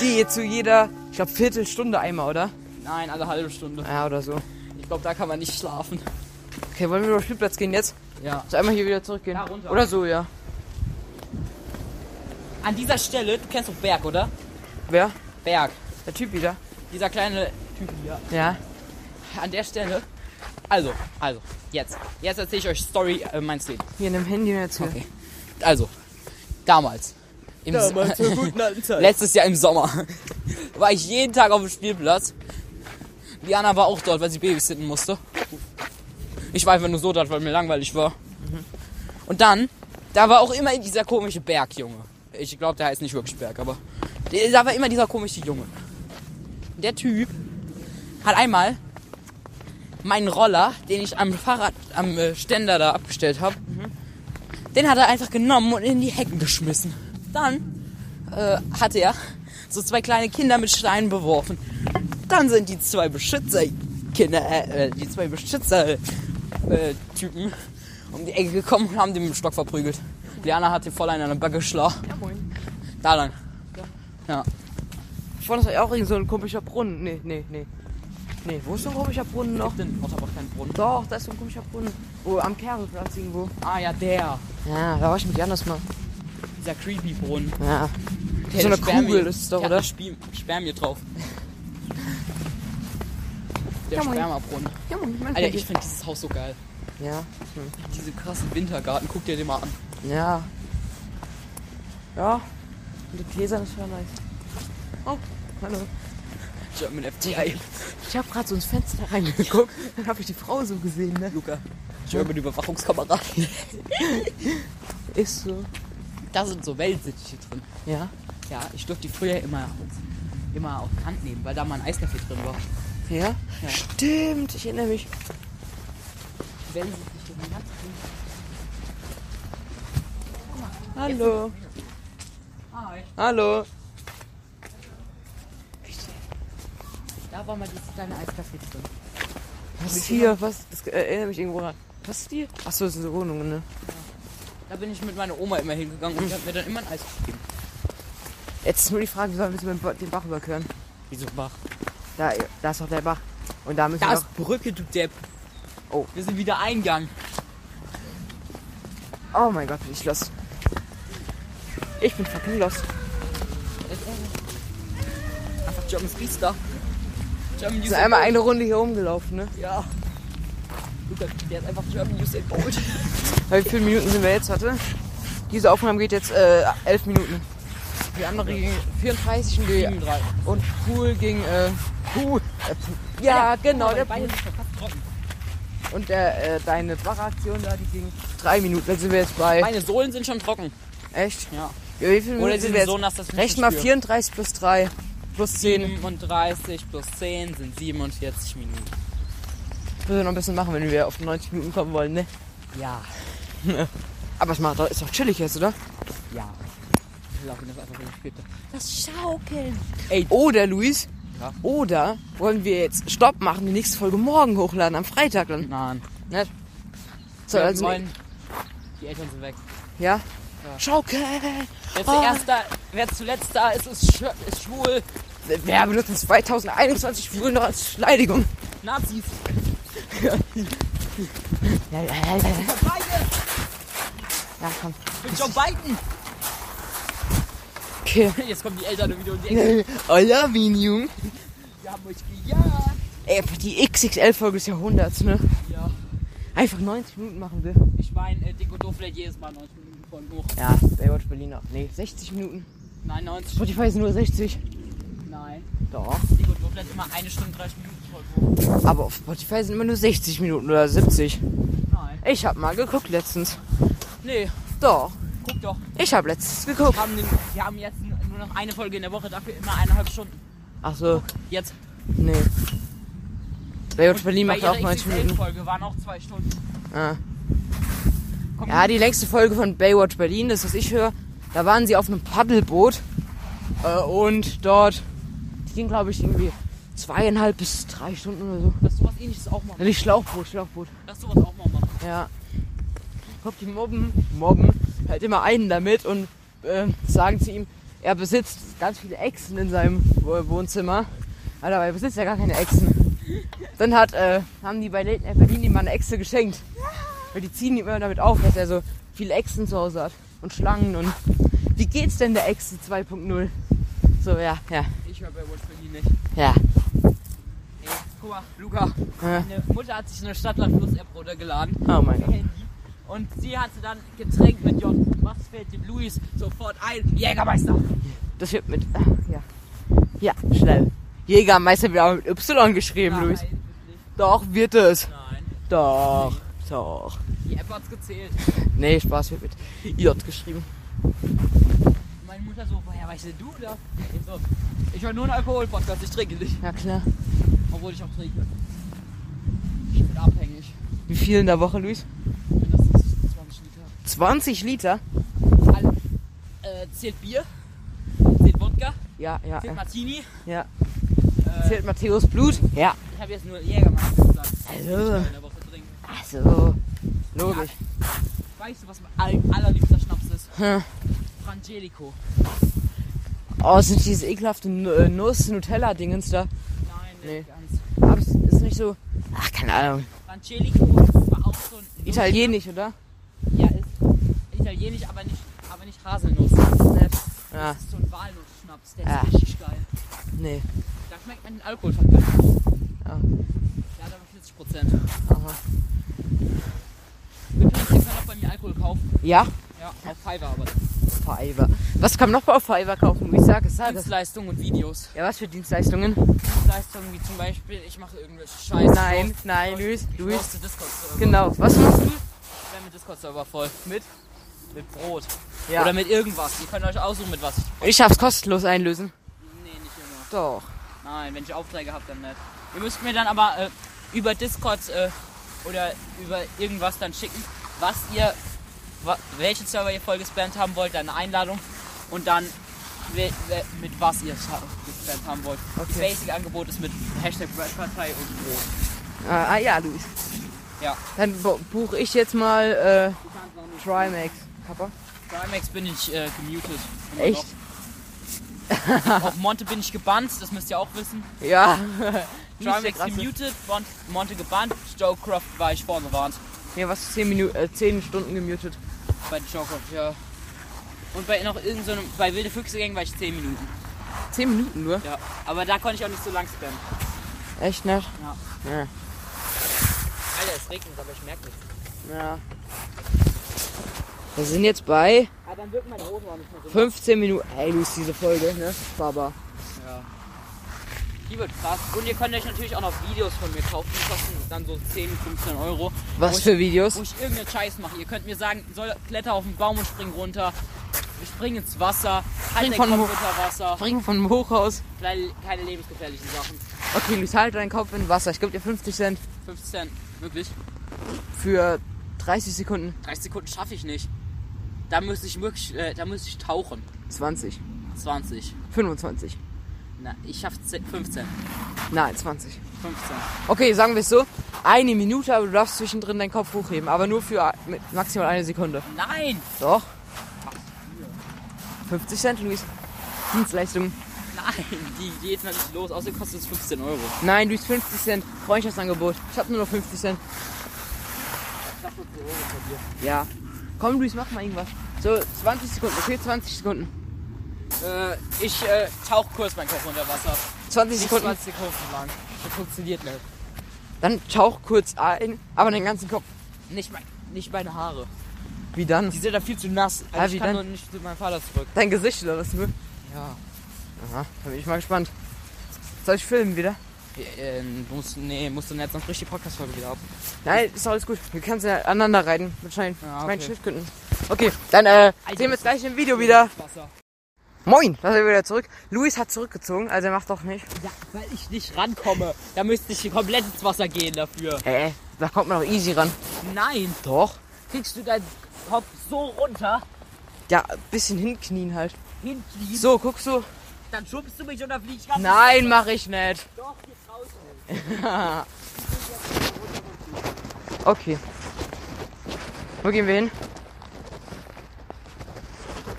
A: Die zu jeder, ich glaube, Viertelstunde einmal, oder?
B: Nein, alle halbe Stunde.
A: Ja, oder so.
B: Ich glaube, da kann man nicht schlafen.
A: Okay, wollen wir über den Spielplatz gehen jetzt?
B: Ja.
A: So einmal hier wieder zurückgehen.
B: Ja, runter.
A: Oder so, ja.
B: An dieser Stelle, du kennst doch Berg, oder?
A: Wer?
B: Berg.
A: Der Typ wieder.
B: Dieser kleine Typ hier.
A: Ja.
B: An der Stelle. Also, also, jetzt. Jetzt erzähle ich euch Story äh, meines Lebens.
A: Hier in dem Handy und jetzt hier.
B: Okay. Also, damals. Im S- *laughs*
A: zur guten alten Zeit.
B: letztes Jahr im Sommer *laughs* war ich jeden Tag auf dem Spielplatz. Diana war auch dort, weil sie babysitten musste. Ich war einfach nur so dort, weil mir langweilig war. Und dann, da war auch immer dieser komische Berg, Junge. Ich glaube, der heißt nicht wirklich Berg, aber der- da war immer dieser komische Junge. Der Typ hat einmal meinen Roller, den ich am Fahrrad, am äh, Ständer da abgestellt habe, den hat er einfach genommen und in die Hecken geschmissen. Dann äh, hatte er so zwei kleine Kinder mit Steinen beworfen. Dann sind die zwei Beschützerkinder, äh, äh, die zwei Beschützer-Typen um die Ecke gekommen und haben den mit dem Stock verprügelt. Liana hat den voll einen an der Backe schlau.
A: Ja, moin.
B: Da lang. Ja.
A: Vorne ist auch irgend so ein komischer Brunnen. Nee, nee, nee. Nee, wo ist so ein komischer Brunnen noch?
B: Doch, den Otterbach keinen Brunnen.
A: Doch, da ist so ein komischer Brunnen. Wo, am Kerlplatz irgendwo.
B: Ah ja, der.
A: Ja, da war ich mit Janis mal.
B: Dieser creepy Brunnen.
A: Ja.
B: Der
A: So eine
B: hat Spermien-
A: Kugel ist es doch,
B: der
A: oder?
B: Hat eine Spie- Spermie drauf. Der
A: Ja, moin.
B: Spermabrunnen.
A: Ja, Mann, mein
B: Alter, ich finde dieses Haus so geil.
A: Ja.
B: Diese krassen Wintergarten, guck dir den mal an.
A: Ja. Ja. Und die Gläser, das war nice. Oh, hallo.
B: German FTI.
A: Ich habe gerade so ins Fenster reingeguckt, *laughs* dann habe ich die Frau so gesehen, ne?
B: Luca. German Überwachungskamera.
A: Ist so.
B: Da sind so Wellensittiche drin.
A: Ja.
B: Ja, ich durfte die früher immer, immer auf Kant nehmen, weil da mal ein Eiskaffee drin war.
A: Ja? Stimmt, ich erinnere mich.
B: Wellensittiche drin hat.
A: Hallo.
B: Hi.
A: Hallo.
B: Da war mal dieses kleine Eiskaffee drin.
A: Was ist hier? Was? Das äh, erinnert mich irgendwo ran. Was ist die? Achso, das sind so Wohnungen, ne?
B: Da bin ich mit meiner Oma immer hingegangen und die hat mir dann immer ein Eis gegeben.
A: Jetzt ist nur die Frage, wie sollen wir jetzt über den Ba- den Bach überqueren?
B: Wieso Bach?
A: Da, da ist doch der Bach. Und da müssen
B: Da
A: wir
B: ist Brücke, du Depp.
A: Oh.
B: Wir sind wieder Eingang.
A: doch... Oh mein Gott, bin ich lost. Ich bin fucking lost.
B: Einfach German Speedster. German
A: Wir
B: Usain
A: sind einmal
B: Bolt.
A: eine Runde hier rumgelaufen, ne?
B: Ja. Luca, der ist einfach German Usain Bolt.
A: Weil wie viele Minuten sind wir jetzt, warte? Diese Aufnahme geht jetzt äh, 11 Minuten. Die andere ging 34 und, die,
B: 37.
A: und Pool ging äh, Pool. Äh, Pool. Ja, genau, der Pool. Und der, äh, deine Barre-Aktion da, die ging 3 Minuten. Dann sind wir jetzt bei.
B: Meine Sohlen sind schon trocken.
A: Echt?
B: Ja.
A: Ja, wie viele
B: Oder
A: Minuten Hm, sind
B: sie sind
A: wir jetzt?
B: so nass, dass ich
A: Rechnen
B: nicht
A: mal
B: spüre.
A: 34 plus 3 plus 10.
B: 37 plus 10 sind 47 Minuten.
A: Das müssen wir noch ein bisschen machen, wenn wir auf 90 Minuten kommen wollen, ne?
B: Ja,
A: Aber es macht doch, ist doch chillig jetzt, oder?
B: ja. Lauf ihn das einfach gespielt hat.
A: Das Schaukeln.
B: Ey.
A: Oder, Luis,
B: Ja.
A: oder wollen wir jetzt Stopp machen, die nächste Folge morgen hochladen, am Freitag dann.
B: Nein.
A: Ne? So,
B: Wir
A: also,
B: wollen- Die Eltern sind weg.
A: ja.
B: Ja.
A: Schaukeln.
B: Wer
A: Ah.
B: zuerst da, wer zuletzt da ist, ist, schw ist schwul.
A: Wer benutzt 2021 Schwulen noch als Beleidigung?
B: Nazis.
A: Ja, ja, ja, ja.
B: Beide.
A: ja komm.
B: Mit Joe Biden.
A: Okay.
B: Jetzt kommen die Eltern wieder und die Eltern.
A: I love you, Jung.
B: Wir haben euch gejagt.
A: Ey, die XXL-Folge des Jahrhunderts, ne?
B: Ja.
A: Einfach 90 Minuten machen wir.
B: Ich meine, äh, dick und doof lädt jedes Mal 90 Minuten von hoch.
A: Ja, Baywatch Berliner. Nee, 60 Minuten.
B: Nein, 90.
A: Spotify ist nur 60.
B: Nein.
A: Doch.
B: Dick und doof lädt immer eine Stunde 30 Minuten von hoch.
A: Aber auf Spotify sind immer nur 60 Minuten oder 70.
B: Nein.
A: Ich hab mal geguckt letztens.
B: Nee,
A: Doch.
B: guck doch.
A: Ich hab letztens geguckt.
B: Wir haben, den, wir haben jetzt nur noch eine Folge in der Woche, dafür immer eineinhalb Stunden.
A: Ach so,
B: Jetzt.
A: nee. Baywatch Berlin
B: Bei
A: macht auch
B: ihrer
A: 90 Minuten.
B: XXL-Folge waren auch zwei Stunden.
A: Ah.
B: Komm,
A: Ja, die längste Folge von Baywatch Berlin, das was ich höre, da waren sie auf einem Paddelboot äh, und dort die ging glaube ich irgendwie zweieinhalb bis drei Stunden oder so.
B: Lass sowas ähnliches auch mal machen.
A: Ja, nicht Schlauchboot, Schlauchboot.
B: Lass sowas auch mal machen.
A: Ja. Ich glaub, die mobben, mobben halt immer einen damit und ähm, sagen zu ihm, er besitzt ganz viele Echsen in seinem Wo- Wohnzimmer. Aber dabei besitzt er gar keine Echsen. Dann hat, äh, haben die bei Late Night Berlin ihm mal eine Echse geschenkt. Weil die ziehen ihm immer damit auf, dass er so viele Echsen zu Hause hat. Und Schlangen und... Wie geht's denn der Echse 2.0? So, ja, ja,
B: Ich höre bei Watch Berlin nicht.
A: ja.
B: Ey, guck mal, Luca.
A: Ja.
B: Meine Mutter hat sich eine Stadtlandfluss-App runtergeladen.
A: Oh mein
B: ihr
A: Gott.
B: Handy. Und sie hatte dann Getränk mit J. Was fällt dem Luis sofort ein? Jägermeister.
A: Das wird mit... Ja. Ja, schnell. Jägermeister wird auch mit Y geschrieben, Luis.
B: Nein,
A: Doch, wird es.
B: nein.
A: Doch, doch.
B: Die App hat's gezählt.
A: Nee, Spaß, wird mit J geschrieben.
B: Meine Mutter so, woher weißt denn du das? Ich, so, ich höre nur einen Alkohol-Podcast, ich trinke nicht.
A: Ja, klar.
B: Obwohl ich auch trinke. Ich bin abhängig.
A: Wie viel in der Woche, Luis?
B: Mindestens 20 Liter.
A: 20 Liter?
B: Alle, äh, zählt Bier, zählt Wodka,
A: Ja, ja,
B: zählt
A: ja.
B: Martini.
A: ja.
B: Äh,
A: Zählt Matthäus Blut? Ja.
B: ich habe jetzt nur Jägermeister gesagt.
A: Also.
B: Ich in der Woche trinken.
A: Also, logisch.
B: Weißt du, was mein all- allerliebster Schnaps ist?
A: Hm.
B: Frangelico.
A: Oh, sind diese ekelhafte N- äh, Nuss-Nutella-Dingens da?
B: Nein, nicht
A: Nee.
B: ganz.
A: Aber es ist nicht so. Ach, keine Ahnung.
B: Frangelico war auch so ein.
A: Italienisch, oder?
B: Ja, ist italienisch, aber nicht, aber nicht Haselnuss.
A: Ja,
B: Das ist so ein Walnussschnaps, der ist
A: Ja.
B: richtig geil.
A: nee.
B: Da schmeckt man den Alkohol schon geil.
A: Ja.
B: Der hat aber 40 Prozent.
A: Aha.
B: Übrigens, ihr könnt auch bei mir Alkohol kaufen.
A: Ja,
B: Ja, auf Fiverr aber.
A: Fiverr. Was kann man noch bei Fiverr kaufen? Ich sag es, sag es.
B: Dienstleistungen und Videos.
A: Ja, was für Dienstleistungen?
B: Dienstleistungen wie zum Beispiel, ich mache irgendwelche Scheiße.
A: Nein, nein, Luis,
B: Du
A: Luis.
B: bist Discord-Server.
A: Genau. Was machst du?
B: Ich werde mit Discord-Server voll. Mit? Mit Brot.
A: Ja.
B: Oder mit irgendwas. Ihr könnt euch aussuchen, mit was ich.
A: Ich schaff's kostenlos einlösen.
B: Nee, nicht immer.
A: Doch.
B: Nein, wenn ich Aufträge habe, dann nicht. Ihr müsst mir dann aber äh, über Discord äh, oder über irgendwas dann schicken, was ihr, wa welchen Server ihr voll gespammt haben wollt, dann eine Einladung und dann we- we- mit was ihr scha- gespammt haben wollt. Das
A: Okay.
B: Basic-Angebot ist mit Hashtag Brettpartei und Brot.
A: Ah, ah ja, Luis.
B: Ja.
A: Dann bu- buche ich jetzt mal äh, Trimax. Kappa?
B: Primex bin ich äh, gemutet. Immer
A: Echt?
B: Noch. Auf Monte bin ich gebannt, das müsst ihr auch wissen.
A: Ja.
B: Trimax
A: Rasse.
B: gemutet, Mon Monte gebannt, Joecraft war ich vorgewarnt.
A: Ja, was ist 10 Minuten, äh, 10 Stunden gemutet.
B: Bei Joecraft, ja. Und bei noch irgendeinem, so einem- bei Wilde Füchse Gang war ich 10 Minuten.
A: 10 Minuten nur?
B: Ja. Aber da konnte ich auch nicht so lang spammen.
A: Echt ne? nicht?
B: Ja.
A: Ja.
B: Alter, es regnet, aber ich merke nichts.
A: ja. Wir sind jetzt bei
B: Ah, dann wirken meine Hosen auch nicht mehr so.
A: 15 Minuten. Ey, Luis, diese Folge, ne? Baba.
B: Ja. Die wird krass. Und ihr könnt euch natürlich auch noch Videos von mir kaufen. Die kosten dann so 10, 15 Euro. Wo
A: Was
B: ich-
A: für Videos?
B: wo ich irgendeinen Scheiß mache. Ihr könnt mir sagen, soll kletter auf den Baum und spring runter. Spring ins Wasser, halt
A: Spring
B: den
A: von
B: Kopf
A: wo-
B: unter Wasser,
A: Springen von hoch aus.
B: kleine, keine lebensgefährlichen Sachen.
A: Okay, Luis, halt deinen Kopf in Wasser. Ich gebe dir 50 Cent
B: 50 Cent, wirklich.
A: für 30 Sekunden.
B: 30 Sekunden schaffe ich nicht. Da müsste ich wirklich, äh, da müsste ich tauchen.
A: 20.
B: 20.
A: 25.
B: Na, ich schaff 10, 15.
A: Nein, 20.
B: 15.
A: Okay, sagen wir es so. Eine Minute, aber du darfst zwischendrin deinen Kopf hochheben. Aber nur für a- mit maximal eine Sekunde.
B: Nein!
A: Doch. 50 Cent, Luis. Dienstleistung.
B: Nein! Die geht noch nicht los, außerdem kostet es 15 Euro.
A: Nein, Luis, 50 Cent. Freundschaftsangebot. Ich hab nur noch 50 Cent. Ja. Komm, Luis, mach mal irgendwas. So, 20 Sekunden. Okay, 20 Sekunden.
B: Äh, ich äh, tauch kurz meinen Kopf unter Wasser.
A: 20
B: Nicht
A: Sekunden.
B: 20 Sekunden lang. Das funktioniert nicht.
A: Dann tauch kurz ein, aber den ganzen Kopf.
B: Nicht, mein, nicht meine Haare.
A: Wie dann?
B: Die sind da viel zu nass. Also
A: Ah,
B: ich
A: wie
B: kann
A: dann?
B: nur nicht zu meinem Vater zurück.
A: Dein Gesicht oder was? ne?
B: Ja.
A: Aha, da bin ich mal gespannt. Soll ich filmen wieder?
B: Äh, äh, musst, nee, musst du nicht, sonst bricht die Podcast-Folge wieder ab.
A: Nein, ist alles gut. Wir können es ja aneinander reiten. Wahrscheinlich.
B: Ja,
A: Ich meine,
B: okay.
A: Schnitt könnten. Okay, dann äh,
B: Alter,
A: sehen wir uns
B: das
A: gleich im Video wieder.
B: Wasser.
A: Moin, da sind wir wieder zurück. Luis hat zurückgezogen, also er macht doch nicht.
B: Ja, weil ich nicht rankomme. Da müsste ich komplett ins Wasser gehen dafür.
A: Hä? Äh, da kommt man doch easy ran.
B: Nein!
A: Doch.
B: Kriegst du deinen Kopf so runter,
A: Ja, ein bisschen hinknien halt.
B: hinknien,
A: So, guckst du?
B: dann schubst du mich oder fliegst ganz
A: Nein, mache ich nicht. *laughs*
B: doch jetzt raus.
A: Okay. Wo gehen wir hin?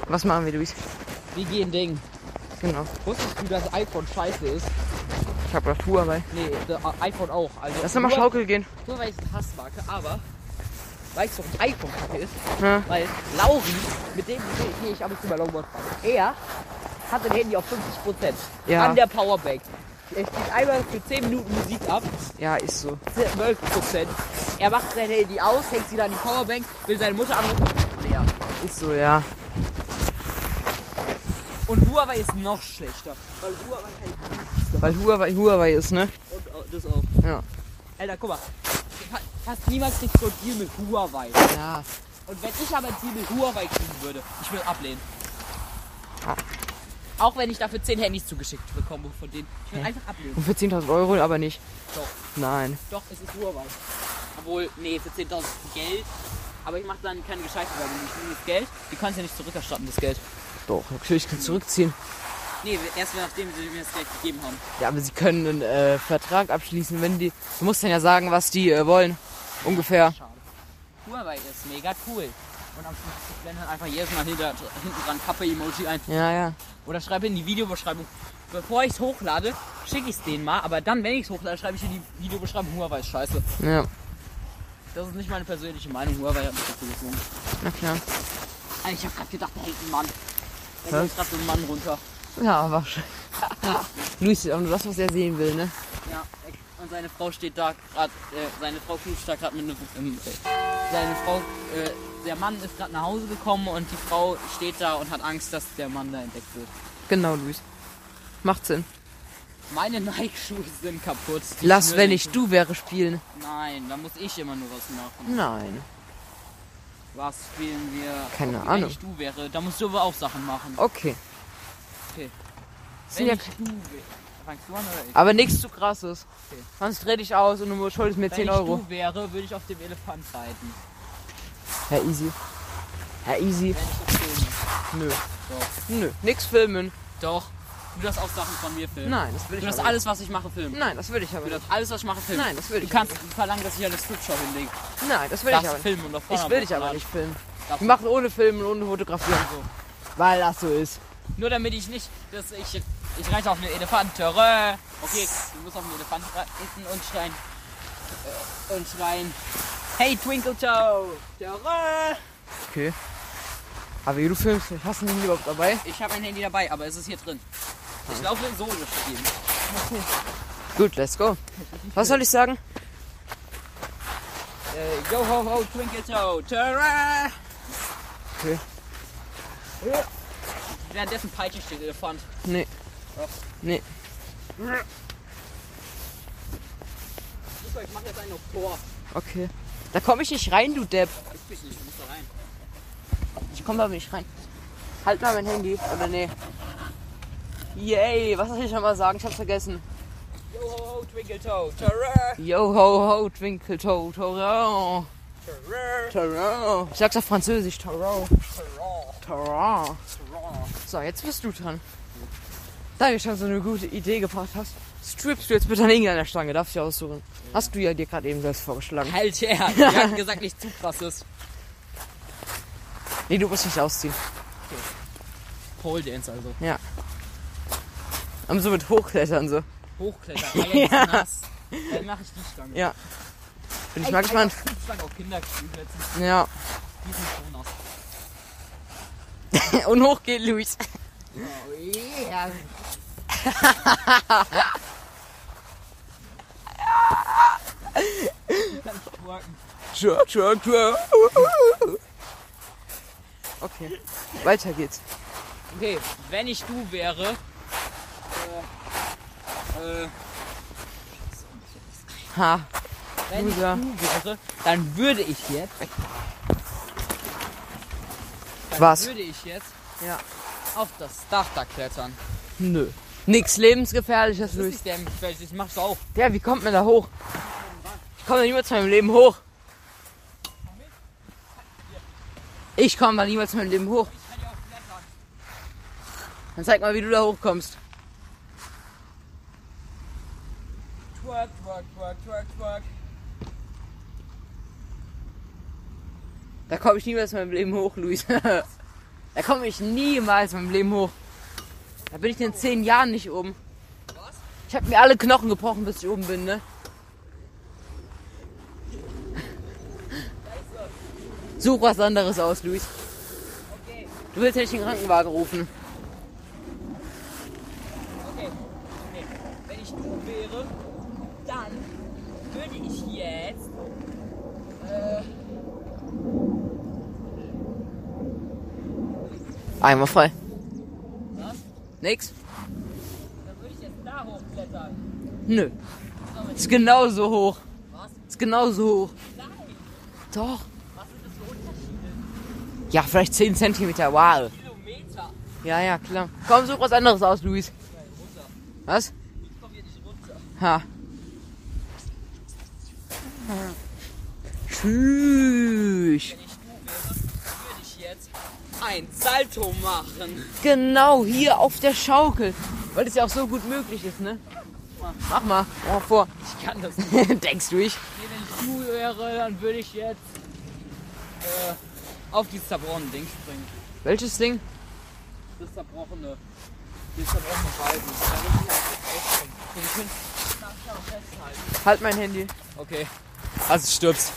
A: Was machen wir, Luis?
B: Wir gehen Ding.
A: Genau.
B: Wusstest du, dass iPhone scheiße ist?
A: Ich habe Tour dabei.
B: Nee, das iPhone auch. Also
A: Lass doch mal
B: nur-
A: Schaukel gehen.
B: Nur weil ich es Hass mag, aber weißt du, warum iPhone kacke ist?
A: Ja.
B: Weil Lauri, mit dem gehe- gehe ich ab und zu mal Longboard fahren. Er hat ein Handy auf 50%
A: Ja.
B: an der Powerbank. Er spielt einmal für 10 Minuten Musik ab,
A: Ja, ist so.
B: 12%. Er macht sein Handy aus, hängt sie dann an die Powerbank, will seine Mutter anrufen. Leer.
A: Ist so, ja.
B: Und Huawei ist noch schlechter. Weil Huawei kann
A: Weil Huawei Huawei ist, ne?
B: und äh, das auch.
A: Ja.
B: Alter, guck mal. Fa- Fast niemals kriegst du ein Deal mit Huawei.
A: Ja.
B: Und wenn ich aber die mit Huawei kriegen würde, ich würde ablehnen. Auch wenn ich dafür 10 Handys zugeschickt bekomme von denen. Ich würde einfach ablehnen.
A: Und für 10.000 Euro aber nicht.
B: Doch,
A: Nein.
B: doch, es ist Huawei. Obwohl, nee, für 10.000 Geld. Aber ich mache dann keine gescheite Werbung. Ich nehme das Geld. Die kannst ja nicht zurückerstatten, das Geld.
A: Doch, natürlich kannst du zurückziehen.
B: Nee, erst nachdem sie mir das Geld gegeben haben.
A: Ja, aber sie können einen äh, Vertrag abschließen, wenn die. Du musst dann ja sagen, was die äh, wollen. Ungefähr.
B: Schade. Huawei ist mega cool. Und am Schluss blenden halt einfach jedes Mal hinter, hinten dran Kappe-Emoji ein.
A: Ja, ja.
B: Oder schreibe in die Videobeschreibung. Bevor ich es hochlade, schicke ich es denen mal. Aber dann, wenn ich es hochlade, schreibe ich in die Videobeschreibung Huawei ist scheiße.
A: Ja,
B: Das ist nicht meine persönliche Meinung. Huawei hat mich dazu gezwungen.
A: na klar.
B: Alter, ich habe gerade gedacht, da hängt ein Mann. Da
A: Hä?
B: hängt gerade so ein Mann runter.
A: Ja, *laughs* wahrscheinlich. Luis sieht auch nur das, was er sehen will, ne?
B: Ja, und seine Frau steht da gerade, äh, seine Frau knutscht da gerade mit einem, ähm, äh, seine Frau, äh, der Mann ist gerade nach Hause gekommen und die Frau steht da und hat Angst, dass der Mann da entdeckt wird.
A: Genau, Luis. Macht Sinn.
B: Meine *laughs* Nike-Schuhe sind kaputt. Die
A: Lass, wenn
B: schnürl-
A: ich du wäre, spielen.
B: Nein, da muss ich immer nur was machen.
A: Nein.
B: Was spielen wir?
A: Keine
B: Wenn
A: Ahnung.
B: ich du wäre, da musst du aber auch Sachen machen.
A: Okay.
B: Okay.
A: Sind
B: Wenn
A: ja
B: ich du wäre. Fangst du an oder ich?
A: Aber nichts zu krasses.
B: Okay.
A: Sonst dreh dich aus und du schuldest mir
B: Wenn
A: 10
B: ich
A: Euro.
B: du wäre, würde ich auf dem Elefant reiten.
A: Ja, easy. Ja, easy.
B: Wenn ich das filme.
A: Nö.
B: Doch.
A: Nö. Nix filmen.
B: Doch. Du darfst auch Sachen von mir filmen.
A: Nein, das will ich
B: Du darfst
A: aber nicht.
B: alles, was ich mache, filmen.
A: Nein, das will ich aber
B: Du
A: nicht.
B: darfst alles, was ich mache, filmen.
A: Nein, das würde
B: Du
A: ich
B: kannst verlangen, dass ich alles Flipshop hinlege.
A: Nein, das will ich
B: Das
A: aber nicht.
B: filmen und auf
A: Ich will dich aber
B: hochladen.
A: nicht filmen.
B: Darfst
A: Wir machen ohne Filmen und ohne Fotografieren. Weil das so ist.
B: Nur damit ich nicht, dass ich, ich reite auf einen Elefant. Töre. Okay, du musst auf einen Elefant reiten und schreien. Äh, und schreien. Hey Twinkle Toe. Töre.
A: Okay. Aber wie du filmst nicht, hast du ihn überhaupt dabei?
B: Ich habe mein Handy dabei, aber es ist hier drin. Ich
A: Hm.
B: laufe in Solo spielen.
A: Gut, let's go. Was soll ich sagen?
B: Äh, yo ho ho Twinkle Toe. Töre.
A: Okay.
B: Währenddessen peitsche ich den Elefant.
A: Nee.
B: Ja.
A: Nee.
B: Super, ich mache jetzt einen auf Tor.
A: Okay. Da komme ich nicht rein, du Depp.
B: Ich bin nicht, ich muss da rein.
A: Ich komme da nicht rein. Halt mal mein Handy. Oder nee. Yay, was soll ich nochmal sagen? Ich hab's vergessen.
B: Yo ho ho Twinkle Toe. Töre.
A: Yo ho ho, Twinkle Toe, Toro.
B: Töre.
A: Toro. Ich sag's auf Französisch, Toro.
B: Töre.
A: Tara. So, jetzt bist du dran. Da du schon so eine gute Idee gebracht hast, strippst du jetzt bitte an irgendeiner Stange, darfst du dir aussuchen. Hast du ja dir gerade eben selbst vorgeschlagen.
B: Halt *laughs* her! Wir haben gesagt, nicht zu krasses.
A: Nee, du musst nicht ausziehen.
B: Pole Dance also.
A: Und Um so mit hochklettern so.
B: Hochklettern. Ah, ja, die ist nass. Dann mache ich die Stange.
A: Ja. Bin ich mal gespannt.
B: Ich die Stange auf Kinder gespielt letztens.
A: Ja.
B: Die sind so *laughs* nass.
A: Und hoch geht Luis.
B: Oh, yeah. Dann twerken.
A: Tja, tja, tja. Okay. Weiter geht's.
B: Okay, wenn ich du wäre. Äh, äh,
A: Ha.
B: wenn ich du
A: Loser.
B: wäre, dann würde ich jetzt. Dann
A: Was?
B: würde ich jetzt
A: Ja.
B: auf das Dach da klettern.
A: Nö. Nix lebensgefährliches,
B: Das ist
A: Luis.
B: nicht dämlich, weil ich mach's auch.
A: Ja, wie kommt man da hoch? Ich komme da niemals in meinem Leben hoch. Ich komme da niemals in meinem Leben hoch. Dann zeig mal, wie du da hochkommst.
B: Twerk, twerk, twerk, twerk, twerk.
A: Da komme ich niemals in meinem Leben hoch, Luis. *laughs* da komme ich niemals in meinem Leben hoch. Da bin ich in zehn Jahren nicht oben.
B: Was?
A: Ich habe mir alle Knochen gebrochen, bis ich oben bin, ne? Such was anderes aus, Luis.
B: Okay,
A: Du willst ja nicht den Krankenwagen rufen.
B: okay. Nee. Wenn ich du wäre, dann würde ich jetzt.
A: Einmal frei.
B: Was?
A: Nix?
B: Dann würde ich jetzt da hochklettern.
A: Nö. Ist genauso hoch.
B: Was?
A: Ist genauso hoch.
B: Nein!
A: Doch.
B: Was sind das für Unterschiede?
A: Ja, vielleicht 10 cm. Wow.
B: Kilometer!
A: Ja, ja, klar. Komm, such was anderes aus, Luis. Was?
B: Ich komme hier nicht runter.
A: Ha. Tschüss.
B: Wenn ich du wäre, würde ich jetzt ein Salto machen.
A: Genau hier auf der Schaukel. Weil das ja auch so gut möglich ist, ne? Mach mal. Mach mal vor. *laughs*
B: Ich kann das nicht.
A: Denkst du ich?
B: Nee, wenn ich du wäre, dann würde ich jetzt äh, auf dieses zerbrochene Ding springen.
A: Welches Ding?
B: Das zerbrochene. Dieses zerbrochene Balken. Da würde ich jetzt springen. Wir können das ja auch festhalten.
A: Halt mein Handy.
B: Okay. Also du stirbst.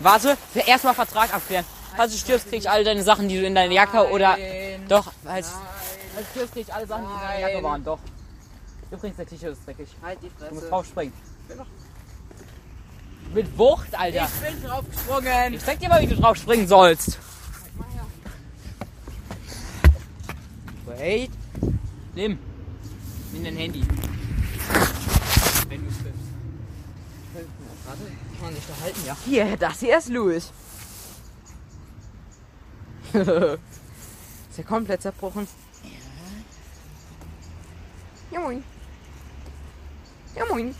B: Warte, erstmal Vertrag abklären. Falls du stirbst, krieg ich alle deine Sachen, die du in deine Jacke oder.
A: Nein.
B: Doch, falls, falls du stirbst, krieg ich alle Sachen, die in deiner Jacke
A: Nein.
B: waren. Doch. Übrigens, der T-Shirt ist dreckig.
A: Halt die
B: Du musst
A: Fresse.
B: drauf springen. Mit Wucht, Alter.
A: bin draufgesprungen.
B: Ich zeig dir mal, wie du drauf springen sollst. Wait. Nimm. Nimm dein Handy. Wenn du stirbst. Warte, kann man nicht da halten, ja?
A: Hier, das hier ist Louis. *laughs* ist ja komplett zerbrochen. Ja. moin. Ja moin.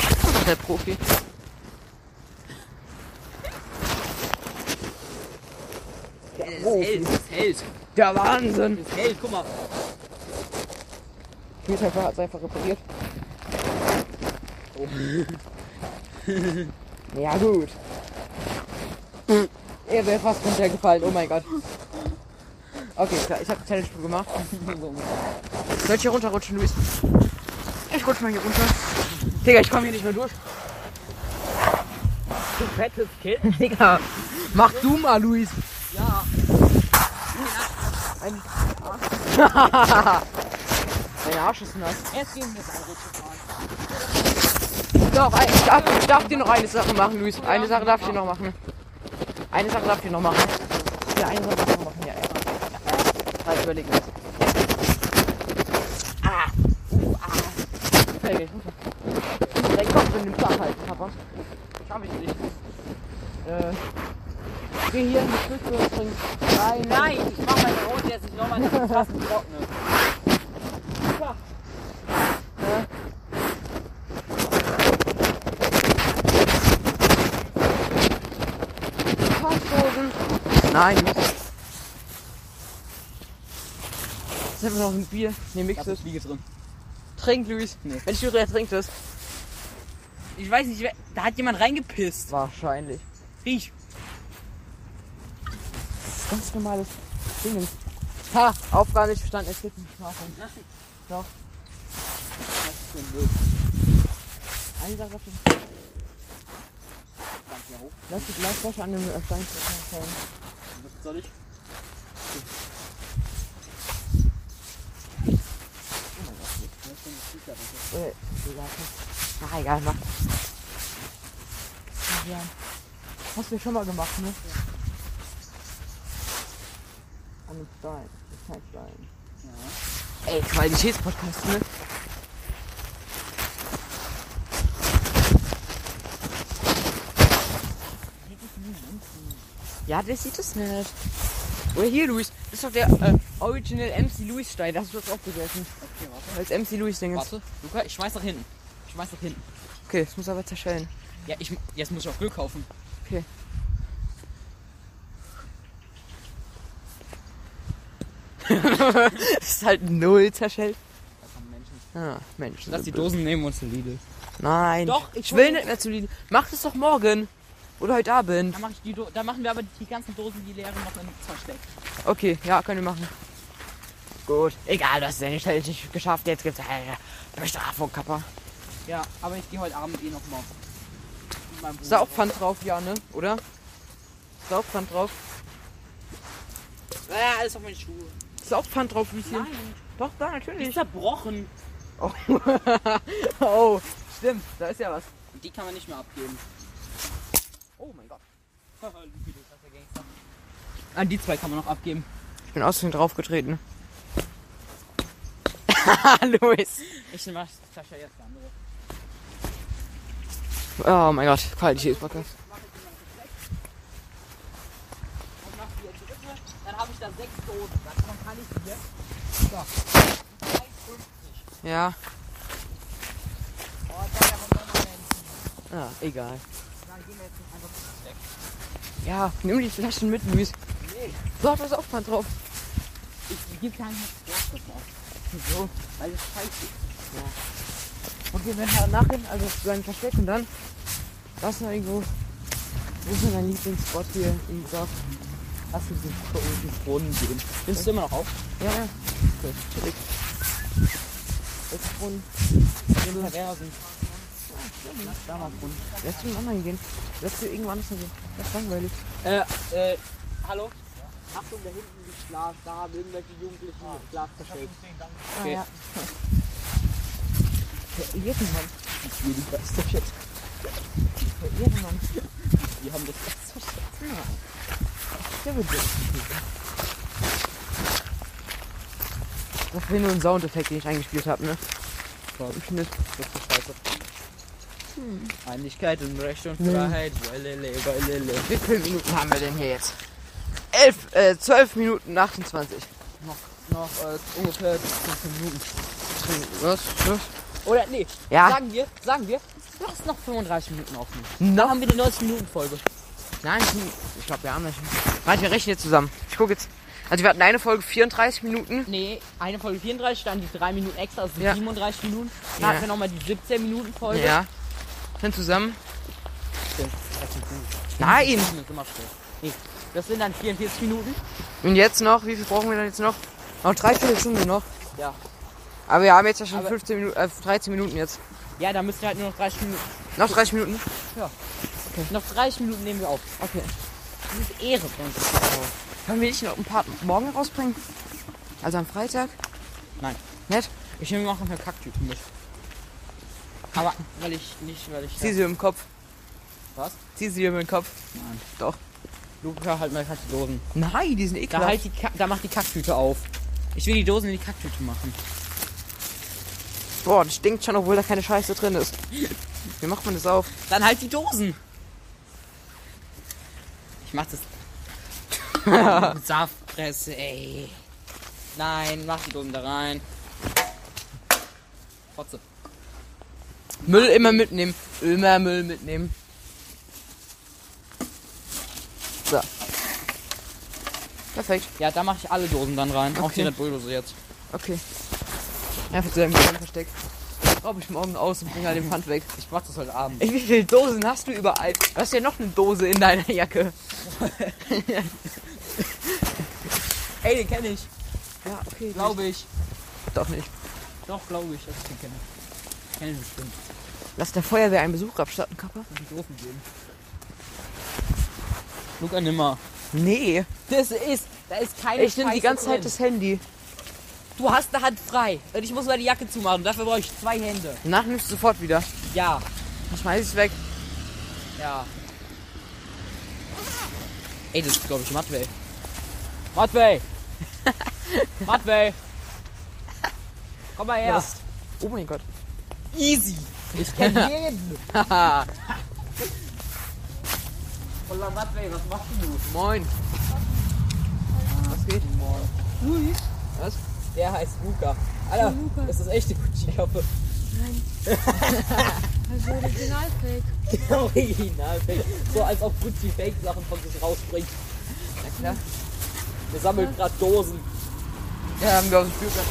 A: Das ist doch der Profi. Der Profi.
B: es hält.
A: Der Wahnsinn.
B: Es hält, guck mal.
A: Schmiedelpfeifer hat es einfach repariert. *laughs* ja gut. Er wäre fast runtergefallen, oh mein Gott. Okay, klar, ich habe Challenge gemacht. Soll ich hier runterrutschen, Luis? Ich rutsch mal hier runter. Digga, ich komme hier nicht mehr durch.
B: Du fettes Kind.
A: *laughs* Digga, mach du mal, Luis.
B: Ja.
A: *laughs* Dein Arsch ist nass.
B: Erst gehen wir jetzt eine Rutsche fahren.
A: Doch, ein- ich darf, ich darf dir noch eine Sache machen, Luis. Eine Sache darf ich dir noch machen. Eine Sache darf ich dir noch machen. Ja, eine Sache darf ich noch machen, ja. ja. Warte, ich überleg mal. Ah! Uh, ah! Schnell gehen, runter. Dein Kopf in dem Dach halten, Papa.
B: Schaff ich nicht.
A: Äh, geh hier in die Stücke, spring rein.
B: Nein, ich mach meine Hose jetzt nicht nochmal in den Kasten trocknen.
A: Pass Nein, nicht. Jetzt haben wir noch ein Bier. Nee,
B: Ich
A: mix
B: hab das
A: es.
B: Fliege drin.
A: Trink, Luis.
B: Nee.
A: Wenn ich du ertrinkt es.
B: Ich weiß nicht, wer- da hat jemand reingepisst.
A: Wahrscheinlich.
B: Riech.
A: Das ist ganz normales Ding. Ha, Aufgabe nicht verstanden. Es gibt eine Strafe. Doch. Eine Sache auf den Lass die Glasflasche an dem äh, Stein fallen.
B: Soll ich?
A: Äh, egal. Na, Äh, egal, mach. Ja. Hast du schon mal gemacht, ne? An dem Stein. Kein Stein. halt Ey, Qualitätspodcast, ne? Ja, das sieht es nicht. Oder hier, Luis. Das ist doch der äh, Original MC Luis Stein. Das hast du jetzt auch gegessen.
B: Okay, warte.
A: Als MC Luis Ding ist.
B: Warte, Luca, ich schmeiß nach hinten. Ich schmeiß nach hinten.
A: Okay, das muss aber zerschellen.
B: Ja, ich, jetzt muss ich auch Glück kaufen.
A: Okay. *laughs* das ist halt null zerschellt. Ah, Mensch.
B: Lass die
A: sind blöd.
B: Dosen nehmen und zu Lidl.
A: Nein.
B: Doch, ich
A: ich will nicht mehr zu lieben. Mach das doch morgen. Oder heute Abend.
B: Da, mach ich die Do da machen wir aber die ganzen Dosen, die leeren, noch in Versteck.
A: Okay, ja, können wir machen. Gut. Egal, du hast deine Stelle nicht geschafft. Jetzt gibt's eine Bestrafung, Kappa.
B: Ja, aber ich gehe heute Abend eh nochmal.
A: Ist da auch Pfand drauf, ja, ne? Oder? Ist da auch Pfand drauf?
B: Ja, alles auf meine Schuhe.
A: Ist da auch Pfand drauf, wie viel?
B: Nein,
A: Doch, da,
B: die ist
A: natürlich.
B: zerbrochen.
A: Oh. *laughs* oh, stimmt. Da ist ja was.
B: Und die kann man nicht mehr abgeben. Oh mein Gott. Lupi, du krasser Gangster. Ah, die zwei kann man noch abgeben.
A: Ich bin aus *laughs* draufgetreten. Luis.
B: Ich mach Sascha jetzt die andere.
A: Oh mein Gott, Qualitätspodcast.
B: Und mach die jetzt dritte. Dann habe ich da sechs Dosen. Davon kann ich hier.
A: Ja,
B: Oh, da kommt noch eine.
A: ah, egal.
B: Dann gehen wir jetzt einfach
A: Ja, nimm die Flaschen mit, Luis.
B: Nee.
A: Doch, da ist auch Pfand drauf.
B: Ich gebe gar nicht mehr Dosen auf.
A: So.
B: Weil es scheiße ist.
A: Und wir werden danach hin, also zu deinem Versteck und dann. Was noch irgendwo. Wo ist denn dein Lieblingsspot hier in Dorf? Lass uns den
B: Die Kronen gehen. Nimmst du immer noch auf?
A: Ja, ja. Okay, chillig. Jetzt Brunnen.
B: Den Perversen. Da mal Kronen.
A: Lass uns anderen gehen. Lass uns irgendwo anders hingehen. Das ist langweilig.
B: Äh, äh, hallo? Achtung, da hinten die Schlaf, da haben irgendwelche Jugendlichen ah, Schlaf versteckt.
A: Ah,
B: Okay.
A: ja. *laughs* Der Ehrenmann.
B: Die weiß doch jetzt,
A: Der Ehrenmann.
B: die haben das erst versteckt.
A: Der wird jetzt. Das war nur ein Soundeffekt, den ich eingespielt habe, ne?
B: Krass.
A: Ich nicht.
B: Das ist scheiße. Hm. Einigkeit und Recht und
A: Nee.
B: Freiheit. Walele, walele.
A: Wie viele Minuten haben wir denn hier jetzt? Elf, äh, zwölf Minuten 28.
B: Noch, noch äh, ungefähr 15 Minuten.
A: Was? Was?
B: Oder nee,
A: Ja.
B: sagen wir, sagen wir, lass noch 35 Minuten offen. Da
A: Noch?
B: haben wir die 90 Minuten Folge.
A: Nein, ich- ich glaube, wir haben nicht. Warte, wir rechnen jetzt zusammen. Ich gucke jetzt. Also wir hatten eine Folge 34 Minuten.
B: Nee, eine Folge 34, dann die 3 Minuten extra, also
A: Ja.
B: 37 Minuten. Dann
A: Ja.
B: hatten wir nochmal die 17 Minuten Folge.
A: Ja. Dann zusammen.
B: Das sind gut.
A: Nein!
B: Minuten ist immer schlecht. Nee, das sind dann 44 Minuten.
A: Und jetzt noch, wie viel brauchen wir dann jetzt noch? Noch drei Stunden noch.
B: Ja.
A: Aber wir haben jetzt ja schon
B: Aber-
A: 15 Minuten, äh, 13 Minuten jetzt.
B: Ja, da müssen wir halt nur noch 30 Minuten.
A: Noch 30 Minuten?
B: Noch 30 Minuten nehmen wir auf.
A: Okay.
B: Das ist Ehre für uns.
A: Können wir nicht noch ein paar morgen rausbringen? Also am Freitag?
B: Nein.
A: Nett?
B: Ich nehme auch noch eine Kacktüte mit. Aber weil ich nicht, weil ich. halt,
A: Zieh sie im Kopf.
B: Was?
A: Zieh sie im Kopf.
B: Nein.
A: Doch.
B: Luca halt mal die Dosen.
A: Nein, die sind
B: Da
A: ekelhaft.
B: halt die Ka da macht die Kacktüte auf. Ich will die Dosen in die Kacktüte machen.
A: Boah, das stinkt schon, obwohl da keine Scheiße drin ist. Wie macht man das auf?
B: Dann halt die Dosen. Ich mach das. *laughs* Saftpresse, ey. Nein, mach die Dosen da rein. Fotze.
A: Müll immer mitnehmen. Immer Müll mitnehmen. So. Perfekt.
B: Ja, da mache ich alle Dosen dann rein. Auch die
A: Okay.
B: Red Bull Dose jetzt.
A: Okay. Einfach zu deinem Gehirn versteckt. Raub ich morgen aus und bring halt den Pfand weg.
B: Ich mach das heute Abend.
A: Ey, wie viele Dosen hast du überall? Du hast ja noch eine Dose in deiner Jacke.
B: Ey, den kenne ich.
A: Ja, okay. Glaub
B: Glaube ich.
A: doch nicht.
B: Doch, glaube ich, dass ich den kenne. Kenne ich bestimmt.
A: Lass der Feuerwehr einen Besuch abstatten, Kappa.
B: Muss ich den Ofen geben. Luca, nimmer.
A: Nee.
B: Das ist, da ist keine
A: Ich nehme die ganze Zeit das Handy.
B: Du hast eine Hand frei. Und ich muss meine Jacke zumachen. Dafür brauche ich zwei Hände.
A: Danach nimmst du sofort wieder.
B: Ja,
A: Dann schmeiß ich weg.
B: ja. Ey, das ist, glaube ich, Matvey.
A: *laughs*
B: Matvey! Matvey! Komm mal her!
A: Was? Oh mein Gott.
B: Easy! Ich kenne *laughs* jeden!
A: Haha.
B: Voller Matvey, was machst du?
A: Moin. Was geht? Was?
B: Der heißt Luca. Alter, das ist echte Gucci-Kappe. *laughs*
C: Also Originalfake.
B: Original fake. Genau, So als ob Gucci fake Sachen von sich rausbringt.
A: Na klar.
B: Wir sammeln gerade Dosen.
A: Ja, haben wir auf dem Spielplatz.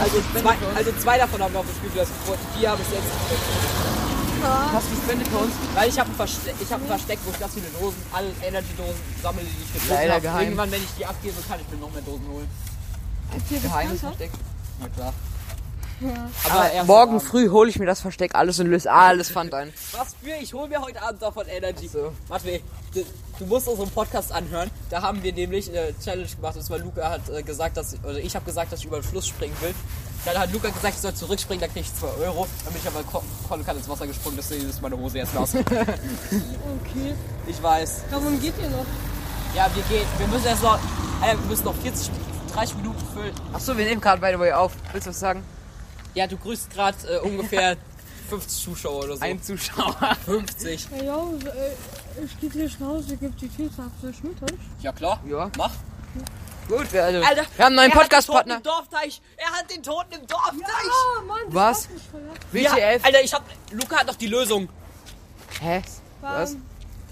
B: Also zwei, also zwei davon haben wir auf dem Spielplatz gefunden. Vier habe ich selbst gefunden.
A: Hast du Spende für uns?
B: Weil ich habe ein, Verste ich hab ein Versteck, wo ich ganz viele Dosen, alle Energy-Dosen sammle, die ich gefunden
A: Leider
B: habe.
A: geheim.
B: Irgendwann, wenn ich die abgebe, kann ich mir noch mehr Dosen holen.
C: Erzähl das
A: Geheimes
C: weiter.
A: Versteck.
B: Na klar.
C: Ja.
B: Aber, erst
A: Morgen
B: am Abend.
A: früh hole ich mir das Versteck alles und löse alles Pfand ein.
B: Was für? Ich hole mir heute Abend davon Energy.
A: Ach so.
B: Warte, du, du musst unseren Podcast anhören. Da haben wir nämlich eine Challenge gemacht. Und zwar Luca hat äh, gesagt, dass oder ich habe gesagt, dass ich über den Fluss springen will. Dann hat Luca gesagt, ich soll zurückspringen, dann krieg ich 2 Euro. Dann bin ich aber ko- voll und kann ins Wasser gesprungen, deswegen ist meine Hose jetzt
A: *laughs*
B: nass.
C: Okay.
B: ich weiß.
C: Darum geht ihr noch.
B: Ja, wir gehen. Wir müssen erst noch. Alter, wir müssen noch 40, 30 Minuten füllen.
A: Achso, wir nehmen gerade by the way auf. Willst du was sagen?
B: Ja, du grüßt gerade äh,
A: *laughs*
B: ungefähr 50 Zuschauer oder so.
A: Zuschauer.
B: 50.
C: Ja, ja, also, äh, ich gehe gleich nach Hause, gebe die Pizza ab, soll ich mit euch?
B: Ja klar.
A: Ja.
B: Mach.
A: *laughs* Gut, wir, also,
B: Alter,
A: wir haben einen neuen
B: er hat den Toten
A: Podcast-Partner.
B: im Dorfteich. Er hat den Toten im Dorfteich.
C: Ah, Mann, das
A: Was?
C: darf nicht verlassen.
B: Ja,
A: WTF.
B: Alter, ich hab. Luca hat doch die Lösung.
A: Hä? Was?
C: Bam.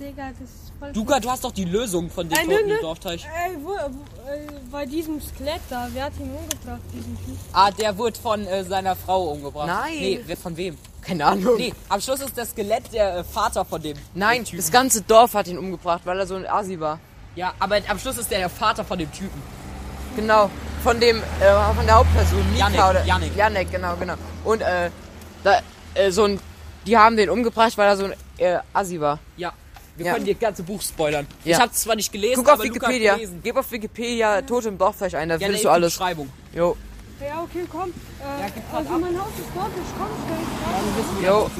C: Digga, das ist voll...
B: Luca, du hast doch die Lösung von dem
C: Nein,
B: toten
C: ne,
B: im
C: ne.
B: Dorfteich.
C: Ey, wo, wo, äh, bei diesem Skelett da, wer hat ihn umgebracht, diesen Typ?
B: Ah, der wurde von äh, seiner Frau umgebracht.
A: Nein.
B: Nee, wer- von wem?
A: Keine Ahnung.
B: Nee, am Schluss ist das Skelett der äh, Vater von dem.
A: Nein,
B: dem Typen.
A: das ganze Dorf hat ihn umgebracht, weil er so ein Asi war.
B: Ja, aber am Schluss ist der der Vater von dem Typen.
A: Genau. Von dem, äh, von der Hauptperson, Mika
B: Yannick,
A: oder.
B: Yannick.
A: Yannick, genau, genau. Und, äh, da, äh, so ein, die haben den umgebracht, weil er so ein, äh, Asi war.
B: Ja. Wir
A: Ja.
B: können dir ganze Buch spoilern.
A: Ja.
B: Ich hab's zwar nicht gelesen,
A: Guck auf
B: aber Luca
A: Wikipedia.
B: hat gelesen.
A: Gib auf Wikipedia Tote im Dorfteich ein, da
B: Ja,
A: findest
B: nee,
A: du alles.
B: Beschreibung.
A: Jo.
C: Ja, okay, komm. Äh,
B: gib grad
C: also
B: ab.
C: mein Haus ist dort, ich komm schnell.
A: Jo.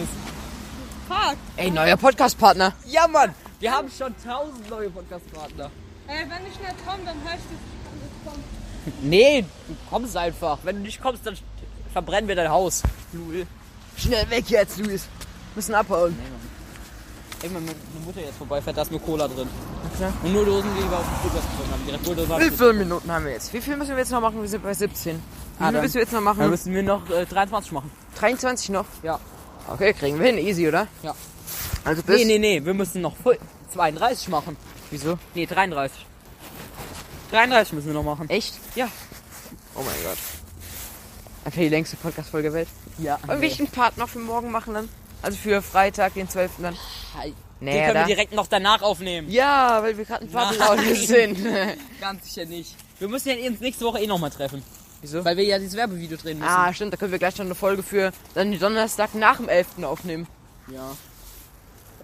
C: Fuck.
A: Ey, neuer Podcast-Partner.
B: Ja, Mann. Wir haben schon tausend neue Podcast-Partner.
C: Ey, Äh, wenn ich nicht komme, dann hör ich das.
B: Nee, du kommst einfach. Wenn du nicht kommst, dann verbrennen wir dein Haus. Lul.
A: Schnell weg jetzt, Luis. Müssen abhauen.
B: Ey, wenn meine Mutter jetzt vorbeifährt, da ist nur Cola drin.
A: klar.
B: Und nur Dosen, die wir auf dem Spielplatz gefunden haben. Direkt nur Dosen.
A: Wie viele Minuten haben wir jetzt? Wie viel müssen wir jetzt noch machen? Wir sind bei 17. Wie
B: Ah,
A: viel
B: dann-
A: müssen wir jetzt noch
B: Dann
A: machen?
B: müssen wir noch äh, 23 machen.
A: 23 noch?
B: Ja.
A: Okay, kriegen wir hin. Easy, oder?
B: Ja.
A: Also bis...
B: nee, nee, nee, wir müssen noch voll- 32 machen.
A: Wieso?
B: Nee, 33. 33 müssen wir noch machen.
A: Echt?
B: Ja.
A: Oh mein Gott. Einfach die längste Podcast-Folge der Welt.
B: Ja.
A: Wollen wir einen Part noch für morgen machen dann? Also für Freitag, den 12. dann?
B: Den können wir
A: oder?
B: direkt noch danach aufnehmen.
A: Ja, weil wir gerade ein Part
B: Nein.
A: laut sind.
B: Ganz sicher nicht. Wir müssen ja uns nächste Woche eh nochmal treffen.
A: Wieso?
B: Weil wir ja dieses Werbevideo drehen
A: *laughs*
B: müssen.
A: Ah, stimmt, da können wir gleich noch eine Folge für dann den Donnerstag nach dem 11. aufnehmen.
B: Ja.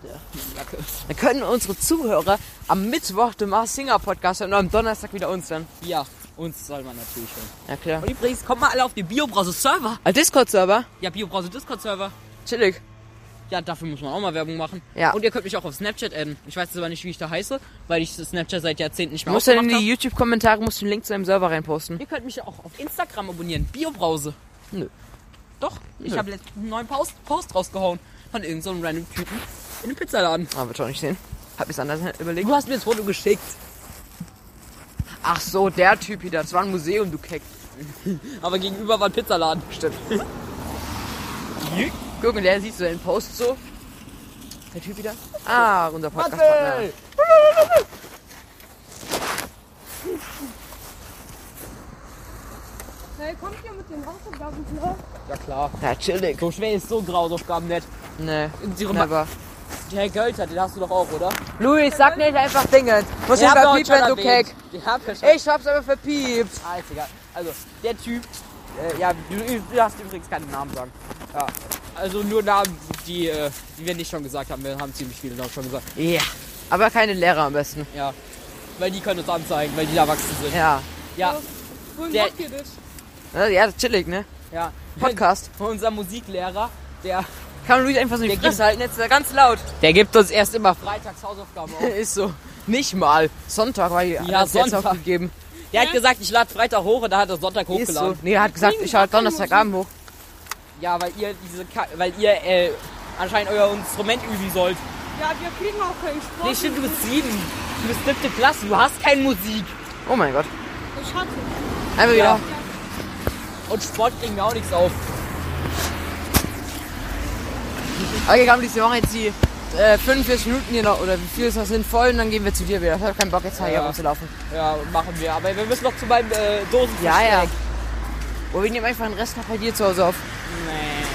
B: Ja, die Jacke.
A: Dann können unsere Zuhörer am Mittwoch den Mars Singer Podcast hören und am Donnerstag wieder uns dann.
B: Ja, uns soll man natürlich hören.
A: Ja, klar.
B: Und übrigens, kommt mal alle auf den Biobrowser-Server.
A: Als Discord-Server?
B: Ja, Biobrowser-Discord-Server.
A: Chillig.
B: Ja, dafür muss man auch mal Werbung machen.
A: Ja.
B: Und ihr könnt mich auch auf Snapchat adden. Ich weiß jetzt aber nicht, wie ich da heiße, weil ich Snapchat seit Jahrzehnten nicht
A: Du
B: mehr
A: musst dann in
B: aufgemacht
A: die
B: habe.
A: YouTube-Kommentare musst du den Link zu deinem Server reinposten.
B: Ihr könnt mich auch auf Instagram abonnieren. Biobrause.
A: Nö.
B: Doch, ich
A: Nö.
B: habe letztens einen neuen Post, Post rausgehauen von irgendeinem so einem random Typen in einem Pizzaladen.
A: Ah, wird auch nicht sehen. Hab ich's anders überlegt.
B: Du hast mir das Foto geschickt.
A: Ach so, der Typ wieder. Das war ein Museum, du Keck.
B: Aber gegenüber war ein Pizzaladen.
A: Stimmt. Guck, und der sieht so den Post so. Der Typ wieder. Ah, unser Podcast-Partner.
B: Warte!
C: Hey, kommt ihr mit den Hausaufgaben klar?
B: Ja klar.
A: Ja, chillig.
B: So schwer ist so ein Hausaufgaben nicht.
A: Nee,
B: Ihre Ma-
A: never.
B: Der Gölter, den hast du doch auch, oder?
A: Luis, sag nicht einfach Dinge. Muss ja verpiepen, wenn du keck.
B: Ich hab ja schon.
A: Ich hab's aber verpiept.
B: Ah, ist egal. Also, der Typ, äh, ja, du, du hast übrigens keinen Namen sagen. Ja, also nur Namen, die, äh, die wir nicht schon gesagt haben. Wir haben ziemlich viele Namen schon gesagt.
A: Ja. Aber keine Lehrer am besten.
B: Ja, weil die können uns anzeigen, weil die da erwachsen sind.
A: Ja.
B: Ja,
C: Wohin
B: Der-
C: macht ihr das?
A: Ja, chillig, ne?
B: ja.
A: Podcast.
B: *laughs* Unser Musiklehrer, der,
A: Kann man Luis einfach so in die
B: Der
A: Fresse halten, jetzt ist er ganz laut. Der gibt uns erst immer
B: freitags Hausaufgaben *laughs*
A: *laughs*
B: auf.
A: Ist so. Nicht mal. Sonntag war die ja,
B: Sonntag.
A: aufgegeben.
B: Der hat gesagt, ich lade Freitag hoch und da hat er
A: Ist
B: Sonntag
A: so.
B: hochgeladen.
A: Nee, er hat gesagt, ich halt Donnerstagabend hoch.
B: Ja, weil ihr diese, Ka weil ihr äh, anscheinend euer Instrument üben sollt.
C: Ja, wir kriegen auch keinen Sport.
B: Nee, stimmt, du bist sieben. Du bist siebte Klasse, du hast keine Musik.
A: Oh mein Gott.
C: Ich hatte.
A: Einmal
B: Ja.
A: wieder.
B: Und Sport kriegen wir auch nichts auf.
A: Okay, komm, Luis, wir machen jetzt die äh, 45 Minuten hier noch, oder wie viel ist das sind, voll und dann gehen wir zu dir wieder. Ich hab keinen Bock, jetzt
B: Ja.
A: hier rumzulaufen.
B: Ja, machen wir. Aber wir müssen noch zu meinem äh, Dosen.
A: Ja, ja. Oder wir nehmen einfach den Rest noch bei dir zu Hause auf.
B: Nee.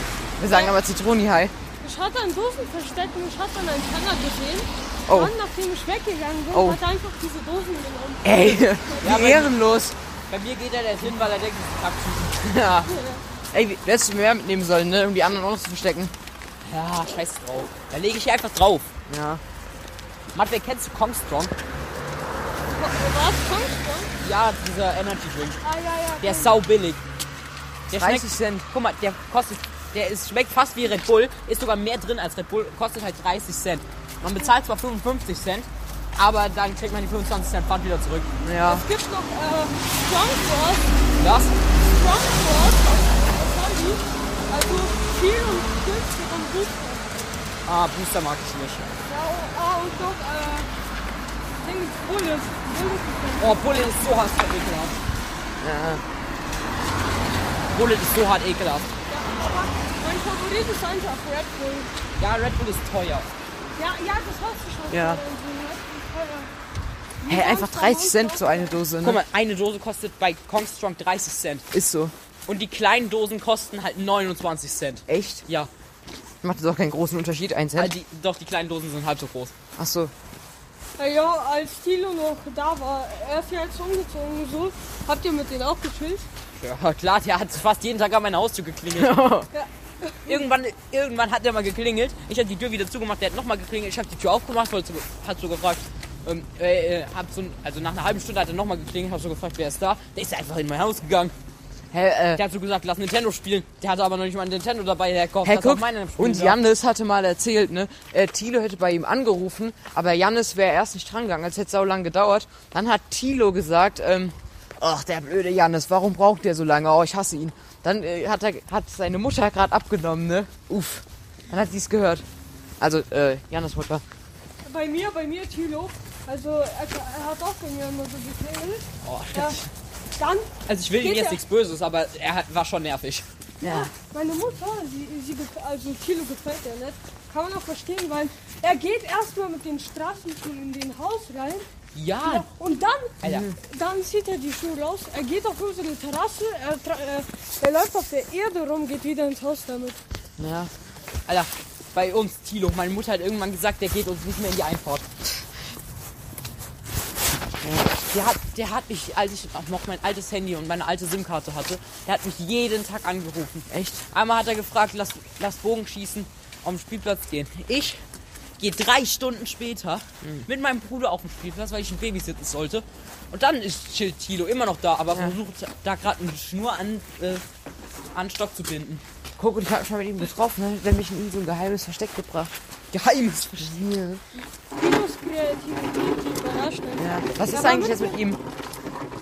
A: Wir sagen aber Zitroni High.
C: Ich hatte einen Dosen versteckt und ich hatte einen Tanner gesehen.
A: Oh.
C: Dann, nachdem ich weggegangen bin,
A: Oh.
C: hat er einfach diese Dosen genommen.
A: *laughs* Ey,
B: Ja,
A: wie
B: aber-
A: ehrenlos.
B: Bei mir geht er erst hin, weil er denkt, es ist Taktik.
A: Ja. Ey, wir- du hättest mehr mitnehmen sollen, ne? Um die anderen auch noch zu verstecken.
B: Ja, scheiß drauf. Da lege ich einfach drauf.
A: Ja.
B: Matt, wer kennst du Kongstrong?
C: Wa- Was? Kommst
B: Ja, dieser Energy Drink.
C: du? Ah, ja, ja.
B: Der ist sau billig. Der
A: 30
B: schmeckt,
A: Cent.
B: guck mal, der kostet, der ist, schmeckt fast wie Red Bull, ist sogar mehr drin als Red Bull, kostet halt 30 Cent. Man bezahlt zwar 55 Cent, aber dann kriegt man die 25 Cent Pfand wieder zurück.
A: Ja.
C: Es gibt noch äh, Strong Force.
B: Das?
C: Strong Force. Was haben die? Also viel und günstig und gut.
B: Ah, Booster mag ich nicht.
C: Ja, oh, ah, und doch, äh, Ding ist Bullet. Bullet
B: Oh, Bullet ist so hart ekelhaft.
A: ja.
B: Bullet ist so hart ekelhaft.
C: ist ja, aber mein Favorit ist einfach Red Bull.
B: Ja, Red Bull ist teuer.
C: Ja, ja, das hast du schon. ne?
A: Ja. Hey, einfach 30 Cent so eine Dose, ne?
B: Guck mal, eine Dose kostet bei Kongstrong 30 Cent.
A: Ist so.
B: Und die kleinen Dosen kosten halt 29 Cent.
A: Echt?
B: Ja,
A: Macht das auch keinen großen Unterschied, ein Cent?
B: halt die, doch die kleinen Dosen sind halb so groß.
A: Ach so.
C: Ja, ja, als Thilo noch da war, er ist ja jetzt umgezogen und so. Habt ihr mit denen auch gechillt?
B: Ja, klar, der hat fast jeden Tag an meiner Haustür geklingelt. irgendwann, irgendwann hat der mal geklingelt. Ich habe die Tür wieder zugemacht, der hat nochmal geklingelt. Ich habe die Tür aufgemacht, wollte so, hat so gefragt. Ähm, äh, äh, hab so, ein- also nach einer halben Stunde hat er nochmal geklingelt, hab so gefragt, wer ist da. Der ist einfach in mein Haus gegangen.
A: Hey, äh,
B: Der hat so gesagt, lass Nintendo spielen. Der hatte aber noch nicht mal ein Nintendo dabei, der kauft
A: hey,
B: das
A: guck,
B: auf meinem Spiel
A: und
B: da.
A: Jannis hatte mal erzählt, ne, äh, Thilo hätte bei ihm angerufen, aber Jannis wäre erst nicht dran gegangen, als hätte es sau lang gedauert. Dann hat Thilo gesagt, ähm, ach, der blöde Jannis, warum braucht der so lange? Oh, ich hasse ihn. Dann äh, hat, er, hat seine Mutter gerade abgenommen, ne? Uff. Dann hat sie es gehört. Also, äh, Jannis Mutter.
C: Bei mir, bei mir Thilo. Also er, er hat auch bei mir immer so geklingelt.
B: Oh,
C: Ja. Dann,
B: Also ich will ihm
C: Geht
B: jetzt
C: ja.
B: nichts Böses, aber er hat- war schon nervig.
A: Ja.
C: meine Mutter, sie, sie, gef- also Thilo gefällt er nicht. Kann man auch verstehen, weil er geht erstmal mit den Straßenschuhen in den Haus rein.
B: Ja,
C: Ja, und dann,
B: Alter.
C: dann zieht er die Schuhe raus. Er geht auf unsere Terrasse. Er, tra- äh, er läuft auf der Erde rum, geht wieder ins Haus damit.
A: Ja.
B: Alter, bei uns, Tilo, meine Mutter hat irgendwann gesagt, der geht uns nicht mehr in die Einfahrt. Der hat, der hat mich, als ich auch noch mein altes Handy und meine alte SIM-Karte hatte, der hat mich jeden Tag angerufen.
A: Echt?
B: Einmal hat er gefragt, lass, lass Bogenschießen auf den Spielplatz gehen. Ich gehe drei Stunden später mit meinem Bruder auf den Spielplatz, weil ich ihn babysitten sollte. Und dann ist Chill Tilo immer noch da, aber versucht da gerade eine Schnur an, äh, an den Stock zu binden.
A: Guck, und ich habe mich mal mit ihm getroffen, ne? Der hat mich in so ein geheimes Versteck gebracht.
B: Geheimes
A: Hier.
C: Thilo ist Kreativität überrascht. mich.
A: Ja. Was ist
C: aber
A: eigentlich jetzt mit ihm?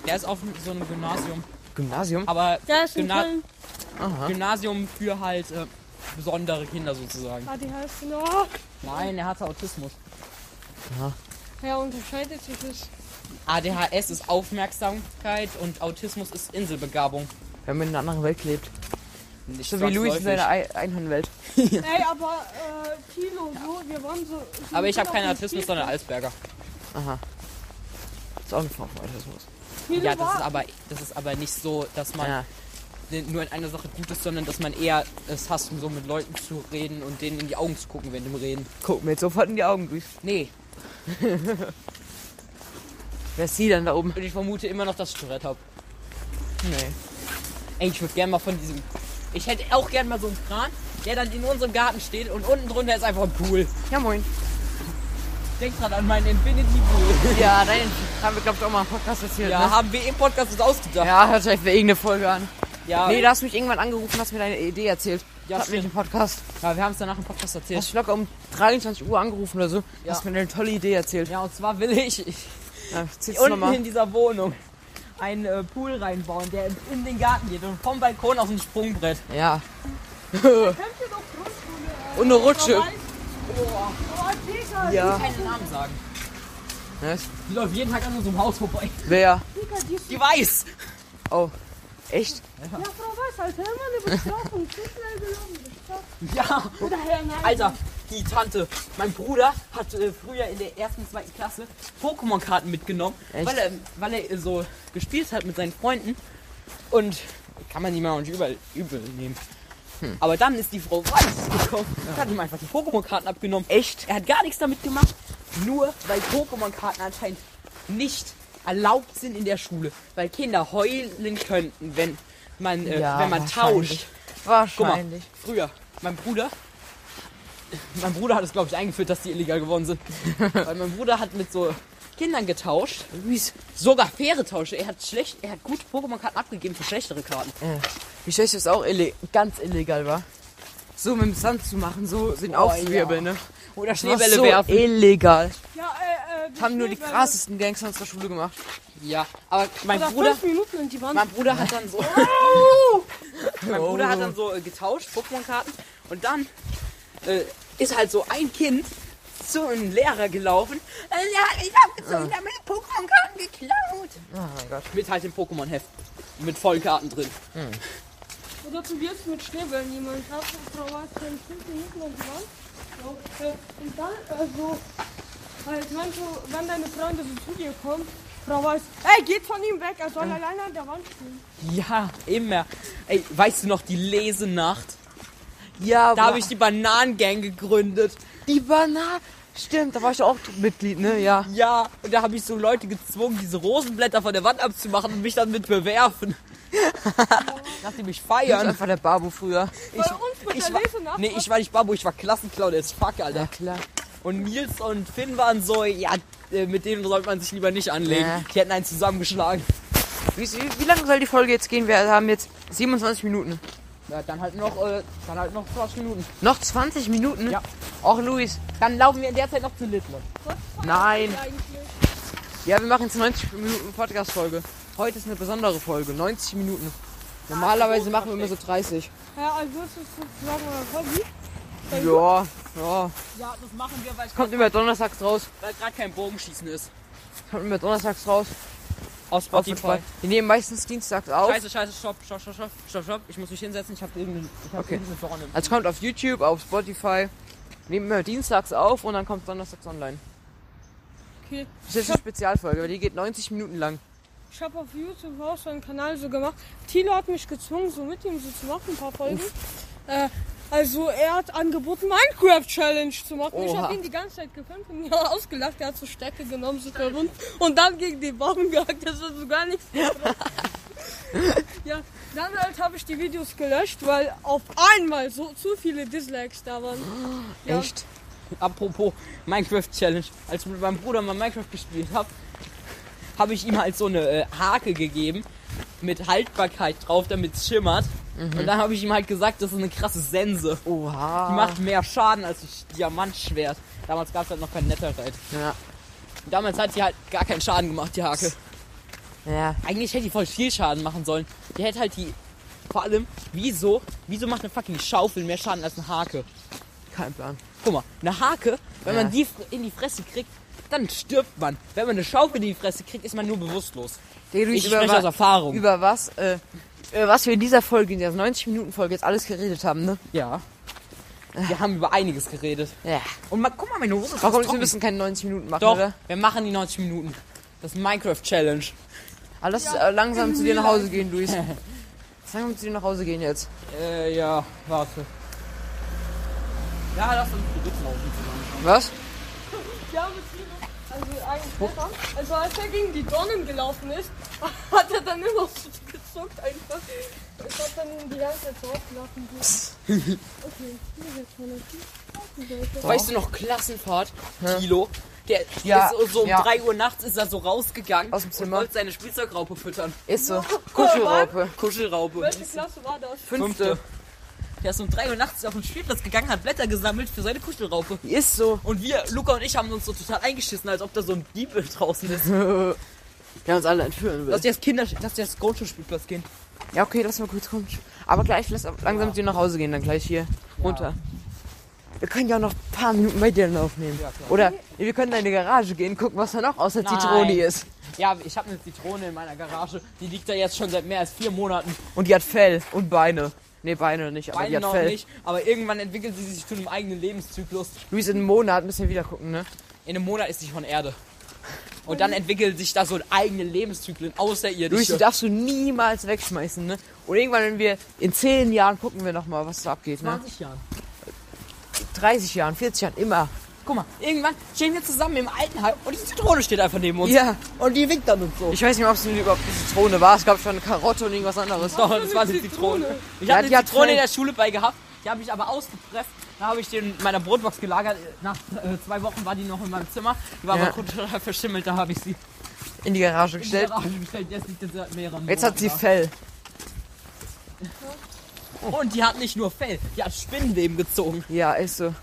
B: Der ist auf so einem Gymnasium.
A: Gymnasium?
B: Aber
C: Der ist in
B: Gymna-
C: Köln.
B: Gymnasium für halt äh, besondere Kinder sozusagen.
C: ADHS, genau.
B: Nein, er hatte Autismus.
C: Ja, unterscheidet sich das.
B: ADHS ist Aufmerksamkeit und Autismus ist Inselbegabung.
A: Wenn man in einer anderen Welt lebt.
B: Nicht
A: So wie Luis in
B: zwangsläufig.
A: seiner Ei- Einhornwelt.
C: Ey, aber äh, Kilo, so, wir waren so. so
B: Aber ich habe
C: auf
B: keinen
C: dem
B: Autismus, sondern Alzberger.
A: Ist auch eine Form von Autismus.
C: Spiel. Thilo
B: Ja, das
C: war-
B: ist aber das ist aber nicht so, dass man
A: Ja.
B: nur in einer Sache gut ist, sondern dass man eher es hasst, um so mit Leuten zu reden und denen in die Augen zu gucken, wenn dem Reden.
A: Guck mir jetzt sofort in die Augen durch.
B: Nee,
A: *laughs* Wer ist sie denn da oben?
B: und ich vermute immer noch, dass ich Tourette habe.
A: Nee.
B: Ey, ich würde gerne mal von diesem. Ich hätte auch gerne mal so einen Kran, der dann in unserem Garten steht und unten drunter ist einfach ein Pool.
A: Ja, moin.
B: Denk dran an meinen Infinity
A: *laughs*
B: Pool.
A: Ja, nein, haben wir, glaube ich, auch mal einen Podcast erzählt.
B: Ja,
A: ne?
B: haben wir im Podcast uns ausgedacht.
A: ja hört euch mal irgendeine Folge an.
B: Ja,
A: Nee, da hast du mich irgendwann angerufen, hast mir deine Idee erzählt.
B: Ja,
A: Ja, hat mich im
B: stimmt.
A: Podcast.
B: ja wir haben es danach im Podcast
A: Du
B: erzählt.
A: hast mich locker um 23 Uhr angerufen oder so.
B: Ja.
A: Hast mir eine tolle Idee erzählt.
B: Ja, und zwar will ich, *laughs* ich
A: Ja, zieh's
B: unten
A: nochmal.
B: in dieser Wohnung einen äh, Pool reinbauen, der in, in den Garten geht und vom Balkon auf ein Sprungbrett.
A: Ja. *laughs*
C: Könnt ihr doch Grundschule.
A: Und eine Rutsche.
C: Normal- Oh, Digga,
A: Ja.
B: Keinen Namen sagen.
A: Was?
B: Die läuft jeden Tag an unserem Haus vorbei.
A: Wer?
C: Digga, die ist
B: Die weiß!
A: Oh. Echt?
C: ja Frau Weiß, halt Alter, immer eine Bestrafung. Zu schnell gelaufen,
B: *laughs*
C: bestraft.
B: Ja!
C: Oder Herr Nein.
B: Alter, Also, die Tante, mein Bruder hat äh, früher in der ersten, zweiten Klasse Pokémon-Karten mitgenommen,
A: Echt?
B: weil er, weil er äh, so gespielt hat mit seinen Freunden. Und kann man die mal nicht übel, übel nehmen. Hm. Aber dann ist die Frau Weiß gekommen und hat ihm einfach die Pokémon-Karten abgenommen.
A: Echt?
B: Er hat gar nichts damit gemacht, nur weil Pokémon-Karten anscheinend nicht erlaubt sind in der Schule, weil Kinder heulen könnten, wenn man, äh,
A: Ja,
B: wenn man
A: wahrscheinlich.
B: tauscht. Guck mal,
A: Wahrscheinlich.
B: früher, mein Bruder, mein Bruder hat es, glaube ich, eingeführt, dass die illegal
A: *laughs*
B: geworden sind. Weil mein Bruder hat mit so Kindern getauscht,
A: Luis,
B: sogar faire Tausche. Er hat schlecht, er hat gute Pokémon-Karten abgegeben für schlechtere Karten.
A: Äh, Wie schlecht das auch ille ganz illegal war. So mit dem Sand zu machen, so sind aufzuwirbeln, ne?
B: Oder
A: Das war
B: Schneebälle
A: so e-
B: werfen.
A: illegal.
C: Ja, äh, äh,
A: Haben nur die
C: Schneebälle.
A: krassesten Gangster unserer Schule gemacht.
B: Ja, aber mein
C: Oder
B: Bruder,
C: fünf Minuten und die waren
B: mein Bruder hat dann so, *laughs* mein Bruder hat dann so äh, getauscht Pokémon-Karten und dann äh, ist halt so ein Kind zu einem Lehrer gelaufen. Äh, ja, ich hab
A: Ah.
B: gezogen, ich hab meine Pokémon-Karten geklaut.
A: Oh mein Gott.
B: Mit halt dem Pokémon-Heft. Mit vollen Karten drin.
C: Oder probierst mit Schneebällen jemand hat, Frau Weiß, dann fünf Minuten und die waren. So, äh, und dann, äh, so, halt, wenn, so, wenn deine Freunde so zu dir kommen, Frau Weiß, ey, geht von ihm weg, er soll alleine an der Wand stehen.
B: Ja, immer. Ey, weißt du noch die Lesenacht?
A: Ja,
B: Da habe ich die Bananengang gegründet.
A: die Banane. Stimmt, da war ich auch Mitglied, ne? Ja.
B: Ja, und da habe ich so Leute gezwungen, diese Rosenblätter von der Wand abzumachen und mich dann
A: *laughs*
B: mit bewerfen. Lass die mich
A: Ich war
B: feiern.
A: einfach der Babu früher.
C: Bei uns mit
B: Ich
C: der
B: war,
C: Lesenacht
B: nee, ich war nicht Babu, ich war Klassenclown as fuck, Alter.
A: klar.
B: Und Nils und Finn waren so, ja, äh, mit denen sollte man sich lieber nicht anlegen.
A: Ja.
B: Die hätten einen zusammengeschlagen.
A: Wie, wie, wie lange soll die Folge jetzt gehen? Wir haben jetzt 27 Minuten.
B: Ja, dann halt noch, äh, dann halt noch 20 Minuten.
A: Noch 20 Minuten?
B: Ja.
A: Och, Luis.
B: Dann laufen wir in der Zeit noch zu Little.
A: Nein.
C: eigentlich.
A: Ja, wir machen jetzt 90 Minuten Podcast-Folge. Heute ist eine besondere Folge. 90 Minuten. Normalerweise machen wir immer so 30.
C: Ja, also es ist sozusagen mein Hobby.
A: Ja, ja.
B: Ja, das machen wir, weil ich
A: Kommt immer donnerstags raus.
B: Weil gerade kein Bogenschießen ist.
A: Kommt immer donnerstags raus.
B: Auf
A: Auf jeden Fall. Wir nehmen meistens dienstags auf.
B: Scheiße, scheiße, stopp, stopp, stopp, stopp, stopp, stopp. Ich muss mich hinsetzen, ich hab irgendeinen ich hab
A: Okay.
B: irgendeine Verordnung.
A: Also es kommt auf YouTube, auf Spotify. Nehmen wir dienstags auf und dann kommt donnerstags online.
C: Okay.
A: Das ist jetzt eine Spezialfolge, weil die geht 90 Minuten lang.
C: Ich habe auf YouTube auch so einen Kanal so gemacht. Thilo hat mich gezwungen, so mit ihm so zu machen, ein paar Folgen. Äh, also er hat angeboten, Minecraft Challenge zu machen. Ich
A: Oha.
C: habe ihn die ganze Zeit gefilmt und *laughs* ihn ausgelacht. Er hat so Stöcke genommen, so verwunden und dann gegen den Baum gehackt. Das war so gar nichts. ja, dann halt habe ich die Videos gelöscht, weil auf einmal so zu viele Dislikes da waren. Ja.
A: Echt?
B: Apropos Minecraft Challenge. Als ich mit meinem Bruder mal Minecraft gespielt hab, habe ich ihm halt so eine äh, Hake gegeben mit Haltbarkeit drauf, damit es schimmert.
A: Mhm.
B: Und dann habe ich ihm halt gesagt, das ist eine krasse Sense.
A: Oha.
B: Die macht mehr Schaden als das Diamantschwert. Damals gab es halt noch kein Netherite.
A: Ja.
B: Damals hat die halt gar keinen Schaden gemacht, die Hake.
A: Ja.
B: Eigentlich hätte die voll viel Schaden machen sollen. Die hätte halt die. Vor allem, wieso? Wieso macht eine fucking Schaufel mehr Schaden als eine Hake?
A: Kein Plan.
B: Guck mal, eine Hake, wenn
A: Ja.
B: man die fr- in die Fresse kriegt, dann stirbt man. Wenn man eine Schaufel in die Fresse kriegt, ist man nur bewusstlos.
A: Der
B: Ich
A: über,
B: spreche
A: wa-
B: aus Erfahrung.
A: über was, äh, äh, was wir in dieser Folge, in dieser 90-Minuten-Folge jetzt alles geredet haben, ne?
B: Ja. Wir haben über einiges geredet.
A: Ja.
B: Und mal, guck mal, meine Hose ist
A: Warum
B: fast
A: wir
B: trocken.
A: müssen keine 90 Minuten machen,
B: Doch,
A: oder?
B: wir machen die 90 Minuten. Das Minecraft Challenge.
A: Aber lass uns, äh, langsam zu dir nach Hause gehen, Luis. Sagen wir, müssen wir nach Hause gehen jetzt.
B: Äh, ja, warte. Ja, lass uns die Witzlaufen zusammen.
A: Was?
C: Ja, betrieben. Also eigentlich besser. Also als er gegen die Dornen gelaufen ist, *laughs* hat er dann immer so gezuckt einfach. Es hat dann die ganze Zeit so aufgelaufen. Okay, hier ist jetzt mal ein Typ.
B: Weißt du noch, Klassenfahrt, Kilo? Der
A: Ja,
B: ist so, so um
A: ja.
B: 3 Uhr nachts ist er so rausgegangen
A: Aus dem Zimmer.
B: und wollte seine Spielzeugraupe füttern.
A: Ist so. Kuschelraupe.
B: Kuschelraupe.
C: Welche Klasse war das?
A: Fünfte.
B: Der ist um 3 Uhr nachts auf den Spielplatz gegangen, hat Blätter gesammelt für seine Kuschelraupe.
A: Ist so.
B: Und wir, Luca und ich, haben uns so total eingeschissen, als ob da so ein Dieb draußen ist.
A: Der uns alle entführen will.
B: Lass dir das Kinder, lass dir das Grundschulspielplatz gehen.
A: Ja, okay, lass mal kurz kommen. Aber gleich, lass langsam mit dir nach Hause gehen, dann gleich hier runter. Wir können ja auch noch ein paar Minuten bei dir dann aufnehmen. Oder nee, wir können in deine Garage gehen, gucken, was da noch außer
B: Nein.
A: Zitroni ist.
B: Ja, ich habe eine Zitrone in meiner Garage. Die liegt da jetzt schon seit mehr als vier Monaten.
A: Und die hat Fell und Beine. Nee, Beine nicht, aber die
B: Beide
A: hat
B: noch
A: Fell.
B: nicht. Aber irgendwann entwickelt sie sich zu einem eigenen Lebenszyklus.
A: Luis, in einem Monat müssen wir wieder gucken, ne?
B: In einem Monat ist sie von Erde. Und dann entwickelt sich da so ein eigener Lebenszyklen
A: Luis, die
B: außerirdische.
A: darfst du niemals wegschmeißen, ne? Und irgendwann, wenn wir in 10 Jahren gucken wir nochmal, was da abgeht, ne?
B: 20 Jahren.
A: 30 Jahren, 40 Jahren, immer.
B: Guck mal, irgendwann stehen wir zusammen im Altenheim und die Zitrone steht einfach neben uns.
A: Ja,
B: Und die winkt dann uns so.
A: ich weiß nicht mehr, ob es überhaupt eine Zitrone war. Es gab schon eine Karotte und irgendwas anderes.
B: Oh, *laughs* das war eine Zitrone. Ich
A: Ja,
B: hatte
A: die
B: eine
A: hat
B: Zitrone in
A: Fell.
B: der Schule bei gehabt. Die habe ich aber ausgepresst. Dann habe ich die in meiner Brotbox gelagert. Nach äh, zwei Wochen war die noch in meinem Zimmer. Die war
A: Ja.
B: aber total verschimmelt. Da habe ich sie
A: In die Garage
B: in die
A: gestellt.
B: Garage gestellt. Jetzt liegt sie seit mehreren
A: Jetzt hat sie
B: Monaten
A: Fell.
B: da. Und die hat nicht nur Fell, die hat Spinnenweben gezogen.
A: Ja, ist so.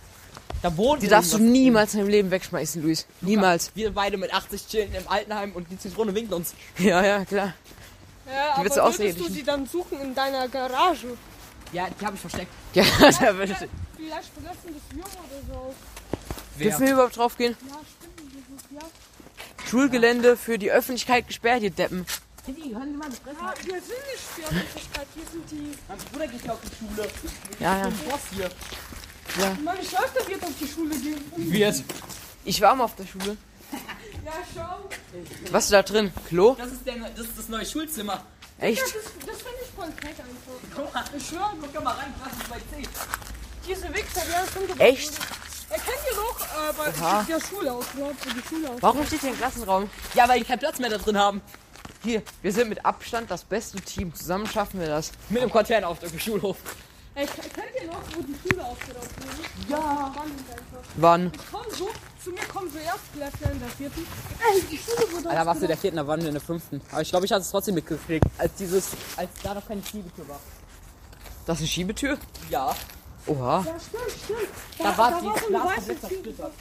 B: Da wohnt
A: Die darfst du
B: irgendwas drin.
A: niemals in deinem Leben wegschmeißen, Luis. Niemals.
B: Wir beide mit 80 chillen im Altenheim und die Zitrone winkt uns.
A: *laughs* Ja, ja, klar.
C: Ja,
A: Die wird so
C: aber würdest du
A: außerirdisch.
C: die dann suchen in deiner Garage?
B: Ja, die habe ich versteckt.
A: *laughs* Ja, da würde ich.
C: Vielleicht vergessen das Jung oder so.
A: Dürfen wir überhaupt drauf gehen?
C: Ja, stimmt. Das ist, ja.
A: Schulgelände für die Öffentlichkeit gesperrt, ihr Deppen.
B: Kitty, hören Sie mal das Fressen.
C: ja, wir sind nicht Schwermütigkeit, wir sind die...
B: Mein Bruder geht hier auf die Schule.
A: Ja, ja.
B: Boss hier.
C: Meine Schwester wird auf die Schule gehen.
B: Wird.
A: Ich war mal auf der Schule.
C: Ja, schau.
A: Was ist da drin? Klo?
B: Das ist, der, ne- das ist das neue Schulzimmer.
C: Ja,
A: Echt?
C: das das finde ich voll fett einfach.
B: Guck mal,
C: Ich schwöre,
B: guck doch mal rein, was ist bei 10?
C: diese Wichser, die haben schon gebraucht.
A: Echt?
C: Er kennt ihr noch äh, bei
A: Oha.
C: der Schule aus, ne? Für die Schule aus.
A: Warum steht hier ein Klassenraum?
B: Ja, weil die keinen Platz mehr da drin haben.
A: Hier, wir sind mit Abstand das beste Team. Zusammen schaffen wir das.
B: Mit dem Konzern auf dem Schulhof.
C: Ey, ke- kennt ihr noch, wo die Schule aufgeräumt wurde?
B: Ja.
C: Wahnsinn einfach.
A: Wann?
C: Ich komm so, zu mir kommen so Erstklässler in der vierten. Ey, die Schule wurde
B: Da warst du in
C: aufgeräumt.
B: der vierten, da waren wir in der fünften. Aber ich glaube, ich hatte es trotzdem mitgekriegt, als dieses, als da noch keine Schiebetür war.
A: Das ist eine Schiebetür?
B: Ja.
A: Oha.
C: Ja, stimmt, stimmt.
B: Da war die
C: so
B: Glas
C: eine weiße
B: komplett
C: Tür.
B: zersplittert.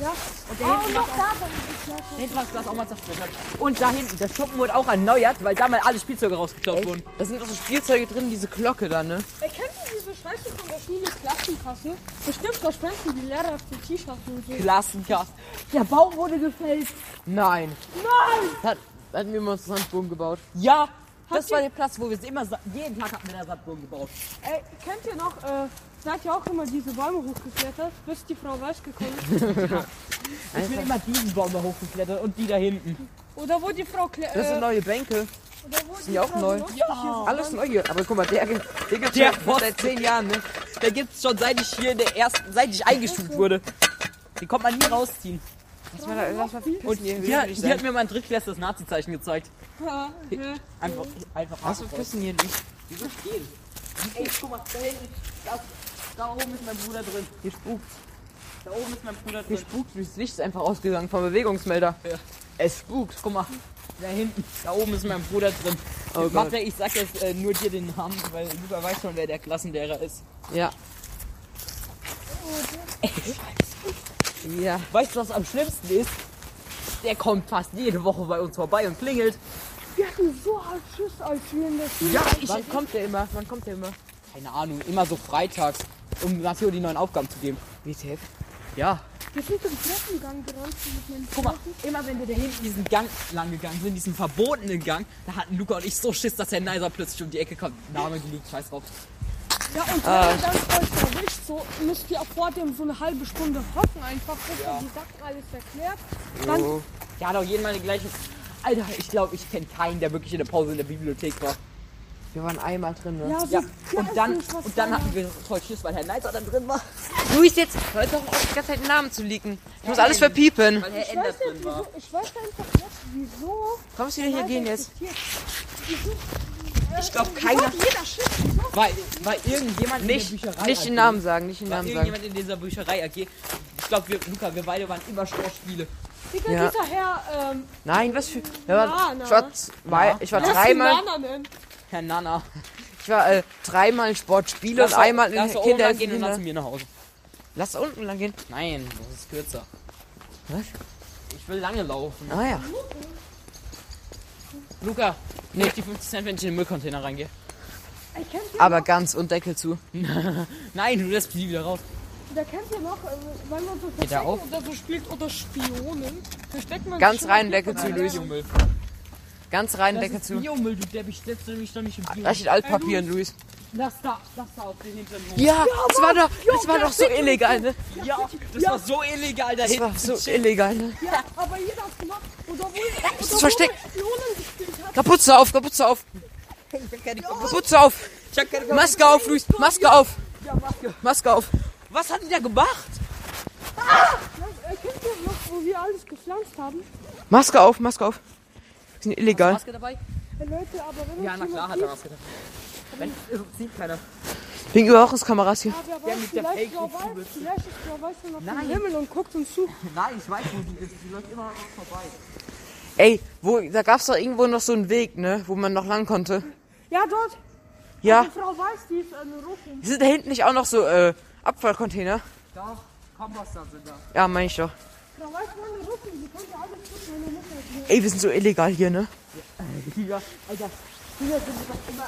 C: Ja. Und ah, und noch da war die Klasse.
B: Da hinten war das Glas auch mal zersplittert. Und da hinten, der Schuppen wurde auch erneuert, weil da mal alle Spielzeuge rausgeklappt wurden.
A: *laughs* Da sind auch so Spielzeuge drin, diese Glocke da, ne?
C: Ey, kennt ihr diese Scheiße von der Schule Klassenkasse? Bestimmt verspenden die Lehrer auf die T-Shirts und so.
B: Klassenkasten.
C: Der Baum wurde gefällt.
A: Nein.
C: Nein!
A: Da hat- da hatten wir mal zusammen einen Bogen gebaut.
B: Ja, das
C: ihr-
B: war der Platz, wo wir immer sa- jeden Tag hatten wir da Sandburgen gebaut.
C: Ey, kennt ihr noch, äh, seid ihr auch immer diese Bäume hochgeklettert, bis die Frau Weiß gekommen ist?
B: Ich bin immer diesen Baum da hochgeklettert und die da hinten.
C: Oder wo die Frau Kle
A: Das sind
C: äh,
A: neue Bänke.
C: oder wo die
A: ja auch
C: Frau
A: neu.
C: Lustig ist.
A: Alles neu hier. Aber guck mal, der, der gibt's
B: Der
A: schon
B: Boss.
A: seit zehn Jahren, ne?
B: Da gibt's schon seit ich hier in der ersten, seit ich eingestuft wurde. Die kommt man nie rausziehen.
A: Lass mal, da- lass mal pissen
B: Und
A: hier.
B: die,
A: will ich
B: die,
A: nicht
B: die hat
A: sein.
B: mir mein Drittklässler das Nazi-Zeichen gezeigt.
C: Ja, ja.
B: Einfach, einfach
A: Lass mal
B: hardcore.
A: pissen hier nicht.
B: Wieso stehen? Ey, guck mal, da hinten, da, da oben ist mein Bruder drin.
A: Hier spukt's.
B: Da oben ist mein Bruder
A: Hier
B: drin.
A: spukt's. Luis. Das Licht ist einfach ausgegangen vom Bewegungsmelder.
B: Ja.
A: Es spukt.
B: Guck mal, da hinten, da oben ist mein Bruder drin.
A: Oh Gott.
B: Mathe, ich sag jetzt äh, nur dir den Namen, weil Luca weiß schon, wer der Klassenlehrer ist.
A: Ja. Ja.
B: Weißt du, was am schlimmsten ist? Der kommt fast jede Woche bei uns vorbei und klingelt.
C: Wir hatten so hart Schiss, als wir in der Schule
A: Wann kommt der immer? Wann kommt der immer?
B: Keine Ahnung, immer so freitags, um Matteo die neuen Aufgaben zu geben.
A: WTF?
B: Ja.
C: Wir sind im Treppengang gerannt mit meinen
B: Guck mal, immer wenn wir da hinten diesen Gang lang gegangen sind, diesen verbotenen Gang, da hatten Luca und ich so Schiss, dass der Neiser plötzlich um die Ecke kommt. Name gelegt, scheiß drauf.
C: Ja, und
B: Ah.
C: wenn ihr dann euch erwischt, so müsst ihr vor dem so eine halbe Stunde hocken, einfach, bis ihr die Sachen alles erklärt. Dann
B: Der hat auch jeden Mal die gleiche. Alter, ich glaube, ich kenne keinen, der wirklich in der Pause in der Bibliothek war.
A: Wir waren einmal drin, ne?
C: Ja,
B: Ja,
C: so
B: und dann,
C: klassisch, was
B: und dann
C: war
B: hatten wir voll Schiss, weil Herr Neitzer dann drin war.
A: Du bist jetzt. Hör doch auf, die ganze Zeit einen Namen zu leaken. Ich muss alles verpiepen.
B: Weil Herr
C: Ich
B: Ender
C: weiß,
B: drin
C: nicht,
B: war.
C: wieso, ich weiß einfach nicht, wieso.
A: Kommst du wieder hier
C: Nein,
A: gehen
C: der
A: jetzt?
C: existiert.
A: Ich glaube keiner.
C: Jeder Schiff.
B: Weil, weil irgendjemand
A: Nicht,
B: in der Bücherei halt
A: nicht den
B: AG,
A: Namen sagen, nicht den
B: Weil
A: Namen sagen.
B: irgendjemand in dieser Bücherei AG. Ich glaube, wir, Luca, wir beide waren immer Sportspiele.
C: Digga,
A: Ja.
C: dieser Herr, ähm,
A: Nein, was für. Wir waren,
C: Lana.
A: ich war, zwei,
B: Ja.
A: ich war
C: lass ihn
A: dreimal.
C: Lana nennen.
B: Herr Nana.
A: Ich war äh, dreimal in Sportspiele und
B: Lass doch-
A: einmal in
B: lass doch oben lang
A: Kinderhilfe.
B: gehen und dann zu mir nach Hause.
A: Lass unten lang gehen.
B: Nein, das ist kürzer.
A: Was?
B: Ich will lange laufen.
A: Ah ja.
B: Luca, nee, die 50 Cent, wenn ich in den Müllcontainer reingehe.
C: Ey, kennt ihr
A: Aber ganz und Deckel zu.
B: Nein, du lässt die wieder raus.
C: noch- Da kennt ihr noch, äh, wenn man so
B: Geht der
C: Verstecken
B: auf?
C: oder so spielt oder Spionen, versteckt man
A: Ganz
C: sich schon
A: rein,
C: mal
A: Deckel
C: hinter
A: zu,
C: der-
A: Luis.
B: Biomüll.
A: Ganz rein,
B: Das
A: Deckel
B: ist
A: zu. Ah,
B: Biomüll, du Depp. Ich setze nämlich doch nicht im Bio.
A: Da steht Altpapier in Luis.
B: Lass da, lass da auf den hinteren Hof.
A: Ja, das war doch, das war doch so illegal, ne?
B: Ja, das war so illegal da
A: Das war
B: hinten.
A: so illegal, ne?
C: Ja, aber jeder hat's gemacht. Oder wohl,
A: ist
C: oder
A: versteckt.
C: Wo man Spionen gespielt hat.
A: Kapuze auf, Kapuze auf, Kapuze auf. Maske auf, Luis, Maske auf. Maske auf.
B: Was hat die da gemacht?
C: Äh, kennt ihr noch, wo wir alles gepflanzt haben?
A: Maske auf, Maske auf. Wir sind illegal.
B: Maske dabei?
C: Äh, Leute, aber wenn
B: Ja,
C: uns
B: na klar hat
C: jemand
B: er
C: sieht,
B: Maske dabei. Wenn, sieht keiner.
A: Wegen Überwachungskameras hier.
C: ja, wer
B: Der
C: weiß,
B: mit der
C: vielleicht
B: Fake-Ruf
C: Blau Weiß,
B: übelst.
C: vielleicht ist Blau Weiß dann auf
B: Nein.
C: dem Himmel und guckt uns zu.
B: Nein, ich weiß, wo die ist. Die läuft immer noch vorbei.
A: Ey, wo, da gab's doch irgendwo noch so einen Weg, ne? Wo man noch lang konnte.
C: Ja, dort.
A: Ja.
C: Die Frau Weiß, die ist eine Roten.
A: Sind da hinten nicht auch noch so, äh, Abfallcontainer?
B: Doch, Komposter sind da.
A: Ja, meine ich doch.
C: Frau Weiß war eine Roten, die konnte alles gut, meine Mutter ist hier.
A: Ey, wir sind so illegal hier, ne?
B: Ja, Alter. Früher sind wir doch immer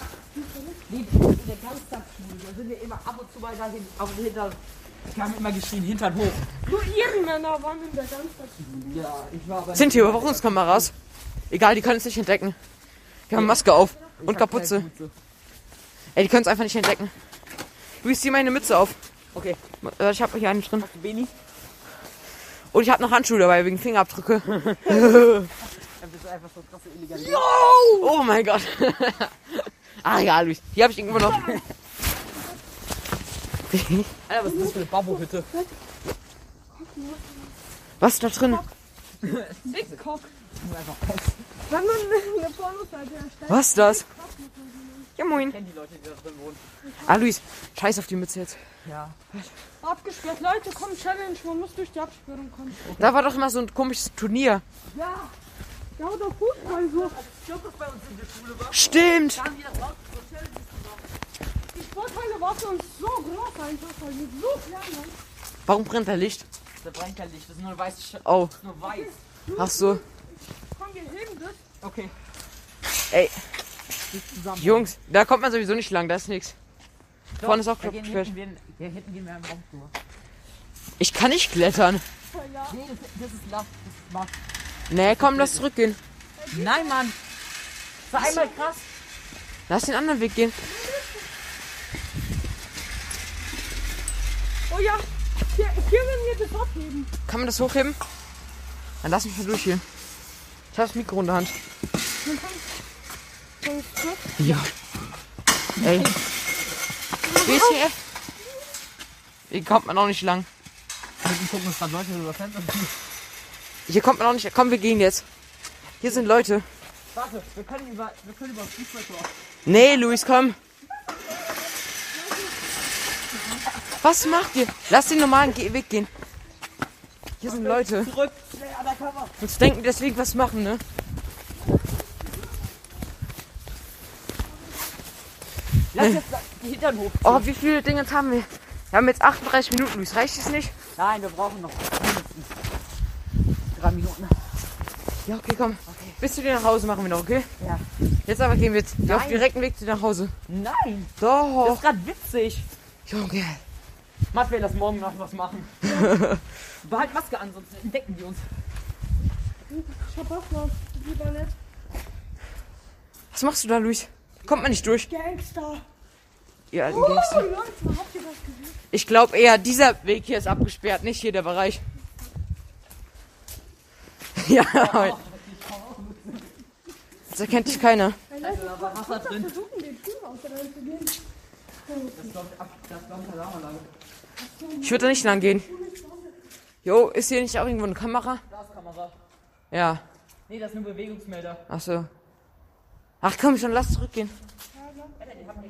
B: nee, in der Ganztagsschule. Da sind wir immer ab und zu mal dahin, auf den Hintern. Die haben immer geschrien, Hintern hoch.
C: Nur Ehrenmänner also waren in der ganzen
B: Ja, ich war aber
A: Sind hier Überwachungskameras? Egal, die können es nicht entdecken. Wir haben Maske auf und Kapuze. Ey, die können es einfach nicht entdecken. Luis, zieh meine Mütze auf.
B: Okay,
A: Äh, Ich habe hier einen drin.
B: Beni,
A: Und ich habe noch Handschuhe dabei wegen Fingerabdrücke.
B: dann bist du einfach so krasse illegal.
A: Oh mein Gott. *laughs* Ach ja, Luis. Die habe ich irgendwo noch.
B: Alter, was ist das für eine Babo-Hütte?
A: Was ist da drin?
C: Dickcock. Wenn man eine Pornoseite erstellt,
A: Was ist das? Ja, moin.
B: Kennen die Leute, die da drin wohnen?
A: Ah, Luis. Scheiß auf die Mütze jetzt.
B: Ja.
C: abgesperrt. Leute, komm, Challenge, man muss durch die Absperrung kommen.
A: Da war doch immer so ein komisches Turnier.
C: Ja. Ja, oder Fußball so.
B: Ich glaube, das bei uns in der Schule war.
A: Stimmt.
B: Haben die das raus? so Challenges gemacht?
C: Die Vorteile waren für uns so groß einfach, weil wir so klein waren.
A: Warum brennt da Licht?
B: Da brennt kein Licht, das ist nur weiß. Sch-
A: Oh,
B: das ist Nur weiß.
A: ach so.
C: Komm, wir heben das.
B: Okay.
A: Ey,
B: Nicht zusammen.
A: Jungs, da kommt man sowieso nicht lang, da ist nichts.
B: Doch,
A: vorne ist auch
B: da gehen
A: gesperrt.
B: hinten wir in- Hier hinten gehen wir im Raum drüber.
A: Ich kann nicht klettern.
C: Voll, Ja.
B: Nee, das, das ist Last. Das ist Last.
A: Nee, komm, lass zurückgehen.
B: Nein, Mann. Das war einmal krass.
A: Lass den anderen Weg gehen.
C: Oh ja. Hier, hier werden wir das abheben.
A: Kann man das hochheben? Dann lass mich mal durch hier. Ich hab das Mikro in der Hand.
C: Dann kann Dann ist das.
A: Ja. Ey. WCF. Hier kommt man auch nicht lang.
B: Hinten gucken uns gerade Leute über das Fenster.
A: Hier kommt man auch nicht. Komm, wir gehen jetzt. Hier sind Leute.
B: Warte, wir können über, wir können über Fußballtor.
A: Nee, Luis, komm. Was macht ihr? Lass den normalen Ge Weg gehen. Hier sind Leute.
B: Zurück, schnell an der Kamera.
A: Sonst denken die, dass wir irgendwas machen, ne?
B: Lass jetzt da- die Hintern hoch.
A: Oh, wie viele Dinge jetzt haben wir? Wir haben jetzt 38 Minuten, Luis. Reicht es nicht?
B: Nein, wir brauchen noch mindestens drei Minuten.
A: Ja, okay, komm. Bis zu dir nach Hause machen wir noch, okay?
B: Ja.
A: Jetzt aber gehen wir jetzt auf
B: Nein.
A: direkten Weg zu dir nach Hause.
B: Nein, das
A: Doch.
B: ist gerade witzig.
A: Junge.
B: Matt will das morgen noch was *laughs* machen. Behalt Maske an, sonst entdecken die uns.
C: Ich hab auch noch. Lieber nicht.
A: Was machst du da, Luis? Kommt man nicht durch?
C: Gangster.
A: Ihr alten
C: Oh,
A: Gangster.
C: Leute, habt ihr das gesehen?
A: Ich glaube eher, dieser Weg hier ist abgesperrt, nicht hier der Bereich. *laughs* Ja, Jetzt erkennt dich keiner.
C: Ey, Leute,
B: Scheiße, da war Wasser
C: Kinder
B: drin.
C: versuchen, den Kühlhaus reinzugehen.
B: Das läuft ab, das läuft da auch lang.
A: Ich würde da nicht lang gehen. Jo, ist hier nicht auch irgendwo eine Kamera?
B: Glaskamera.
A: Ja.
B: Nee, das ist nur Bewegungsmelder.
A: Ach so. Ach komm schon, lass zurückgehen.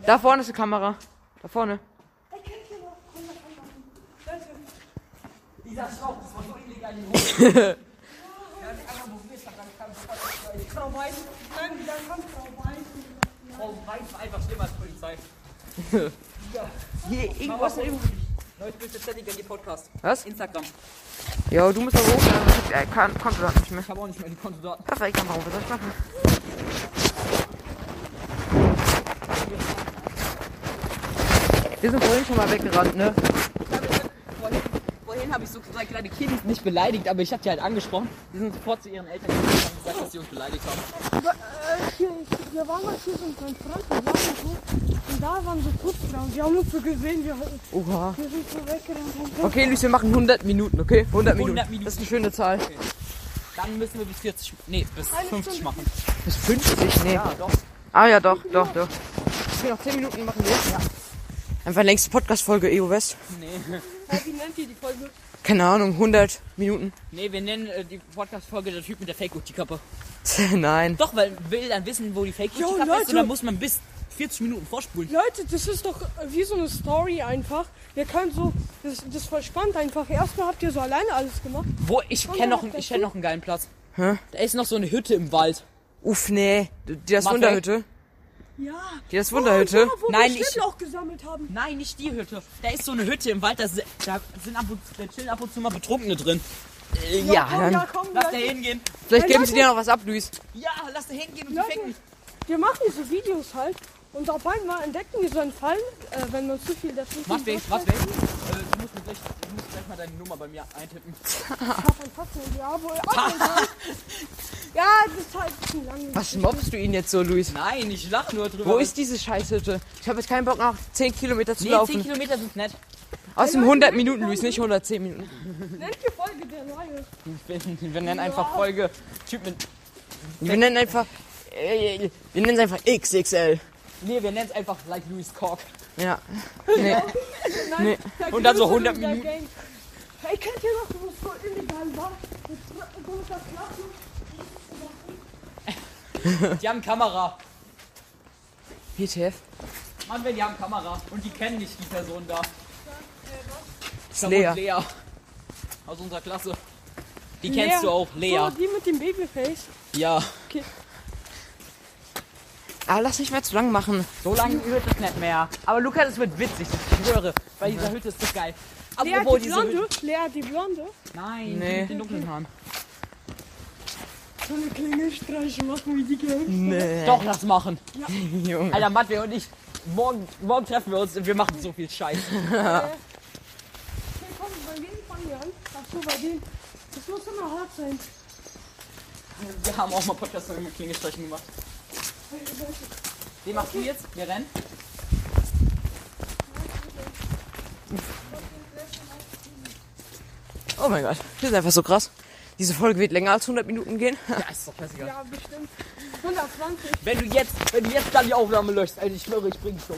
A: Da vorne ist die Kamera. Da vorne.
B: Dieser Schrauben, das war so illegal *laughs* hier hoch.
C: Frau Weiß, nein, da kommt Frau Weiß.
B: Frau Weiß war einfach schlimmer als *laughs* Polizei.
A: Hier, irgendwas.
B: Leute, bitte ständig an die Podcast.
A: Was?
B: Instagram.
A: Jo, du musst da hoch. dann- Er kann, kommt doch nicht mehr.
B: Ich habe auch nicht mehr die Kontodaten.
A: Perfekt, dann brauchen wir das machen. Wir sind vorhin schon mal weggerannt, ne?
B: Vorhin, vorhin habe ich so zwei kleine Kinder nicht beleidigt, aber ich habe die halt angesprochen. Die sind sofort zu ihren Eltern gegangen und haben gesagt, dass sie uns beleidigt haben.
C: Aber, äh, hier, ich, wir waren mal hier so ein Freund, wir waren so, und da waren so Putzfrauen, die haben uns so gesehen, wir,
A: Oha.
C: wir sind so weggerannt.
A: Okay, Luis, wir machen 100 Minuten, okay? 100 Minuten.
B: 100 Minuten.
A: Das ist eine schöne Zahl.
B: Dann müssen wir bis 40, nee, bis 50 machen.
A: Bis 50? Nee.
B: Ja, doch.
A: Ah ja, doch, doch, doch. Okay, noch 10 Minuten machen wir. Ja. Einfach längste Podcast-Folge EO West.
B: Nee.
C: Hä, wie nennt ihr die Folge?
A: Keine Ahnung, 100 Minuten. *laughs*
B: Nee, wir nennen äh, die Podcast-Folge der Typ mit der Fake-Gucci-Kappe.
A: Nein.
B: Doch, weil will dann wissen, wo die
C: Jo,
B: Fake-Gucci-Kappe ist
C: Leute.
B: und dann muss man bis 40 Minuten vorspulen.
C: Leute, das ist doch äh, wie so eine Story einfach. Wir können so, das, das ist voll spannend einfach. Erstmal habt ihr so alleine alles gemacht.
B: Wo, ich
C: wir
B: kenne noch,
C: noch
B: ich
C: dazu?
B: kenn noch einen geilen Platz. Da ist noch so eine Hütte im Wald.
A: Uff, nee. Die das
B: Mach weg.
A: Wunderhütte.
C: Ja.
A: Die das Wunderhütte.
C: Oh, Wo
B: Nein,
C: wir
B: ich-
C: Schnittlauch auch gesammelt haben.
B: Nein, nicht die Hütte. Da ist so eine Hütte im Wald, da, si- da, sind ab und, da chillen ab und zu mal Betrunkene drin.
A: Äh,
C: komm,
A: Ja,
C: ja,
A: dann.
C: komm,
B: Lass da
C: Leute.
B: hingehen.
A: Vielleicht
C: Hey,
A: geben sie
C: Leute.
A: dir noch was ab, Luis.
B: Ja, lass da hingehen und die
C: Leute.
B: fängen.
C: Wir machen diese Videos halt und auf einmal entdecken wir so einen Fall, äh, wenn man zu viel dazu
B: Mach weg, mach weg. Äh, du, musst mir gleich, du musst gleich mal deine Nummer bei mir eintippen.
C: Ja, wohl. oh *laughs* Ab- ja, das ist halt zu lang.
A: Was mobst du ihn jetzt so, Luis?
B: Nein, ich lach nur drüber.
A: Wo ist diese Scheißhütte? Ich habe jetzt keinen Bock, noch 10 Kilometer zu
B: Nee, 10
A: laufen.
B: Kilometer sind nett. *laughs*
A: Außerdem
C: Leute,
A: 100
C: wir
A: Minuten,
C: können-
A: Luis, nicht 110 Minuten.
C: Nennt die Folge der Neue.
B: Wir, wir nennen einfach Folge Typ mit.
A: Wir nennen einfach. äh, Wir nennen es einfach XXL.
B: Nee, wir nennen es einfach Like Louis Cork.
A: Ja. Nee.
C: Nein,
A: Nee.
C: da
B: Und dann so
C: gibt's
B: 100
C: wieder
B: Minuten.
C: Gang. Hey, kennt ihr noch, wo es so illegal war? Mit Tra- großer Klappe.
B: Die haben Kamera.
A: WTF?
B: Mann, wenn die haben Kamera. Und die kennen nicht die Person da.
A: Ist leer.
B: Lea. Aus unserer Klasse. Die
C: Lea.
B: kennst du auch, Lea.
C: So, die mit dem Babyface.
B: Ja.
A: Ah, lass nicht mehr zu lang machen.
B: So lange hört es nicht mehr. Aber Lukas, es wird witzig, ich schwöre. Bei dieser Hütte ist das geil. Aber
C: Lea
B: obwohl
C: die
B: diese
C: Blonde.
B: Hütte-
C: Lea die Blonde.
A: Nee.
B: Nein, nee. mit den dunklen Haaren.
C: So eine Klingelstreiche machen wie die Gehüpfte.
A: Nee.
B: Doch, lass machen. *laughs*
A: Junge.
B: Alter, Matt, wir und ich. Morgen, morgen treffen wir uns und wir machen so viel Scheiß.
C: Hey, komm, bei wem fangen wir an? Ach so, bei dem. Das muss immer hart sein.
B: Wir haben auch mal Podcast mit Klingelstreichen gemacht. Den machst du jetzt? Wir rennen.
A: Oh mein Gott. Das ist einfach so krass. Diese Folge wird länger als 100 Minuten gehen. *laughs*
B: Ja, ist doch klassiker.
C: Ja, bestimmt. 120.
B: Wenn du jetzt, wenn du jetzt dann die Aufnahme löschst, Alter, ich schwöre, ich bring dich um.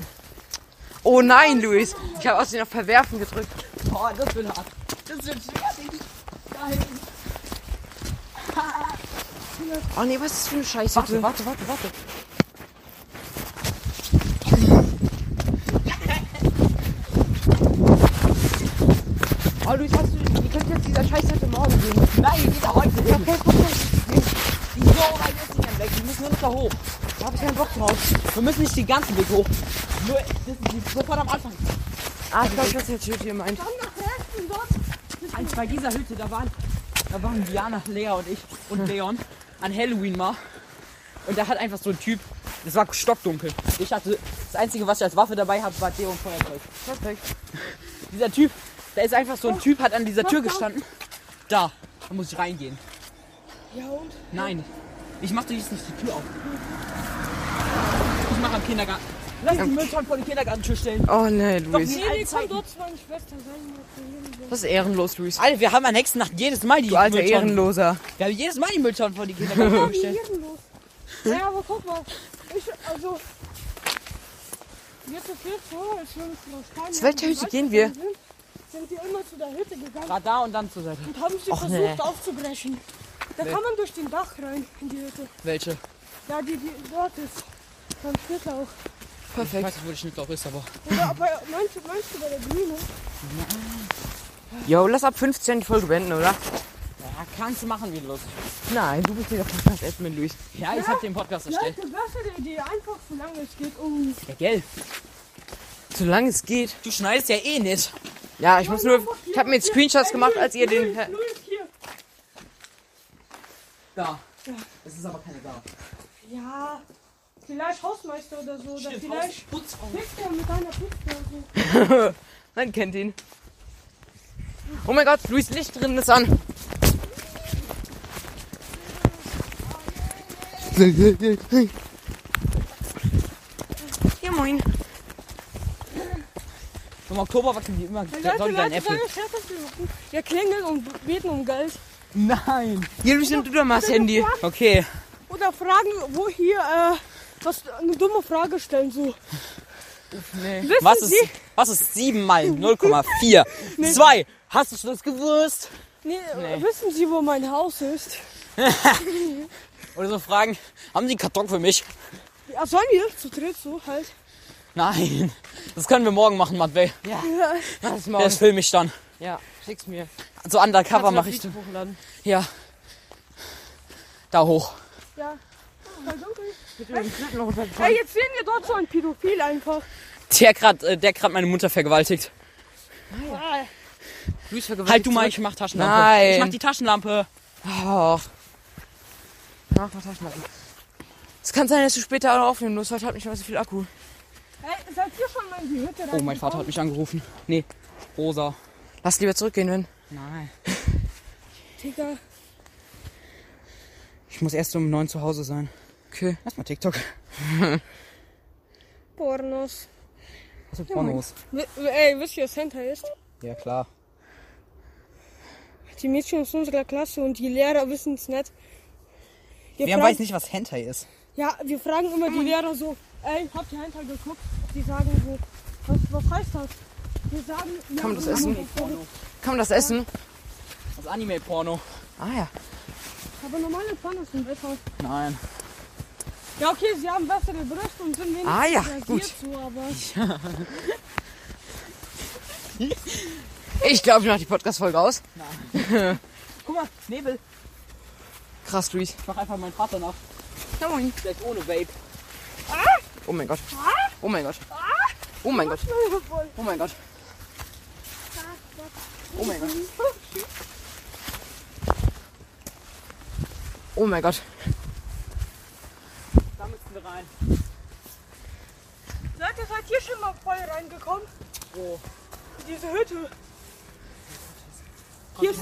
A: Oh nein, Luis. Ich habe außerdem auf Verwerfen gedrückt.
B: Boah, das wird hart. Das wird schwierig. Da hinten.
A: Oh nee, was ist das für eine Scheiße?
B: Warte, warte, warte, warte.
A: Oh, Luis, hast du, wie könnte jetzt dieser Scheißhütte morgen gehen?
B: Nein, wieder heute. Ich hab
A: keinen Bock drauf.
B: die so weit ist nicht mehr weg. Wir müssen nur noch da hoch.
A: Da habe ich keinen Bock drauf.
B: Wir müssen nicht den ganzen Weg hoch. Nur, das ist sofort am Anfang.
A: Ah, ich glaube, das ist jetzt hier meint.
C: Komm nach Herzen dort.
B: Eins bei dieser Hütte, da waren, da waren Diana, Lea und ich und Leon an Halloween mal. Und da hat einfach so ein Typ, das war stockdunkel. Ich hatte, das Einzige, was ich als Waffe dabei habe, war Deo und Feuerzeug.
A: Perfekt.
B: *laughs* Dieser Typ, da ist einfach so ein Typ, hat an dieser Tür gestanden. Da, da muss ich reingehen.
C: Ja, und?
B: Nein, ich mach dir jetzt nicht die Tür auf. Ich mach am Kindergarten. Lass die Mülltonnen vor die Kindergartentür stellen.
A: Oh nee,
B: Doch,
A: Luis.
B: nee,
C: Nee, nee,
B: alle
C: komm
B: Zeiten.
C: dort zu meiner Schwester sein.
A: Das ist ehrenlos, Luis.
B: Alter, wir haben an Hexennacht jedes Mal die
A: Du alter
B: Mülltonnen.
A: Ehrenloser.
B: *laughs* Wir haben jedes Mal die Mülltonnen vor die Kinder gestellt.
C: Ehrenlos. Ja, aber guck mal. Ich, also, jetzt ist jetzt so, ich will nicht nach Spanien.
A: Zu welcher
C: Als
A: Hütte
C: die
A: gehen wir?
C: Sind, sind wir immer zu der Hütte gegangen
B: Gerade da und dann zur Seite.
C: und haben sie
A: Och,
C: versucht
A: nee.
C: aufzubrechen. Da
B: Nee.
C: kann man durch den Dach rein in die Hütte.
B: Welche?
C: Ja, die, die dort ist. Beim Schnittlauch.
B: Ich
A: Perfekt.
B: weiß nicht, wo die Schnittlauch ist, aber.
C: Oder aber meinst du, meinst du bei der Grüne?
A: Jo, lass ab 15 die Folge beenden, oder?
B: Ja, kannst du machen, wie du lustig
A: Nein, du bist hier der Podcast-Admin, Luis.
B: bist. Ja, ich hab den Podcast erstellt.
C: Leute, bessere Idee, einfach solange es geht um.
B: Ja, gell?
A: Solange es geht.
B: Du schneidest ja eh nicht.
A: Ja, ich muss nur. Ich habe mir jetzt Screenshots gemacht, als ihr den.
C: Null, null, vier.
B: Da. Es ist aber keine da.
C: Ja, vielleicht Hausmeister oder so. Oder vielleicht
B: Putz auf.
C: Pizza mit einer Pizza. oder So.
A: Man kennt ihn. Oh mein Gott, Luis Licht drin ist an. Ja, moin.
B: Im Oktober wachsen die immer.
C: Leute,
B: sollen die dann
C: Leute,
B: Äpfel.
C: sollen wir Scherz machen? Wir klingeln und beten um Geld.
B: Nein.
A: Hier, Luis, nimm du doch mal das Handy.
B: Okay.
C: Oder fragen, wo hier, äh, was, eine dumme Frage stellen, so.
A: Nee.
C: Wissen
B: Was ist,
C: Sie?
B: was ist 7 mal 0,4? 2. Hast du schon das gewusst?
C: Nee,
B: Nee.
C: Wissen Sie, wo mein Haus ist?
B: Oder so Fragen. Haben Sie einen Karton für mich?
C: Ja, sollen wir? Zu dritt, so halt.
B: Nein. Das können wir morgen machen, Matvey.
A: Ja,
C: Ja.
A: das
B: Das
A: morgen.
B: film ich dann.
A: Ja, schick's mir.
B: So undercover mache ich.
A: hochladen.
B: Ja. Da hoch.
C: Ja. Voll dunkel.
A: Bitte mit dem Knüppel runtergefahren.
C: Ey, Also, jetzt sehen wir dort so einen Pädophil einfach.
B: Der grad, äh, der grad meine Mutter vergewaltigt.
C: Ah,
A: Luis vergewaltigt.
B: Halt du mal, ich mach Taschenlampe.
A: Nein.
B: Ich mach die Taschenlampe.
A: Ach. Mach mal Taschenlampe. Es kann sein, dass du später auch noch aufnehmen musst. Heute hat nicht mehr so viel Akku.
C: Ey, seid ihr schon mal in die Hütte
B: Oh, mein Vater hat mich angerufen. Nee, Rosa.
A: Lass lieber zurückgehen, wenn.
B: Nein.
C: Digga.
B: Ich muss erst um neun zu Hause sein.
A: Okay.
B: Erstmal TikTok.
C: Pornos.
B: Was ist Also Pornos?
C: W ey, wisst ihr, was Hentai ist?
B: Ja, klar.
C: Die Mädchen aus unserer Klasse und die Lehrer wissen es nicht. Wir
B: Wer weiß nicht, was Hentai ist?
C: Ja, wir fragen immer die Lehrer so, ey, habt ihr Hentai geguckt? Die sagen so, was, was heißt das? Wir sagen, ja,
A: Kann man das
C: wir
A: essen?
C: haben das-
A: Kann man das essen?
B: Das Anime-Porno.
A: Ah ja.
C: Aber normale Pornos sind besser.
B: Nein.
C: Ja, okay, sie haben bessere Brüste und sind weniger
A: Ah, ja,
C: reagiert
A: gut.
C: So, aber
A: Ich glaube, ich mache die Podcast-Folge aus.
B: Guck mal, Nebel.
A: Krass, Luis.
B: Ich mach einfach meinen Vater nach.
A: Na moin.
B: Vielleicht ohne Vape.
A: Oh mein Gott. Oh mein Gott. Oh mein Gott. Oh mein Gott. Oh mein Gott. Oh mein Gott.
B: Da müssen wir rein.
C: Leute, seid ihr schon mal voll reingekommen?
B: Wo?
C: Diese Hütte. Hier ist,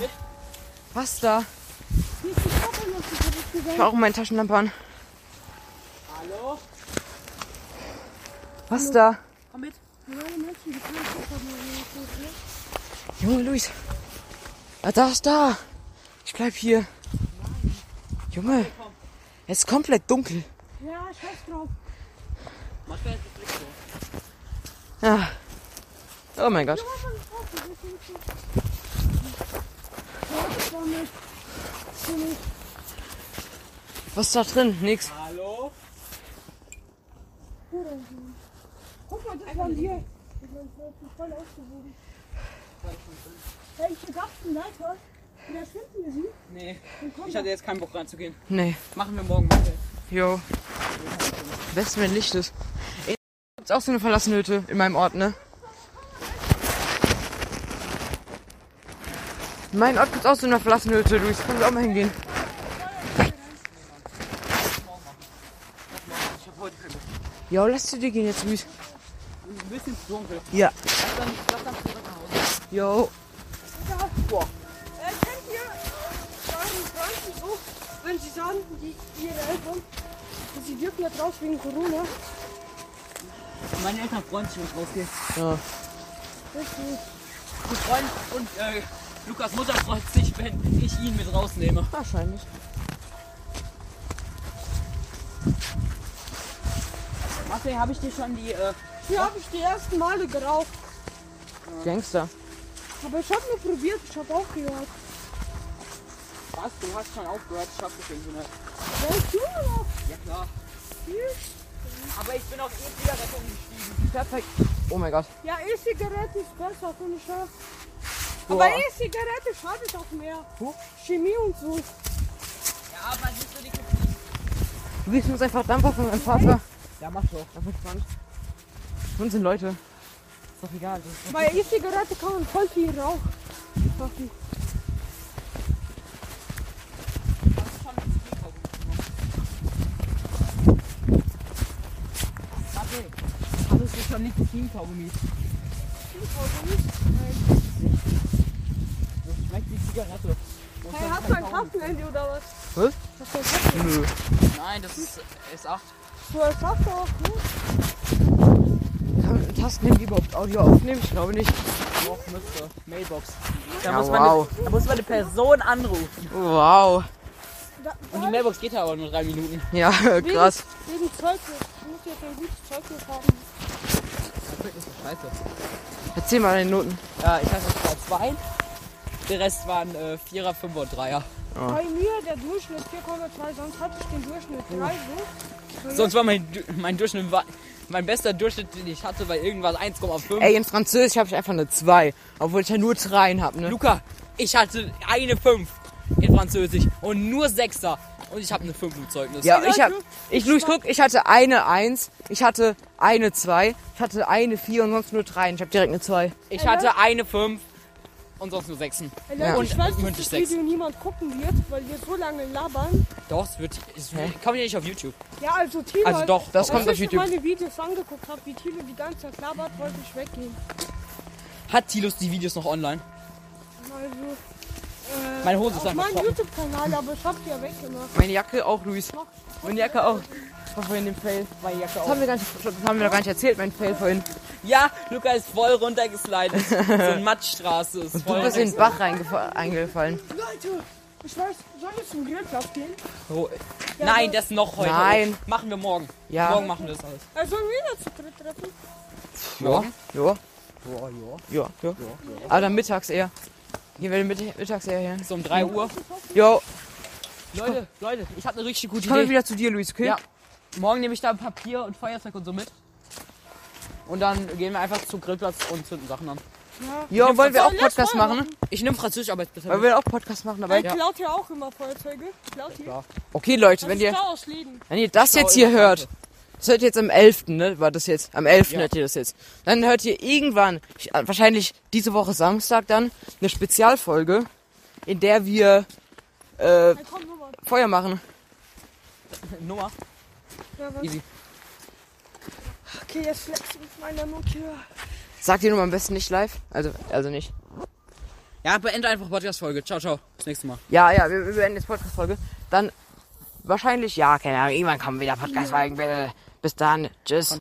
A: Was da?
C: hier ist die Stoppe noch, die hat es
A: Ich
C: gesagt.
A: brauche meine Taschenlampe an.
B: Hallo?
A: Was da?
B: Komm mit.
C: Normale Menschen, die können es einfach mal nicht so, ne?
A: Junge, Luis. Ah, da ist da. Ich bleib hier. Junge. Es ist komplett dunkel.
C: Ja, scheiß drauf.
B: Mach mir jetzt nicht so.
A: Ah. Oh mein Gott.
C: Mach mal die Stoppe, das ist nicht so. Ja, das war nicht. so nicht.
A: Was ist da drin? Nix.
B: Hallo?
C: Guck mal, das waren wir. Ich bin voll ausgewogen. Hey, ich verdachte Leiter. Vielleicht finden wir sie.
B: Nee. Ich hatte jetzt keinen Bock reinzugehen.
A: Nee.
B: Machen wir morgen weiter.
A: Jo. Besten, wenn Licht ist. Ey, gibt's auch so eine verlassene Hütte in meinem Ort, ne? In meinem Ort gibt's auch so eine verlassene Hütte, Luis. Kannst auch mal hingehen. Jo, lass zu dir gehen jetzt, Luis.
B: Ein bisschen zu dunkel.
A: Ja.
B: Lass dann, lass dann zurück nach Hause.
A: Jo.
C: Äh, kennt ihr euren Freunden so, wenn sie sagen, die, ihre Eltern, sie dürfen nicht raus wegen Corona?
B: Meine Eltern freuen sich, wenn ich rausgehe.
A: Ja.
C: Richtig.
B: Gut freuen und äh, Lukas Mutter freut sich, wenn ich ihn mit rausnehme.
A: Wahrscheinlich.
B: Marcel, habe ich dir schon die, äh,
C: Hier habe ich die ersten Male geraucht.
A: Gangster.
C: Aber ich habe nur probiert, ich habe auch gehört.
B: was? Du hast schon aufgehört, ich hab's irgendwie nicht.
C: Weißt du noch?
B: Ja klar. Aber ich bin auf E-Zigaretten gestiegen.
A: Perfekt. Oh mein Gott.
C: Ja, E-Zigarette ist besser, finde ich ja.
A: Boah.
C: Aber E-Zigarette schadet auch mehr.
A: Huh?
C: Chemie und so.
B: Ja, aber siehst du die Kippen?
A: Du gibst uns einfach Dampfer von meinem Vater.
B: Ja, mach doch.
A: Das ist spannend. Uns sind Leute. Ist doch egal.
C: Bei E-Zigarette kann man voll viel Rauch machen.
B: Hast du schon ein Spielkaugummi genommen? Marcel, hattest du schon Nikotinkaugummi? Das schmeckt wie Zigarette. Und
C: Hey,
B: das
C: hast du
B: schmeckt
C: ein
B: Kaugummi.
C: Tastenhandy oder was?
A: Was?
C: Hast du ein Tastenhandy?
A: Nö.
B: Nein, das ist S8.
C: Du hast Tasten auch, ne?
A: Kann man mit Tastenhandy überhaupt Audio aufnehmen? Ich glaube nicht.
B: Doch, müsste. Mailbox. Da,
A: Ja,
B: muss man
A: wow.
B: eine, da muss man eine Person anrufen.
A: Wow.
C: Da,
B: Und die Mailbox geht ja aber nur drei Minuten. *laughs*
A: Ja, *laughs* krass.
C: Wegen, wegen Zeugnis. Ich muss jetzt ein gutes Zeugnis haben.
B: Das ist scheiße.
A: Erzähl mal deine Noten.
B: Ja, ich hatte zwei zwei. Der Rest waren äh, Vierer, Fünfer und Dreier.
C: Bei mir der Durchschnitt 4,2, sonst hatte ich den Durchschnitt 3 so.
B: Sonst war mein, Du- mein Durchschnitt war, mein bester Durchschnitt, den ich hatte, war irgendwas 1,5.
A: Ey, in Französisch habe ich einfach eine 2. Obwohl ich ja nur 3 habe, ne?
B: Luca, ich hatte eine 5 in Französisch und nur Sechser. Und ich habe eine 5 im Zeugnis.
A: Ja, ich hab. Ich, Luis, guck, ich hatte eine 1, ich hatte eine 2, ich hatte eine 4 und sonst nur 3. Ich habe direkt eine 2.
B: Ich hatte eine 5 und sonst nur Sechsen.
C: Ey, Leute,
A: Ja.
C: Äh, ich weiß, dass
B: Mündlich
C: das
B: sechs.
C: Video niemand gucken wird, weil wir so lange labern.
B: Doch, es wird. Es kommt ja nicht auf YouTube.
C: Ja, also Tilo.
B: Also doch, das
C: als
A: kommt auf
C: ich mir
A: YouTube.
C: meine Videos angeguckt habe, wie Tilo die ganze Zeit labert, wollte ich weggehen.
B: Hat Tilos die Videos noch online?
C: Also, äh,
B: Meine Hose ist
C: auf
B: einfach
C: meinem
B: trocken.
C: YouTube-Kanal, aber ich hab die ja weggemacht.
A: Meine Jacke auch, Luis. Meine Jacke auch. War vorhin dem Fail.
B: Meine Jacke
A: Das haben wir, gar nicht, das haben wir noch gar nicht erzählt, mein Fail vorhin.
B: Ja, Luca ist voll runtergeslidet.
A: *laughs*
B: so eine Mattstraße ist voll.
A: Du bist in den Bach reingefa- eingefallen.
C: Leute, ich weiß, soll ich zum Grillplatz gehen?
B: Oh, Nein, das noch heute.
A: Nein.
B: Machen wir morgen.
A: Ja.
B: Morgen machen wir das alles.
C: Äh, sollen wir wieder zu dritt treffen?
A: Ja. Ja.
B: Ja, ja.
A: Ja. ja. Aber dann mittags eher. Gehen wir mitt- mittags eher her.
B: So um 3 Uhr.
A: Jo,
B: Leute, Leute, ich habe eine richtig gute
A: ich komme
B: Idee.
A: wieder zu dir, Luis, okay?
B: Ja. Morgen nehme ich da Papier und Feuerzeug und so mit. Und dann gehen wir einfach zum Grillplatz und zünden Sachen an.
A: Jo, wollen wir auch Podcast
C: mal
A: machen?
B: Ich nehme Französisch, aber jetzt bitte.
A: Wollen wir auch Podcast machen dabei?
C: Weil ja. klaut ja auch immer Feuerzeuge. Klaut ihr?
B: klar.
A: Okay, Leute,
C: Das
A: wenn
C: ist
A: ihr,
C: klar aus Leben.
A: wenn ihr das
B: Schau
A: jetzt hier
B: immer
A: hört,
B: Karte.
A: das hört ihr jetzt am 11., ne? War das jetzt? Am 11.
B: Ja.
A: hört ihr das jetzt. Dann hört ihr irgendwann, ich- äh, wahrscheinlich diese Woche Samstag dann, eine Spezialfolge, in der wir äh,
C: Hey, komm, nochmal.
A: Feuer machen.
B: Nummer.
C: Ja, was?
B: Easy.
C: Okay, jetzt flex ich mit meiner Nokia.
A: Sagt ihr nur mal am besten nicht live. Also, also nicht.
B: Ja, beende einfach Podcast-Folge. Ciao, ciao. Bis nächstes Mal.
A: Ja, ja, wir, wir beenden jetzt Podcast-Folge. Dann wahrscheinlich, ja, keine Ahnung, irgendwann kommen wieder Podcast-Folgen. bitte. Bis dann, tschüss.